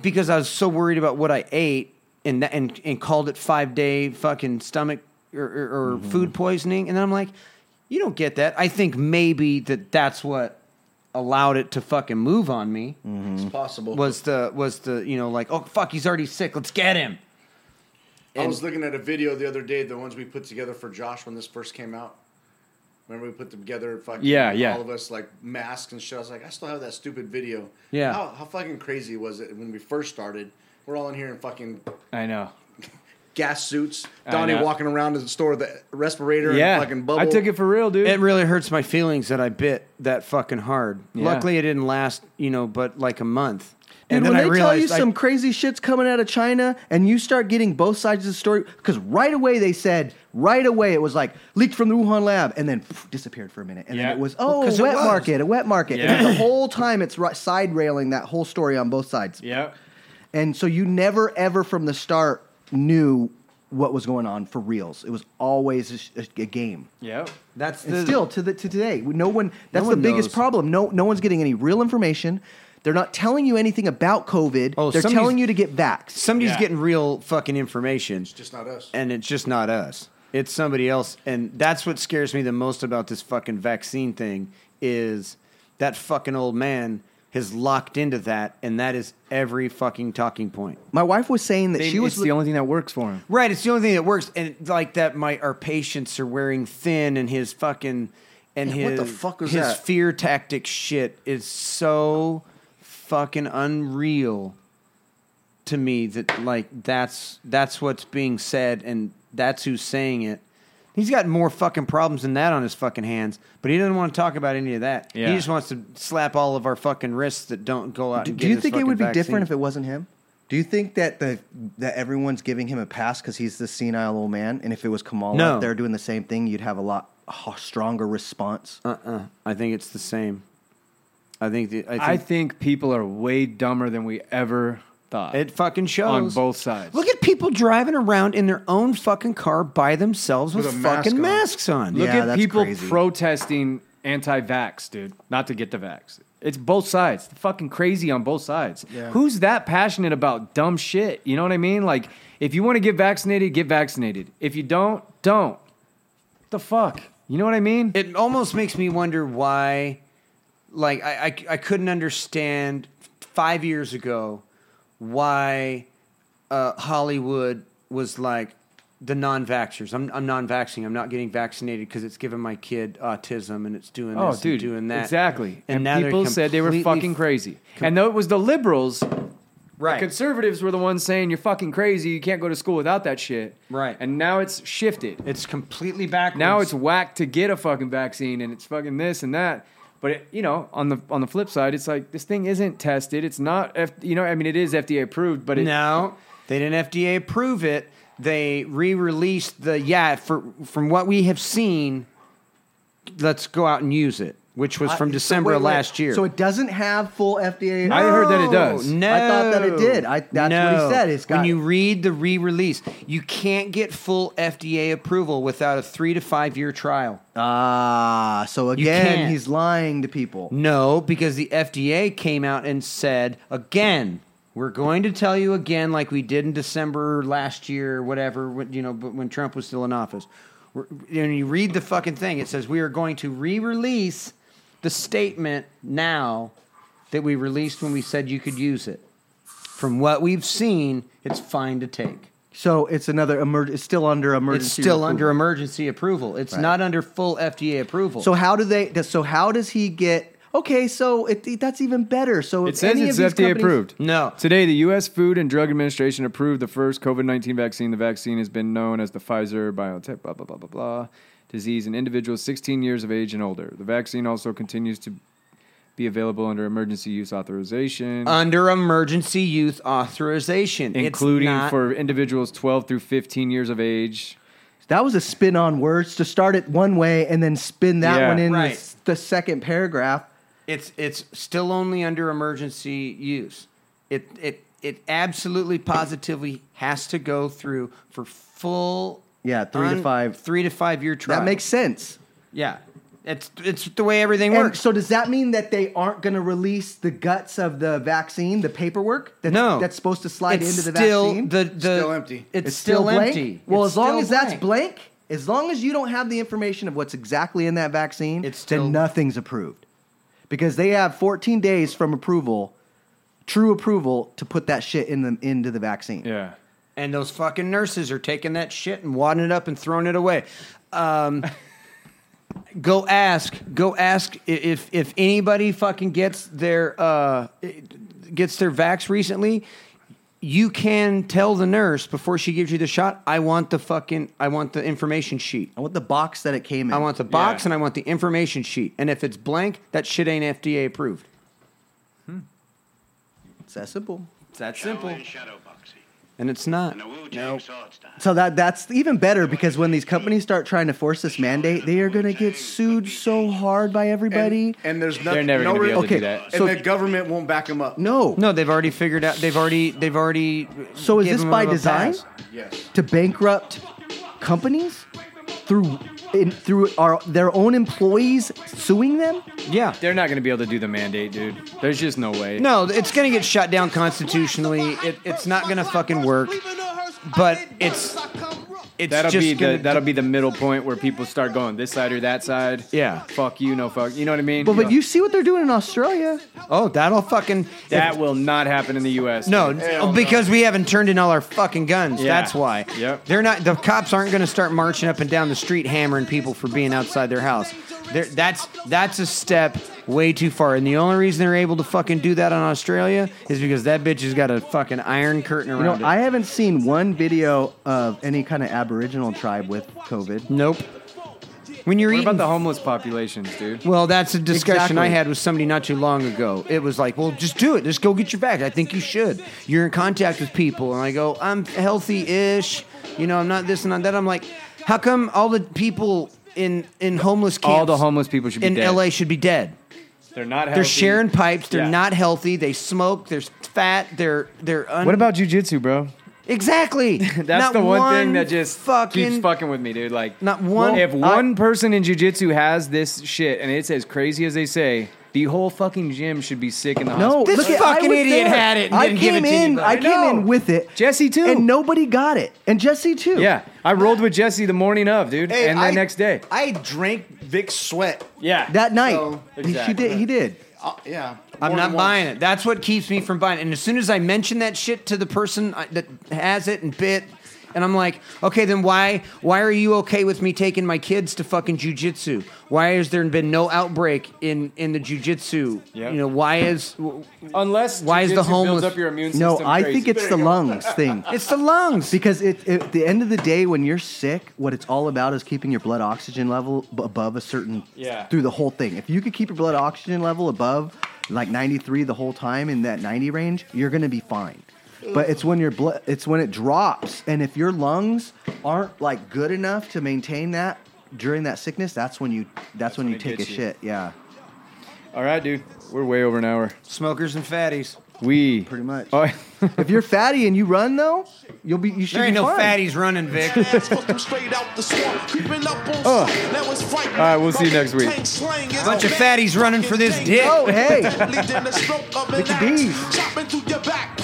Speaker 5: because I was so worried about what I ate and that, and and called it five day fucking stomach or, or, or
Speaker 4: Mm-hmm.
Speaker 5: food poisoning, and I'm like, you don't get that. I think maybe that that's what allowed it to fucking move on me
Speaker 4: Mm-hmm.
Speaker 3: Mm.
Speaker 1: It's possible.
Speaker 5: was the was the you know like oh fuck he's already sick let's get him
Speaker 1: I was looking at a video the other day, the ones we put together for Josh when this first came out. Remember we put them together, fucking
Speaker 3: Yeah, yeah.
Speaker 1: all of us like masks and shit. I was like, I still have that stupid video.
Speaker 5: Yeah.
Speaker 1: How, how fucking crazy was it when we first started? We're all in here in fucking
Speaker 3: I know.
Speaker 1: gas suits.
Speaker 3: I
Speaker 1: Donnie
Speaker 3: know.
Speaker 1: walking around in the store with a respirator
Speaker 3: Yeah,
Speaker 1: and fucking bubble.
Speaker 3: I took it for real, dude.
Speaker 5: It really hurts my feelings that I bit that fucking hard.
Speaker 3: Yeah.
Speaker 5: Luckily, it didn't last, you know, but like a month.
Speaker 4: Dude,
Speaker 5: and then
Speaker 4: when
Speaker 5: I
Speaker 4: they tell
Speaker 5: realized
Speaker 4: you
Speaker 5: I-
Speaker 4: some crazy shit's coming out of China and you start getting both sides of the story, because right away they said, right away it was like leaked from the Wuhan lab and then pff, disappeared for a minute. And
Speaker 3: Yeah.
Speaker 4: then it was, oh,
Speaker 5: Well, 'cause
Speaker 4: a
Speaker 5: it
Speaker 4: wet
Speaker 5: was.
Speaker 4: market, a wet market.
Speaker 3: Yeah.
Speaker 4: And the whole time it's ri- side railing that whole story on both sides.
Speaker 3: yeah.
Speaker 4: And so you never ever from the start knew what was going on for reals. It was always a sh- a, a game.
Speaker 3: Yeah.
Speaker 5: that's
Speaker 4: And
Speaker 5: the,
Speaker 4: still to the, to today, no one. That's
Speaker 5: one
Speaker 4: the biggest
Speaker 5: knows.
Speaker 4: problem. No, no one's getting any real information. They're not telling you anything about COVID.
Speaker 5: Oh,
Speaker 4: They're
Speaker 5: some of
Speaker 4: telling
Speaker 5: these-
Speaker 4: you to get vaxxed.
Speaker 5: somebody's
Speaker 3: Yeah.
Speaker 5: getting real fucking information,
Speaker 1: Just not us.
Speaker 5: and it's just not us. It's somebody else, and that's what scares me the most about this fucking vaccine thing is that fucking old man has locked into that, and that is every fucking talking point.
Speaker 4: My wife was saying that
Speaker 3: They-
Speaker 4: she was
Speaker 3: it's the only thing that works for him.
Speaker 5: Right, it's the only thing that works, and like that, my our patients are wearing thin, and his fucking and
Speaker 1: Yeah,
Speaker 5: his
Speaker 1: what the fuck was
Speaker 5: his
Speaker 1: that?
Speaker 5: fear tactic shit is so fucking unreal to me that like that's that's what's being said, and that's who's saying it. He's got more fucking problems than that on his fucking hands, but he doesn't want to talk about any of that.
Speaker 3: Yeah.
Speaker 5: He just wants to slap all of our fucking wrists that don't go out.
Speaker 4: Do,
Speaker 5: and
Speaker 4: do
Speaker 5: get
Speaker 4: you
Speaker 5: his
Speaker 4: think it would be
Speaker 5: fucking
Speaker 4: different if
Speaker 5: vaccine.
Speaker 4: it wasn't him? Do you think that the that everyone's giving him a pass because he's the senile old man? And if it was Kamala
Speaker 5: No.
Speaker 4: out there doing the same thing, you'd have a lot h- stronger response.
Speaker 5: Uh-uh. I think it's the same. I think the, I think
Speaker 3: I think people are way dumber than we ever thought.
Speaker 5: It fucking shows
Speaker 3: On both sides.
Speaker 5: Look at people driving around in their own fucking car by themselves with,
Speaker 1: With a mask
Speaker 5: fucking
Speaker 1: on.
Speaker 5: masks on.
Speaker 3: Look
Speaker 4: Yeah,
Speaker 3: at
Speaker 4: that's
Speaker 3: people
Speaker 4: crazy.
Speaker 3: protesting anti-vax, dude. Not to get the vax. It's both sides. The fucking crazy on both sides. Who's that passionate about dumb shit? You know what I mean? Like, if you want to get vaccinated, get vaccinated. If you don't, don't. The fuck? You know what I mean?
Speaker 5: It almost makes me wonder why, like, I, I, I couldn't understand five years ago why uh, Hollywood was like the non vaxxers. I'm, I'm non vaxxing. I'm not getting vaccinated because it's giving my kid autism and it's doing
Speaker 3: Oh,
Speaker 5: this
Speaker 3: dude,
Speaker 5: and doing that.
Speaker 3: exactly.
Speaker 5: And,
Speaker 3: And,
Speaker 5: now they're
Speaker 3: people said they were
Speaker 5: completely
Speaker 3: fucking
Speaker 5: f-
Speaker 3: crazy. and though it was the liberals,
Speaker 5: Right.
Speaker 3: the conservatives were the ones saying you're fucking crazy. You can't go to school without that shit.
Speaker 5: Right.
Speaker 3: And now it's shifted.
Speaker 5: it's completely backwards.
Speaker 3: now it's whack to get a fucking vaccine and it's fucking this and that but it, you know on the on the flip side it's like this thing isn't tested it's not F, you know i mean it is fda approved but it,
Speaker 5: No, they didn't FDA approve it. They re-released the yeah. For from what we have seen, let's go out and use it, which was from
Speaker 4: I- so
Speaker 5: December
Speaker 4: wait,
Speaker 5: of
Speaker 4: wait.
Speaker 5: last year.
Speaker 4: So it doesn't have full FDA.
Speaker 3: I heard that it does.
Speaker 5: No,
Speaker 4: I thought that it did. I- that's what he
Speaker 5: No.
Speaker 4: said. It's got
Speaker 5: when you
Speaker 4: it.
Speaker 5: read the re-release, you can't get full FDA approval without a three to five year trial.
Speaker 4: Ah, so again,
Speaker 5: can't.
Speaker 4: he's lying to people.
Speaker 5: No, because the FDA came out and said again, we're going to tell you again, like we did in December last year, or whatever. When, you know, but when Trump was still in office, We're- and you read the fucking thing, it says we are going to re-release the statement now that we released when we said you could use it. From what we've seen, it's fine to take.
Speaker 4: So it's another emerg. It's still under emergency.
Speaker 5: It's still
Speaker 4: approval.
Speaker 5: under emergency approval. It's not under full FDA approval.
Speaker 4: So how do they? does- So how does he get? okay, so it, that's even better. So if
Speaker 3: It says
Speaker 4: any
Speaker 3: it's
Speaker 4: of these
Speaker 3: FDA
Speaker 4: companies-
Speaker 3: approved.
Speaker 5: No.
Speaker 3: Today, the U.S. Food and Drug Administration approved the first COVID 19 vaccine. The vaccine has been known as the Pfizer biotech, blah, blah, blah, blah, blah, disease in individuals 16 years of age and older. The vaccine also continues to be available under emergency use authorization,
Speaker 5: Under emergency youth authorization, Um, It's
Speaker 3: including
Speaker 5: not-
Speaker 3: for individuals 12 through 15 years of age.
Speaker 4: That was a spin on words to start it one way and then spin that
Speaker 3: Yeah.
Speaker 4: one in the
Speaker 5: Right.
Speaker 4: s- the, second paragraph.
Speaker 5: it's it's still only under emergency use. It it it absolutely positively has to go through for full
Speaker 4: Yeah, three to five.
Speaker 5: three to five year trial.
Speaker 4: That makes sense.
Speaker 5: yeah. It's it's the way everything
Speaker 4: And
Speaker 5: works.
Speaker 4: so does that mean that they aren't going to release the guts of the vaccine, the paperwork? That's,
Speaker 5: no,
Speaker 4: that's supposed to slide
Speaker 5: It's
Speaker 4: into the
Speaker 5: still
Speaker 4: vaccine.
Speaker 5: The, the,
Speaker 1: Still empty.
Speaker 5: It's,
Speaker 4: It's
Speaker 5: still,
Speaker 4: blank?
Speaker 5: empty.
Speaker 4: Well,
Speaker 5: It's
Speaker 4: as long
Speaker 5: still
Speaker 4: as that's blank, as long as you don't have the information of what's exactly in that vaccine,
Speaker 5: It's still-
Speaker 4: then nothing's approved. Because they have 14 days from approval, true approval, to put that shit in the, into the vaccine.
Speaker 3: Yeah.
Speaker 5: And those fucking nurses are taking that shit and wadding it up and throwing it away. Um, [laughs] go ask, go ask i- if if anybody fucking gets their uh, gets their vax recently. You can tell the nurse before she gives you the shot. I want the fucking I want the information sheet.
Speaker 4: I want the box that it came in.
Speaker 5: I want the box
Speaker 3: Yeah.
Speaker 5: and I want the information sheet. And if it's blank, that shit ain't FDA approved.
Speaker 4: it's accessible.
Speaker 5: It's that simple.
Speaker 7: Shadow boxing.
Speaker 5: And it's not.
Speaker 7: And the Wu Tang
Speaker 5: Nope.
Speaker 7: sword style.
Speaker 4: So that that's even better because when these companies start trying to force this mandate, they are going to get sued so hard by everybody.
Speaker 1: And, and there's nothing.
Speaker 3: They're never
Speaker 1: no
Speaker 3: going to be
Speaker 1: real-
Speaker 3: able to
Speaker 4: okay,
Speaker 3: do that.
Speaker 1: And
Speaker 4: so-
Speaker 1: the government won't back them up.
Speaker 4: no.
Speaker 5: No, they've already figured out. They've already. They've already.
Speaker 4: So is
Speaker 5: given
Speaker 4: this
Speaker 5: them
Speaker 4: by
Speaker 5: a
Speaker 4: design?
Speaker 5: pass.
Speaker 1: Yes.
Speaker 4: to bankrupt companies through in, through our their own employees suing them?
Speaker 5: Yeah.
Speaker 3: They're not going to be able to do the mandate, dude. There's just no way.
Speaker 5: No, it's gonna get shut down constitutionally. It, it's not gonna fucking work. But it's it's
Speaker 3: That'll
Speaker 5: just
Speaker 3: be the
Speaker 5: gonna,
Speaker 3: that'll be the middle point where people start going this side or that side.
Speaker 5: Yeah.
Speaker 3: Fuck you, no fuck. You know what I mean?
Speaker 4: But but you see what they're doing in Australia.
Speaker 5: oh that'll fucking
Speaker 3: that will not happen in the U.S.
Speaker 5: no
Speaker 1: Hell
Speaker 5: because we haven't turned in all our fucking guns.
Speaker 3: Yeah.
Speaker 5: That's why.
Speaker 3: Yep.
Speaker 5: They're not. The cops aren't gonna start marching up and down the street hammering people for being outside their house. They're, that's that's a step way too far. And the only reason they're able to fucking do that on Australia is because that bitch has got a fucking iron curtain
Speaker 4: You
Speaker 5: around
Speaker 4: know,
Speaker 5: it.
Speaker 4: I haven't seen one video of any kind of Aboriginal tribe with COVID.
Speaker 5: Nope. When you're
Speaker 3: What
Speaker 5: eating
Speaker 3: about the homeless populations, dude?
Speaker 5: Well, that's a discussion I
Speaker 4: Exactly.
Speaker 5: had with somebody not too long ago. It was like, well, just do it. Just go get your back. I think you should. You're in contact with people. And I go, I'm healthy ish. You know, I'm not this and not that. I'm like, how come all the people in, in homeless camps
Speaker 3: All the homeless people should be
Speaker 5: in
Speaker 3: dead.
Speaker 5: LA should be dead?
Speaker 3: They're not. Healthy.
Speaker 5: They're sharing pipes. They're
Speaker 3: Yeah.
Speaker 5: not healthy. They smoke. They're fat. They're they're. Un-
Speaker 3: What about jujitsu, bro? [laughs]
Speaker 5: exactly?
Speaker 3: That's
Speaker 5: Not
Speaker 3: the one, thing that just
Speaker 5: fucking
Speaker 3: keeps fucking with me, dude. Like
Speaker 5: Not one-
Speaker 3: If
Speaker 5: I-
Speaker 3: one person in jujitsu has this shit and it's as crazy as they say, the whole fucking gym should be sick in the hospital.
Speaker 4: No,
Speaker 5: This
Speaker 4: look at,
Speaker 5: fucking
Speaker 4: I was
Speaker 5: idiot
Speaker 4: there.
Speaker 5: had it and
Speaker 4: I
Speaker 5: didn't give
Speaker 4: came
Speaker 5: it to
Speaker 4: in.
Speaker 5: anybody.
Speaker 4: I
Speaker 5: I
Speaker 4: came in
Speaker 5: know.
Speaker 4: with it.
Speaker 3: Jesse, too.
Speaker 4: and nobody got it, and Jesse too.
Speaker 3: Yeah, I rolled with Jesse the morning of, dude,
Speaker 1: Hey,
Speaker 3: and the
Speaker 1: I-
Speaker 3: next day.
Speaker 1: I drank Vic's sweat.
Speaker 3: Yeah,
Speaker 4: that night
Speaker 1: So-
Speaker 4: he
Speaker 3: Exactly.
Speaker 4: did. He did.
Speaker 1: Uh, yeah.
Speaker 5: I'm
Speaker 1: more
Speaker 5: not
Speaker 1: than once.
Speaker 5: buying it. That's what keeps me from buying it. And as soon as I mention that shit to the person I- that has it and bit, and I'm like, okay, then why why are you okay with me taking my kids to fucking jujitsu? Why has there been no outbreak in in the jujitsu?
Speaker 3: Yeah.
Speaker 5: You know, why is
Speaker 3: Unless
Speaker 5: Why is the
Speaker 3: jujitsu builds
Speaker 5: homeless-
Speaker 3: up your immune
Speaker 4: No,
Speaker 3: system
Speaker 4: I
Speaker 3: crazy.
Speaker 4: think it's the lungs thing.
Speaker 5: it's the lungs?
Speaker 4: Because it, at the end of the day, when you're sick, what it's all about is keeping your blood oxygen level b- above a certain
Speaker 3: Yeah.
Speaker 4: through the whole thing. If you could keep your blood oxygen level above like 93 the whole time in that 90 range, you're gonna be fine. But it's when your blood, it's when it drops, and if your lungs aren't like good enough to maintain that during that sickness, that's when you that's, when,
Speaker 3: when
Speaker 4: you
Speaker 3: it
Speaker 4: take a
Speaker 3: gets you.
Speaker 4: shit. Yeah,
Speaker 3: All right, dude, we're way over an hour.
Speaker 5: Smokers and fatties.
Speaker 3: We [laughs]
Speaker 4: pretty much.
Speaker 3: Oh,
Speaker 4: if you're fatty and you run though, you'll be you should
Speaker 5: There ain't
Speaker 4: be
Speaker 5: no
Speaker 4: fine.
Speaker 5: fatties running, Vic.
Speaker 3: Oh. All right, we'll see you next week.
Speaker 5: Bunch of fatties running for this dick.
Speaker 4: Oh hey,
Speaker 10: Look
Speaker 4: at these.
Speaker 10: Chopping through your back.